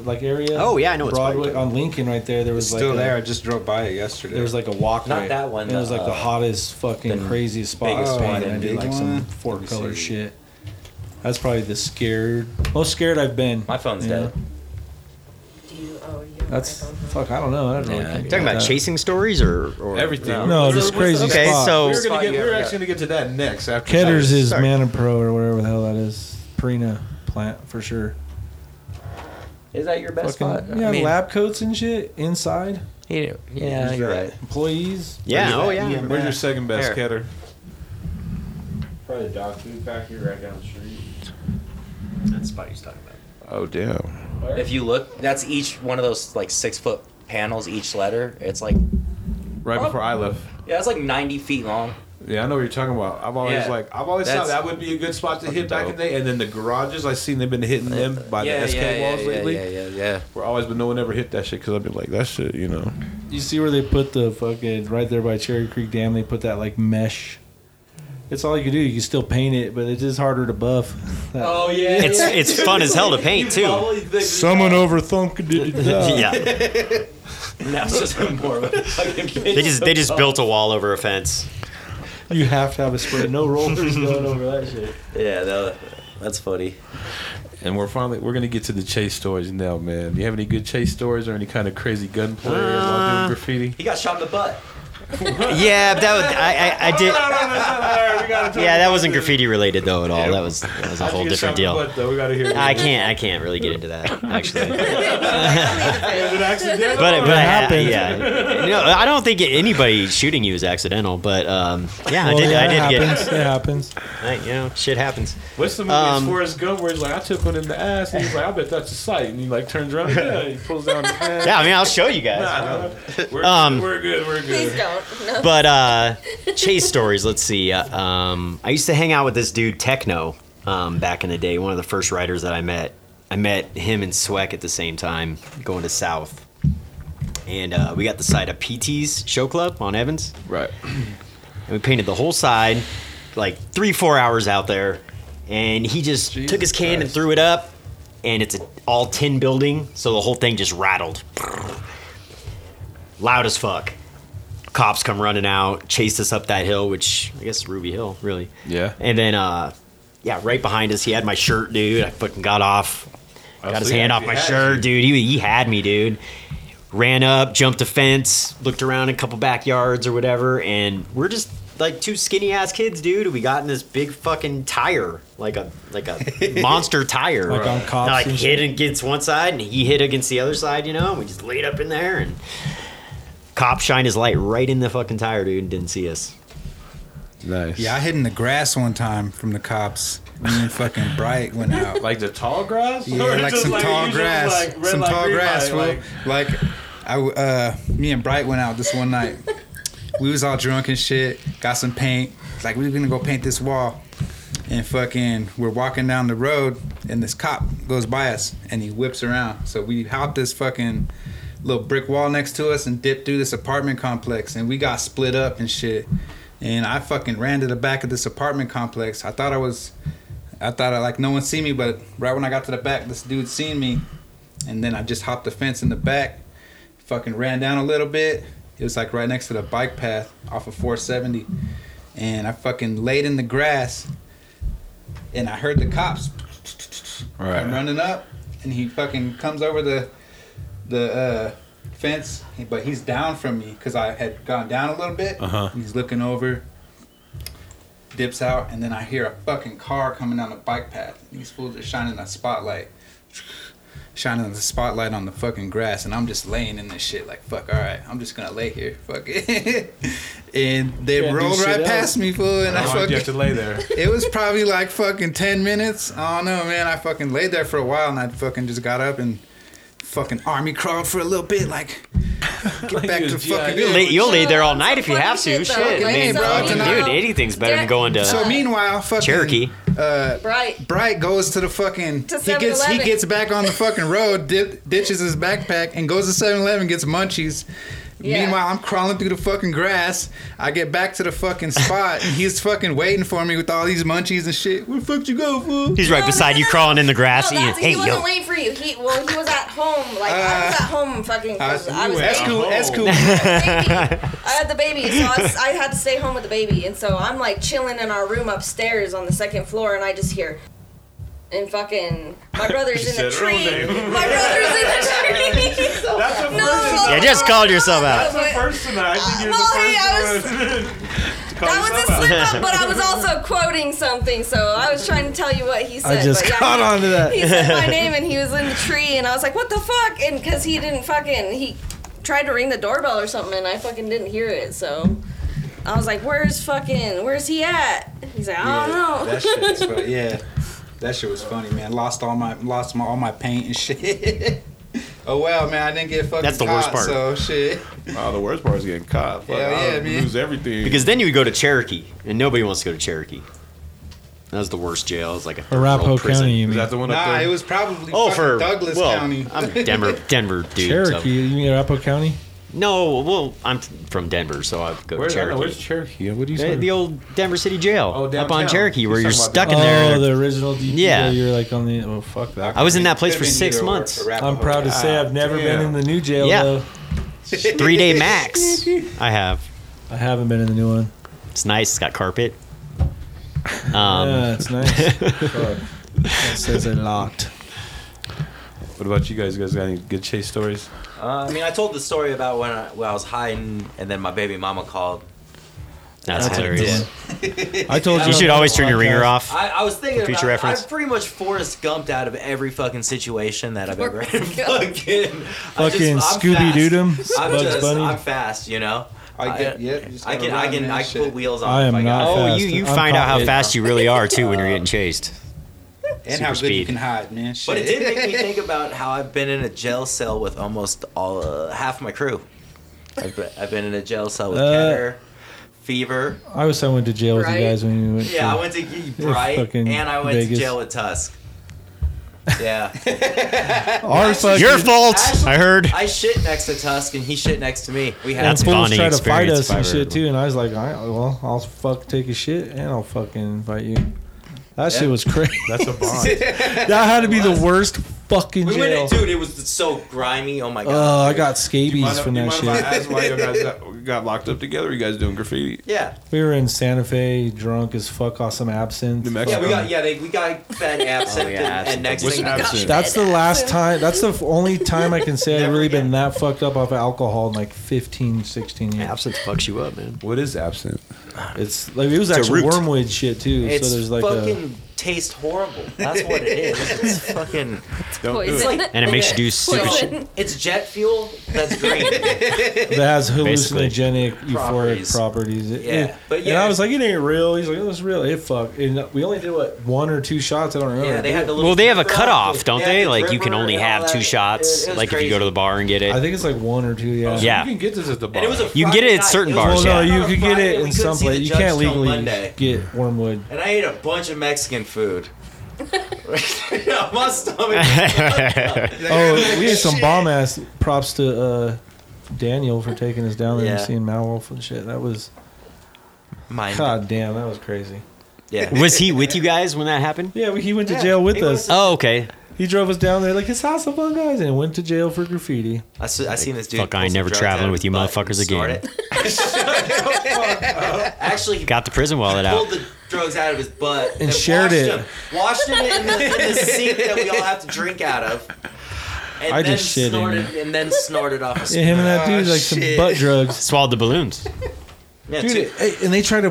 like area.
Oh, yeah, I know it's
Broadway
Broadway.
on Lincoln right there. There was
It's
like
still
a,
there. I just drove by it yesterday.
There was like a walkway.
Not that one,
And it was like
uh,
the hottest, fucking
the
craziest spot.
biggest
I
one
painted.
and
I did
big
like
one.
some four
Let me
color
see.
shit. That's probably the scared, most scared I've been.
My phone's
you know?
dead.
Do you, oh, you
That's fuck. I don't know. I don't really
Yeah,
think
Talking about
that.
chasing stories or, or
Everything.
No, this crazy
Okay,
spot.
so
we're gonna
spot
get.
you
We're
ever
actually gonna get to that next. After
Ketters
this.
is
Sorry.
Manapro or whatever the hell that is. Perina plant for sure.
Is that your best
Fucking
spot?
yeah,
I mean,
lab coats and shit inside.
he- yeah, you're right.
Employees.
yeah, oh yeah.
Where's your second best
There.
Ketter?
Probably the dog food factory right down the street.
That spot he's talking about.
Oh damn.
If you look, that's each one of those like six foot panels, each letter. It's like
Right
Oh.
before I left.
yeah, it's like 90 feet long.
Yeah, I know what you're talking about. I've always
Yeah.
like I've always thought
That's
that would be a good spot to hit back in
dope.
the day. And then the garages I've seen they've been hitting them by
yeah,
the SK
yeah,
walls
yeah,
lately.
Yeah, yeah, yeah.
We're always but no one ever hit that shit because I've been like that shit, you know.
You see where they put the fucking right there by Cherry Creek Dam? They put that like mesh. It's all you can do. You can still paint it, but it is harder to buff. That-
yeah.
It's it's fun as hell to paint too.
Someone overthunked it.
yeah.
Now it's just more of a fucking
They just they just built a wall over a fence.
You have to have a spread. No rollers going over that shit.
Yeah, no, that's funny.
And we're finally we're gonna get to the chase stories now, Uh, man. Do you have any good chase stories or any kind of crazy gunplay while doing graffiti?
He got shot in the butt.
yeah, that was, I, I, I did. Yeah, that wasn't graffiti related though at all. That was that was a
How'd you
whole
get shot
different
in the
deal.
butt, though? We gotta hear it.
I can't. I can't really get into that
Is
actually.
it accidental?
But
or
but I,
happened?
yeah, no, I don't think anybody shooting you is accidental. But um, yeah, I
Well,
did.
yeah,
I
it
did
happens.
get.
It happens.
I, you know, shit happens.
What's the movie um, Forrest Gump where he's like, I took one in the ass, and he's like, I bet that's a sight, and he like turns around, yeah, he pulls down. His pants.
Yeah, I mean, I'll show you guys.
Nah, nah, we're,
Um,
we're good. We're good.
Please don't. No.
but uh, chase stories. Let's see. Uh, um, I used to hang out with this dude Techno um, back in the day. One of the first writers that I met. I met him and Sweck at the same time, going to South, and uh, we got the side of PT's Show Club on Evans.
Right.
And we painted the whole side, like three, four hours out there, and he just took his can and threw it up, and it's a all tin building, so the whole thing just rattled. Loud as fuck cops come running out, chased us up that hill, which I guess Ruby Hill, really.
Yeah.
And then, uh, yeah, right behind us, he had my shirt, dude. I fucking got off, got
Oh, so
his
he
hand off
actually
my
had
shirt,
you.
dude. He, he had me, dude. Ran up, jumped a fence, looked around a couple backyards or whatever, and we're just like two skinny ass kids, dude. We got in this big fucking tire, like a like a monster tire,
Like on cops
And I, like
and
hit against one side, and he hit against the other side, you know. And we just laid up in there, and cop shined his light right in the fucking tire, dude, and didn't see us.
Nice.
Yeah, I hid in the grass one time from the cops, and then fucking Bright went out.
Like the tall grass?
Yeah,
Or
like
just
some tall
you just
grass,
like red
some
light,
tall
green
grass.
light,
fool.
like-
Like, I, w- uh, me and Bright went out this one night. we was all drunk and shit. Got some paint. It's like we were gonna go paint this wall, and fucking, we're walking down the road, and this cop goes by us, and he whips around. So we hopped this fucking little brick wall next to us and dipped through this apartment complex, and we got split up and shit. And I fucking ran to the back of this apartment complex. I thought I was I thought I like no one see me, but right when I got to the back, this dude seen me, and then I just hopped the fence in the back, fucking ran down a little bit. It was like right next to the bike path off of 470, and I fucking laid in the grass, and I heard the cops I'm running up, and he fucking comes over the the uh, fence, but he's down from me because I had gone down a little bit.
Uh-huh.
He's looking over, dips out, and then I hear a fucking car coming down the bike path. These fools are shining a spotlight, shining the spotlight on the fucking grass, and I'm just laying in this shit like fuck. All right, I'm just gonna lay here. Fuck it. and they
Can't do
rolled
shit
right
else.
past me, fool, and I
How long do
fucking
you have to lay there?
it was probably like fucking 10 minutes. I don't know, man. I fucking laid there for a while and I fucking just got up and fucking army crawled for a little bit. Like, get back to fucking
You'll lay, you'll lay there all night if you have to.
Shit, though.
Shit, I
Like,
mean,
so
dude,
you know-
anything's better than going to
So meanwhile, fucking
Cherokee.
Uh,
Bright.
Bright goes to the fucking.
To
he gets he
7-Eleven.
gets back on the fucking road, dip, ditches his backpack, and goes to 7-Eleven, gets munchies.
Yeah.
Meanwhile, I'm crawling through the fucking grass. I get back to the fucking spot, and he's fucking waiting for me with all these munchies and shit. Where the fuck you go, fool?
He's right
No,
beside
no,
you,
no.
crawling in the grass.
No,
eating.
that's,
Hey,
he wasn't
yo.
waiting for you. He well, he was at home. Like I was at home, fucking. 'cause I was
That's
baby.
cool. That's cool.
I had the baby, so I, was, I had to stay home with the baby, and so I'm like chilling in our room upstairs on the second floor, and I just hear, and fucking my brother's in a
said her own
tree.
name.
My brother's in a tree. So-
That's the first
no,
Yeah, just called yourself
That's
out.
the first tonight. I think you're
Well, hey, I
the
was-
first one. to call
That was a
yourself out.
slip up, but I was also quoting something, so I was trying to tell you what he said.
I just
but yeah,
caught
he-
on to that.
He said my name, and he was in the tree, and I was like, "What the fuck?" And because he didn't fucking, he tried to ring the doorbell or something, and I fucking didn't hear it, so I was like, "Where's fucking? Where's he at?" He's like, "I don't know."
That shit was funny. Yeah, that shit was funny, man. Lost all my lost my, all my paint and shit. oh well, man, I didn't get fucking
That's the worst
caught,
part.
So shit.
Oh, the worst part is getting caught. Fuck,
Hell yeah,
I'll
man.
lose everything.
Because then you would go to Cherokee, and nobody wants to go to Cherokee. That was the worst jail. It was like a
Arapahoe
third-world prison.
County, you
is
mean?
that the one up
Nah,
there?
it was probably
Oh,
fucking
for
Douglas
well,
County.
I'm Denver, Denver dude. so-
Cherokee. You mean Arapahoe County?
No, well, I'm from Denver, so I go
Where,
to
I don't know, where's
Cherokee.
Cherokee? What do you
The,
say?
the old Denver City Jail
Oh,
up on
downtown.
Cherokee, where
He's
you're
talking
stuck
about
in there.
Oh, the original DP.
Yeah.
Yeah. You're like on the. Oh, fuck that.
I was in that place
Could've
for
been
six
either or,
months.
Arapahoe.
I'm proud to say I've never been
damn.
in the new jail
Yeah.
though.
Three day max. I have.
I haven't been in the new one.
It's nice. It's got carpet. Um,
Um, yeah, it's nice. Fuck. That says a lot.
What about you guys? You guys got any good chase stories?
Uh, I mean, I told the story about when I, when I was hiding, and then my baby mama called.
That's
And I
hilarious.
did.
I told you You should
about
always
the
turn your ringer
podcast.
off.
I, I was thinking
Future
about,
reference.
I pretty much Forrest Gumped out of every fucking situation that I've ever fucking
Fucking Scooby Dooed him,
I'm
Bugs
just,
Bunny.
I'm fast, you know. I
get-
yeah,
just
I
gotta
can, I
run,
can,
man,
I can put wheels on.
I am
if
not
Oh,
fast.
you, you
I'm
find out how
confident.
fast you really are too when you're getting chased.
And how good you can hide, man.
But it
Shit.
did make me think about how I've been in a jail cell with almost all uh, half my crew. I've been, I've been in a jail cell with
Uh,
Kenner, Fever.
I wish I went to jail with
Bright.
you guys when you went.
yeah,
to,
I went to Bright
fucking
and I went
Vegas.
to jail with Tusk. Yeah.
Our
Actually-
fucking- Your fault,
actually,
I heard.
I shit next to Tusk and he shit next to me. We had
and fools try to fight
experience
us
if
and
I've
shit too, and I was like, I, well, I'll fuck take a shit and I'll fucking fight you. That
Yeah.
shit was crazy.
That's a bond.
that had to be the worst fucking
We went in,
jail.
dude. It was so grimy. Oh my god.
Oh, I got scabies from
you mind
that
if I ask
shit.
why you guys got, got locked up together? you guys doing graffiti?
Yeah.
We were in Santa Fe, drunk as fuck, off some absinthe. New
Yeah, we got yeah, they, we got fed absinthe,
yeah,
and,
absinthe.
and next
What's
thing we got-
absinthe?
That's the last time. That's the only time I can say I've really been that fucked up off of alcohol in like 15, 16 years.
Absinthe fucks you up, man.
What is absinthe?
It's like it was
It's a
actually
root.
wormwood shit too.
It's
so there's like
fucking taste horrible. That's what it is. It's fucking
Don't do it. And it makes you do stupid
shit. It's jet fuel that's green.
a that has
Basically.
hallucinogenic
Properties.
euphoric properties. It-
Yeah,
it-
but
and
yeah.
I was like, it ain't real. He's like, it was real. It fuck. And we only did what one or two shots. I don't remember.
Yeah, they had the little
Well, they have a
dripper.
cutoff, don't
Yeah,
they?
the
Like you can
dripper
only
and all
have
that.
two shots.
It- it was
like if you go
crazy.
to the bar and get it.
I think it's like one or two. Yeah.
so Yeah.
You
you
can get this at the bar.
And it was a
You can get
Friday
it at
night.
certain
It was
bars,
Well, no,
yeah.
you could get
Friday,
it
we
in
couldn't
some
see the
place. You
judge
can't
till
legally
Monday.
get wormwood.
And I ate a bunch of Mexican food. yeah, my stomach.
Oh, we had some bomb ass props to uh, Daniel for taking us down there and
Yeah.
seeing Malwolf and shit. That was
Mind.
god damn, that was crazy.
Yeah.
Was he with you guys when that happened?
Yeah, we- he went to jail with us.
Oh, okay.
he drove us down there like his house up on guys and went to jail for graffiti.
I, s- I seen this dude.
Fuck, I ain't
pull some
never
drugs
traveling
out of
with
his
you
butt and
motherfuckers
snort
again.
it. Shut the fuck up. Actually, he
Got the prison wallet out.
pulled the drugs out of his butt
And
washed
shared it.
Them, washed it in the, in the sink that we all have to drink out of. And
I
then
just shit in
snorted and then snorted off a
Yeah, him and that dude like some butt drugs.
Swallowed the balloons.
oh, Yeah,
Dude,
two-
hey, and they tried to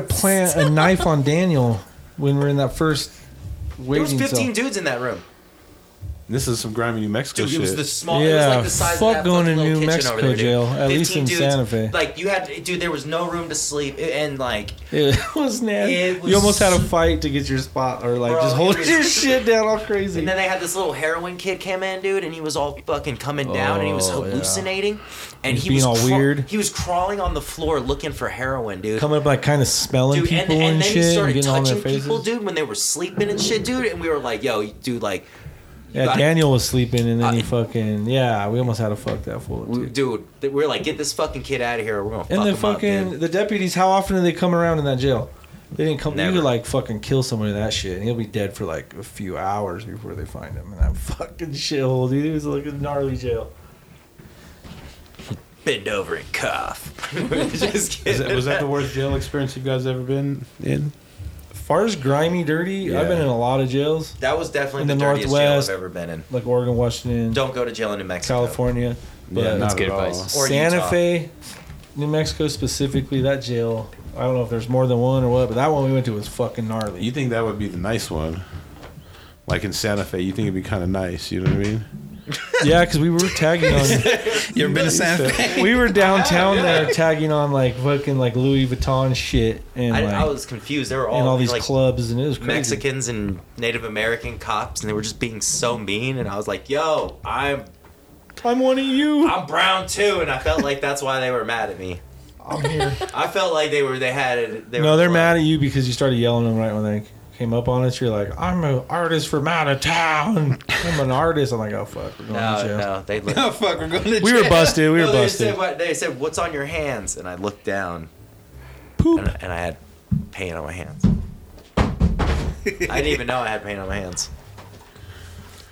plant a knife on Daniel when we are in that first
there was
waiting
15
cell.
dudes in that room.
This is some grimy New Mexico
Dude,
shit.
it was the small. it was
Yeah,
like the size
fuck
of that
going to
fucking little
New
kitchen
Mexico
over there, dude.
jail, at least
15
in
dudes,
Santa Fe.
Like you had, dude, there was no room to sleep, and like
It was nasty.
It was
you almost had a fight to get your spot, or like
Bro,
just hold
it was-
your shit down all crazy.
And then they had this little heroin kid come in, dude, and he was all fucking coming down, and he was
Oh, yeah.
hallucinating, and
He's
he was
being all
craw-
weird.
He was crawling on the floor looking for heroin, dude.
Coming up like kind of smelling
dude,
people
and,
and,
and then he
shit, and
started
getting on their
touching
faces.
people, dude, when they were sleeping and shit, dude. And we were like, "Yo, dude, like, you
yeah,
gotta-
Daniel was sleeping, and then he fucking yeah, we almost had to fuck that fool. up,
we-
too.
dude, we we're like, get this fucking kid out of here. We're gonna fuck
And the
him up,
fucking
dude."
the deputies, how often do they come around in that jail? They didn't come.
Never.
You could like fucking kill somebody in that shit, and he'll be dead for like a few hours before they find him in that fucking shithole, dude. It was like a gnarly jail.
bend over and cough. Just kidding.
Is that- was that the worst jail experience you guys ever been in?
As far as grimy, dirty,
Yeah.
I've been in a lot of jails,
That was definitely
In
the,
the
dirtiest
Northwest.
jail I've ever been in.
like Oregon, Washington,
Don't go to jail in New Mexico.
California, but
yeah,
that's
not
good
at all.
advice.
Or
Santa
Utah.
Fe, New Mexico specifically, that jail. I don't know if there's more than one or what, but that one we went to was fucking gnarly.
You think that would be the nice one? Like in Santa Fe, you think it'd be kind of nice. You know what I mean?
yeah, because we were tagging on.
You ever been to Santa Fe?
we were downtown there tagging on like fucking like Louis Vuitton shit and
I,
like
I was confused. They were all,
and all these
like,
clubs and it was crazy.
Mexicans and Native American cops, and they were just being so mean. And I was like, "Yo, I'm
I'm one of you.
I'm brown too," and I felt like that's why they were mad at me.
I'm here.
I felt like they were they had it. They
no,
were
they're
like-
mad at you because you started yelling them right when they came up on us. You're like, I'm an artist from out of town. I'm an artist. I'm like, oh fuck, we're going to
No,
jail.
no, they. Looked,
Oh, fuck, we're going to
We were busted. We were
No, they
busted.
said what they said. What's on your hands? And I looked down,
Poop.
and, and I had paint on my hands. I didn't even know I had paint on my hands.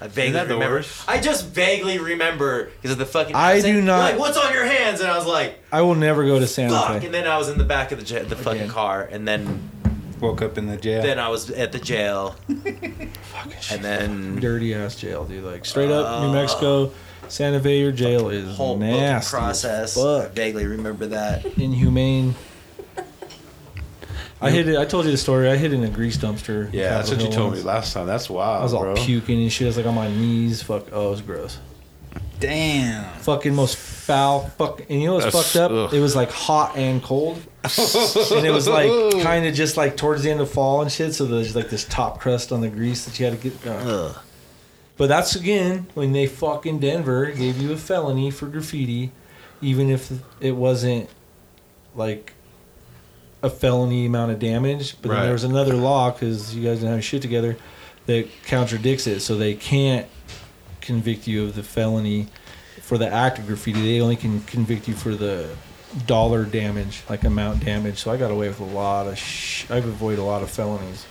I vaguely
that the
remember.
worst?
I just vaguely remember because of the fucking.
I
accent.
do
They're
not-
Like, what's on your hands? And I was like.
I will never go to Santa
fuck.
Fe.
And then I was in the back of the jet, the fucking
Again.
car, and then
Woke up in the jail.
Then I was at the jail. and then
dirty ass jail, dude. Like straight up New Mexico, Santa Fe. Your jail is
Uh, whole booking
nasty.
process. I vaguely remember that.
Inhumane. I hid it. I told you the story. I hid in a grease dumpster. in
Yeah, that's
Capitol
what you
Hill
told
once.
me last time. That's wild.
I was all
bro.
puking and shit. I was like on my knees. Fuck. Oh, it was gross.
Damn.
Fucking most foul. Fuck. And you know what's
That's-
fucked up?
ugh.
It was like hot and cold. and it was like kind of just like towards the end of fall and shit. So there's like this top crust on the grease that you had to get. uh. But that's again when they fucking Denver gave you a felony for graffiti, even if it wasn't like a felony amount of damage. But then
Right.
there was another law because you guys didn't have shit together that contradicts it. So they can't convict you of the felony for the act of graffiti. They only can convict you for the dollar damage, like amount damage. So I got away with a lot of sh- I've avoided a lot of felonies.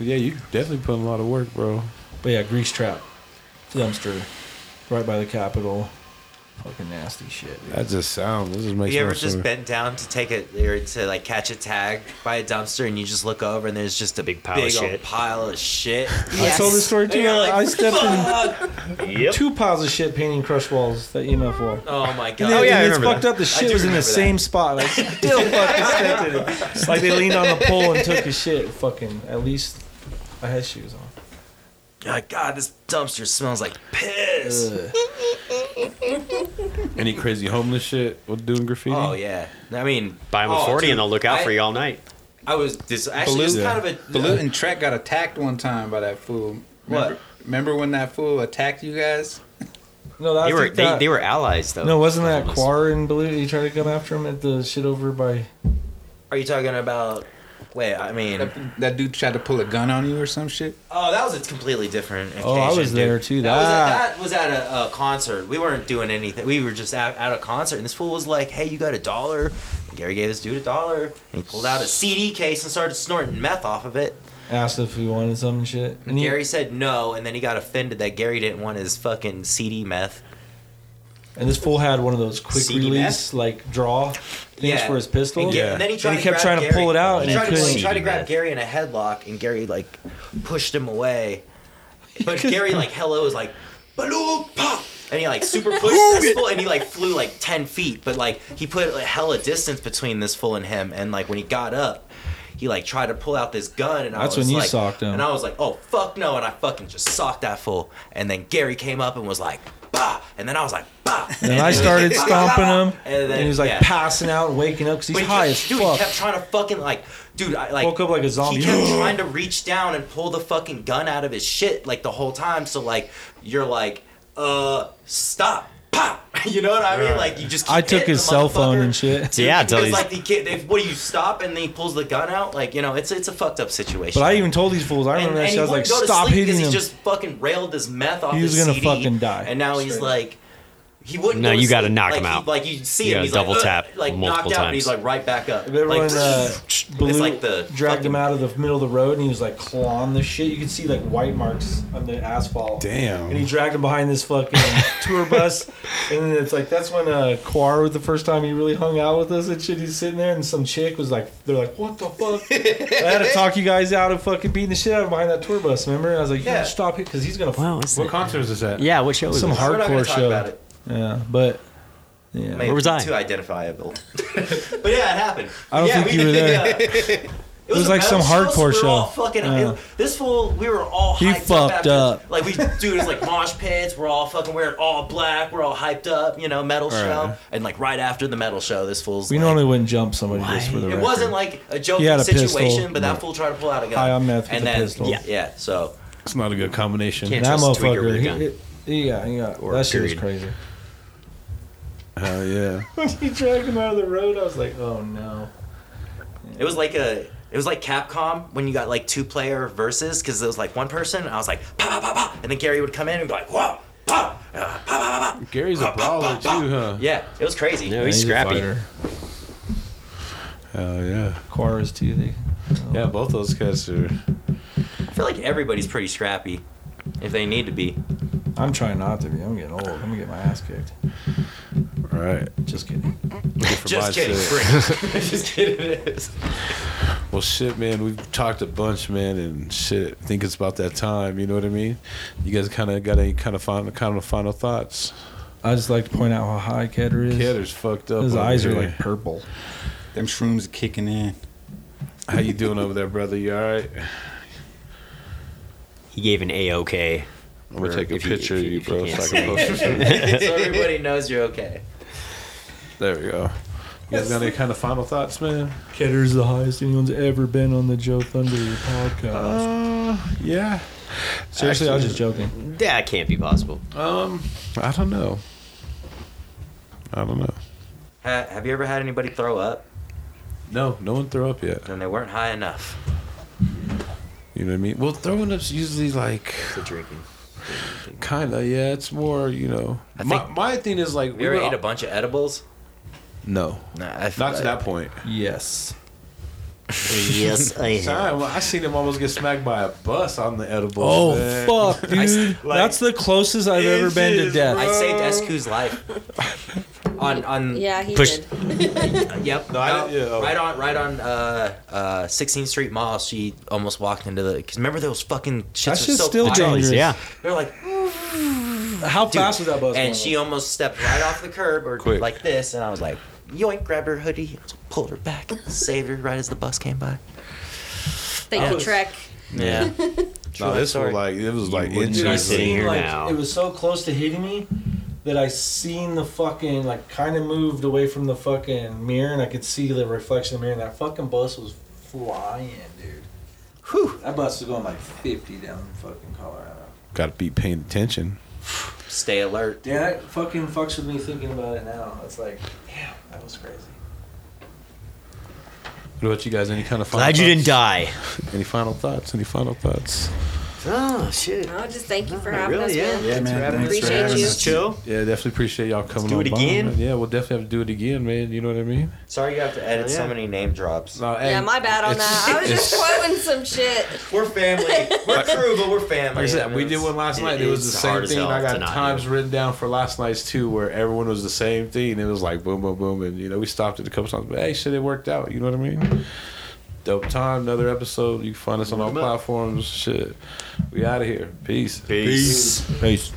Yeah, you definitely put in a lot of work, bro.
But yeah, grease trap, dumpster, right by the Capitol. Fucking nasty shit. Dude.
That just sounds. This just
Have
makes
you
no
ever just
sense.
bent down to take it or to like catch a tag by a dumpster and you just look over and there's just a big pile
of
big old
shit.
pile of shit? Oh
I told this story too.
And you're
I-
like,
I stepped
"Fuck."
in
Yep.
two piles of shit painting crush walls that EMF wall.
Oh my god!
And then- and it's fucked up. The shit was in the same spot. I still fucking stepped in it. It's like they leaned on the pole and took his shit. Fucking at least I had shoes on.
God, God, this dumpster smells like piss.
Ugh.
Any crazy homeless shit with doing graffiti?
Oh yeah, I mean,
buy
him a 40 and they'll look out for you
all night.
I was this actually
Balut,
it's kind of a
Balut and Trek got attacked one time by that fool. Remember,
What?
Remember when that fool attacked you guys?
No, that
They were
think that-
they, they were allies though.
No, wasn't that
Homeless.
Quar and Blue? You tried to come after him at the shit over by.
Are you talking about? Wait, I mean,
that, that dude tried to pull a gun on you or some shit.
Oh, that was a completely different.
Oh, I
occasion,
was there
dude.
too.
That was at, that was at a, a concert. We weren't doing anything. We were just at, at a concert, and this fool was like, "Hey, you got a dollar?" And Gary gave this dude a dollar, and he pulled out a CD case and started snorting meth off of it.
Asked if we wanted some and shit.
And Gary said no, and then he got offended that Gary didn't want his fucking CD meth.
And this fool had one of those quick
CD
release, like draw things
Yeah.
for his pistol.
And, Ga- and then he tried
And he
to grab
kept trying to
Gary.
pull it out, and
he
he
tried, to,
couldn't.
he tried to grab Gary in a headlock, and Gary like pushed him away. But Gary like hello was like Baloo pop, and he like super pushed this fool, and he like flew like ten feet. But like he put like, hella distance between this fool and him, and like when he got up. He like tried to pull out this gun, and I
That's
was
when you
like,
socked him.
and I was like, "Oh fuck no!" And I fucking just socked that fool. And then Gary came up and was like, "Bah!" And then I was like, "Bah!"
And then I started stomping him,
And
and,
then-
he was like
yeah.
passing out, and waking up because he's
But he
high
kept-
as
dude,
fuck.
he kept trying to fucking like, dude, I like
Woke up like a zombie.
He kept trying to reach down and pull the fucking gun out of his shit like the whole time. So like, you're like, uh, stop, pop. You know what I mean? Like you just. Keep
I took
hitting
his
the
cell phone
motherfucker.
and shit.
Dude, because, like the kid, if, what do you stop and then he pulls the gun out? Like you know, it's it's a fucked up situation.
But I even told these fools. I
and,
remember that
and
shit.
he
I was like,
wouldn't go to
"Stop
sleep 'cause
hitting
He
him."
just fucking railed his meth off.
He was
his
gonna
CD,
fucking die.
And now he's like, he wouldn't.
No,
go to
you gotta
sleep.
knock
Like,
him
he-
out.
like you see
You
him,
gotta
he's
double
like, "Ugh,"
tap
like knocked
multiple
out, and he's
times.
like right back up.
Remember
Like,
when uh,
it's
Blue
like the
dragged him out of the middle of the road and he was like clawing the shit? You could see like white marks on the asphalt.
Damn.
And he dragged him behind this fucking tour bus. And then it's like, that's when uh, Quar was the first time he really hung out with us and shit. He's sitting there and some chick was like, they're like, what the fuck? I had to talk you guys out of fucking beating the shit out of him behind that tour bus, remember? And I was like, you gotta stop it because he's gonna. Wow,
is What it- concert
is
is this at? Yeah, what show is
Some
this? We're not gonna
hardcore
talk
show.
about it.
Yeah, but. Yeah.
Maybe Too identifiable. but yeah, it happened.
I don't
Yeah,
think you were there.
It
It was
a
like some
metal so
hardcore
we were all
show.
fucking,
Yeah.
this fool, we were all
He
hyped
fucked
after-
up.
Like we, dude, it's like mosh pits. We're all fucking wearing all black. We're all hyped up, you know, metal
Right.
show. And like right after the metal show, this fool's.
We
like,
normally wouldn't jump somebody just for the
it
record.
wasn't like a joking
He had a
situation,
pistol.
but that fool tried to pull out a gun.
High on meth with
and
a
then,
pistol.
Yeah, yeah. So
It's not a good combination.
that motherfucker. He, he, yeah, he got, that shit was crazy.
Hell yeah.
When he dragged him out of the road, I was like, oh no.
It was like a. It was like Capcom when you got like two player versus because it was like one person and I was like pa pa pa pa and then Gary would come in and be like whoa pa uh, pa pa pa pa.
Gary's a brawler too, huh?
Yeah, it was crazy.
No, he's
he's a
scrappy.
fighter. Hell yeah.
Quara's too. They,
Yeah, both those cats are.
I feel like everybody's pretty scrappy if they need to be.
I'm trying not to be. I'm getting old. I'm gonna get my ass kicked.
All right.
Just kidding.
Good for
Just
my
kidding.
sake.
Brent. Just kidding. It is.
Well, shit, man, we've talked a bunch, man, and shit. I think it's about that time. You know what I mean? You guys kind of got any kind of final, kind of final thoughts?
I just like to point out how high Keter is.
Ketter's fucked up.
His
over
eyes are
here.
like purple.
Them shrooms are kicking in.
How you doing over there, brother? You all right?
He gave an A OK.
I'm gonna take a picture of you, bro, so I can post it.
so everybody knows you're okay.
There we go. You guys got any kind of final thoughts, man?
Ketter's the highest anyone's ever been on the Joe Thunder
Uh,
podcast.
yeah.
Seriously, I was just joking.
That can't be possible.
Um, I don't know. I don't know.
Ha- have you ever had anybody throw up?
No, no one threw up yet.
And they weren't high enough.
You know what I mean? Well, throwing up's usually like
the drinking.
Kinda, yeah. It's more, you know.
I
my,
think-
my thing is like
Have you ever ate a bunch of edibles?
No,
Nah, I
not to that point.
Yes.
Yes, I have.
Son, I seen him almost get smacked by a bus on the edibles.
Oh
man.
fuck, dude! That's the closest I've ever been to
Inches,
death.
I saved Esku's life. on on
Yeah, he
Push-
did.
yep. No,
I- yeah, oh.
Right on, right on. Uh, uh, 16th Street Mall. She almost walked into the. Cause remember those fucking shits
That
are
shit's
so
still
quiet.
dangerous. Yeah.
They're like,
How
dude.
fast was that bus? going?
And she almost stepped right off the curb or
Quick.
like this, and I was like, yoink, grabbed her hoodie, pulled her back, saved her right as the bus came by.
Thank you,
was-
Trek.
Yeah.
No, this was like it was like
wouldn't
inches.
Dude, I
She's sitting
seen,
here
like,
now.
It was so close to hitting me that I seen the fucking like kind of moved away from the fucking mirror, and I could see the reflection in the mirror. And that fucking bus was flying, dude. Whew! That bus was going like fifty down in fucking Colorado.
Got to be paying attention.
Stay alert.
Damn, that fucking fucks with me thinking about it now. It's like, damn, that was crazy.
What about you guys? Any kind of final
Glad you didn't
thoughts?
die.
Any final thoughts? Any final thoughts?
Oh shit.
No, just thank you for having
really,
us,
yeah.
man.
Yeah,
man,
Thanks for
Appreciate
having
you.
us. Chill.
Yeah, definitely appreciate y'all coming.
do
on
it
by,
again?
man. Yeah, we'll definitely have to do it again, man. You know what I mean?
Sorry you have to edit
Yeah.
so many name drops.
No,
Yeah,
and
my bad on
it's-
that. I was just
it's-
quoting some shit.
We're family. We're crew, but we're family.
Like I said, we did one last
it
night. and It was the
is
same
hard as
thing.
hell
I
to
got
not
times
do.
written down for last night's too, where everyone was the same thing. It was like boom, boom, boom, and you know we stopped it a couple times. But hey, shit, it worked out. You know what I mean? Dope time. Another episode. You can find us on all
Warm up.
platforms. Shit, we out of here. Peace.
Peace.
Peace.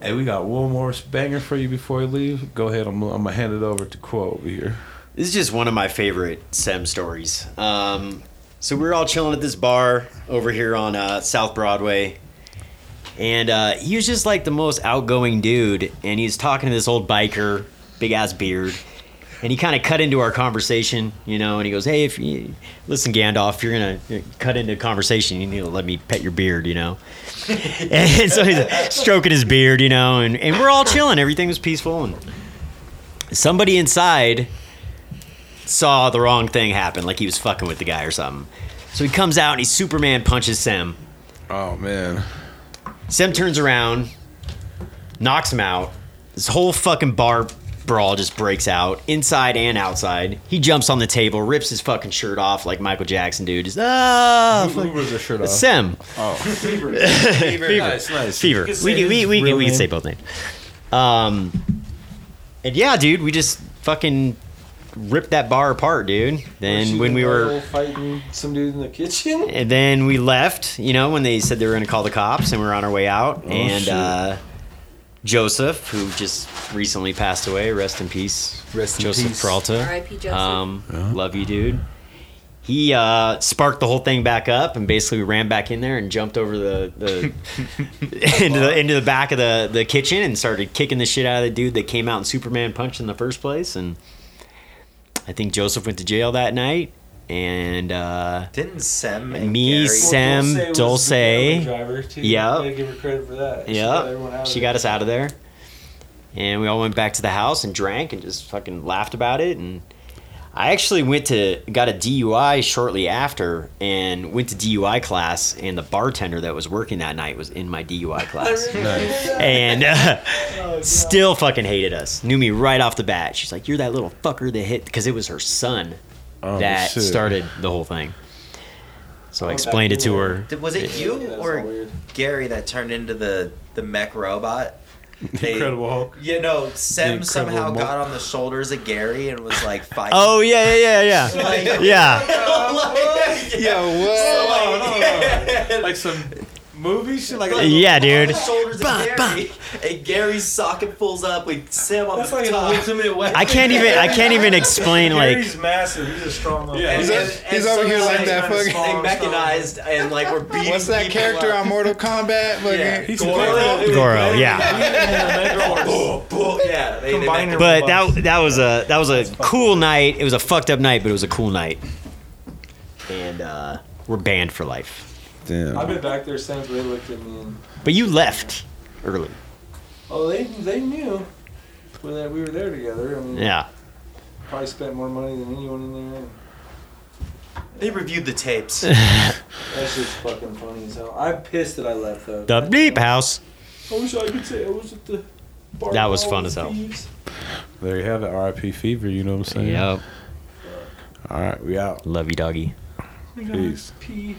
Hey, we got one more banger for you before we leave. Go ahead. I'm, I'm gonna hand it over to Quo over here.
This is just one of my favorite Sem stories. Um, so we were all chilling at this bar over here on uh, South Broadway, and uh, he was just like the most outgoing dude. And he's talking to this old biker, big ass beard, and he kind of cut into our conversation, you know. And he goes, "Hey, if you listen, Gandalf, if you're gonna you know, cut into conversation, you need to let me pet your beard, you know." and so he's stroking his beard, you know, and, and we're all chilling. Everything was peaceful, and somebody inside saw the wrong thing happen, like he was fucking with the guy or something. So he comes out and he Superman punches Sem.
Oh man.
Sem turns around, knocks him out. This whole fucking bar brawl just breaks out, inside and outside. He jumps on the table, rips his fucking shirt off like Michael Jackson, dude. Just ah,
Who- who ripped their shirt
It's
off?
Sem.
Oh.
fever,
Fever.
fever,
Nice, nice. You
fever.
can
We
say
can, we,
his
we,
real
can, we can
name.
say both names. Um, and yeah, dude, we just fucking ripped that bar apart, dude. Then when we were
fighting some dude in the kitchen,
and then we left, you know, when they said they were going to call the cops and we were on our way out.
Oh,
and
shit.
uh, Joseph, who just recently passed away, rest in peace.
Rest in
Joseph
peace.
Peralta.
R.I.P. Joseph.
Um, Love you, dude. He uh, sparked the whole thing back up and basically ran back in there and jumped over the, the into the into the back of the, the kitchen and started kicking the shit out of the dude that came out and Superman punched in the first place. And I think Joseph went to jail that night. And uh,
Didn't Sem
and me, Sam, Sem, Dulce.
Gotta
Yep.
give her credit for that. She got everyone
Yep.
out of
She
there.
got us out of there. And we all went back to the house and drank and just fucking laughed about it. And I actually went to, got a DUI shortly after and went to DUI class. And the bartender that was working that night was in my DUI class. And uh,
Oh,
still fucking hated us. Knew me right off the bat. She's like, You're that little fucker that hit, because it was her son
Oh,
that
shit.
started the whole thing.
Oh,
So I explained it to her.
Did- Was it you or Gary that turned into the the mech robot? They-
Incredible Hulk.
You know, Sem
Incredible
somehow
Hulk.
got on the shoulders of Gary and was like fighting.
Oh yeah, yeah, yeah, yeah, yeah.
yeah,
like some movie shit. Like
Yeah, dude.
On the shoulders of Gary, and Gary's socket pulls up with Sam on the top.
I can't even. I can't even explain. Like,
He's massive. He's a strong little.
And-
guy.
and- and somehow they- They
Small,
mechanized and like were beating.
What's that
people
character
up.
on Mortal Kombat?
Yeah.
Fucking-
Goro.
Goro, yeah.
Boom, boom, yeah. They- they mech-
But that that was a that was a cool night. It was a fucked up night, but it was a cool night. And uh, we're banned for life.
I've
Damn.
been back there since they looked at me and
But you left early.
oh, they they knew that we were there together. I mean,
Yeah.
probably spent more money than anyone in there.
They reviewed the tapes.
That shit's fucking funny as hell. I'm pissed that I left though.
The bleep house.
I wish I could say I was at the. bar
That was
with
fun
all
as
the
hell.
thieves.
There you have it. R.I.P. Fever. You know what I'm saying?
Yep.
All right, we out.
Love you, doggy.
I think I
Peace.
pee.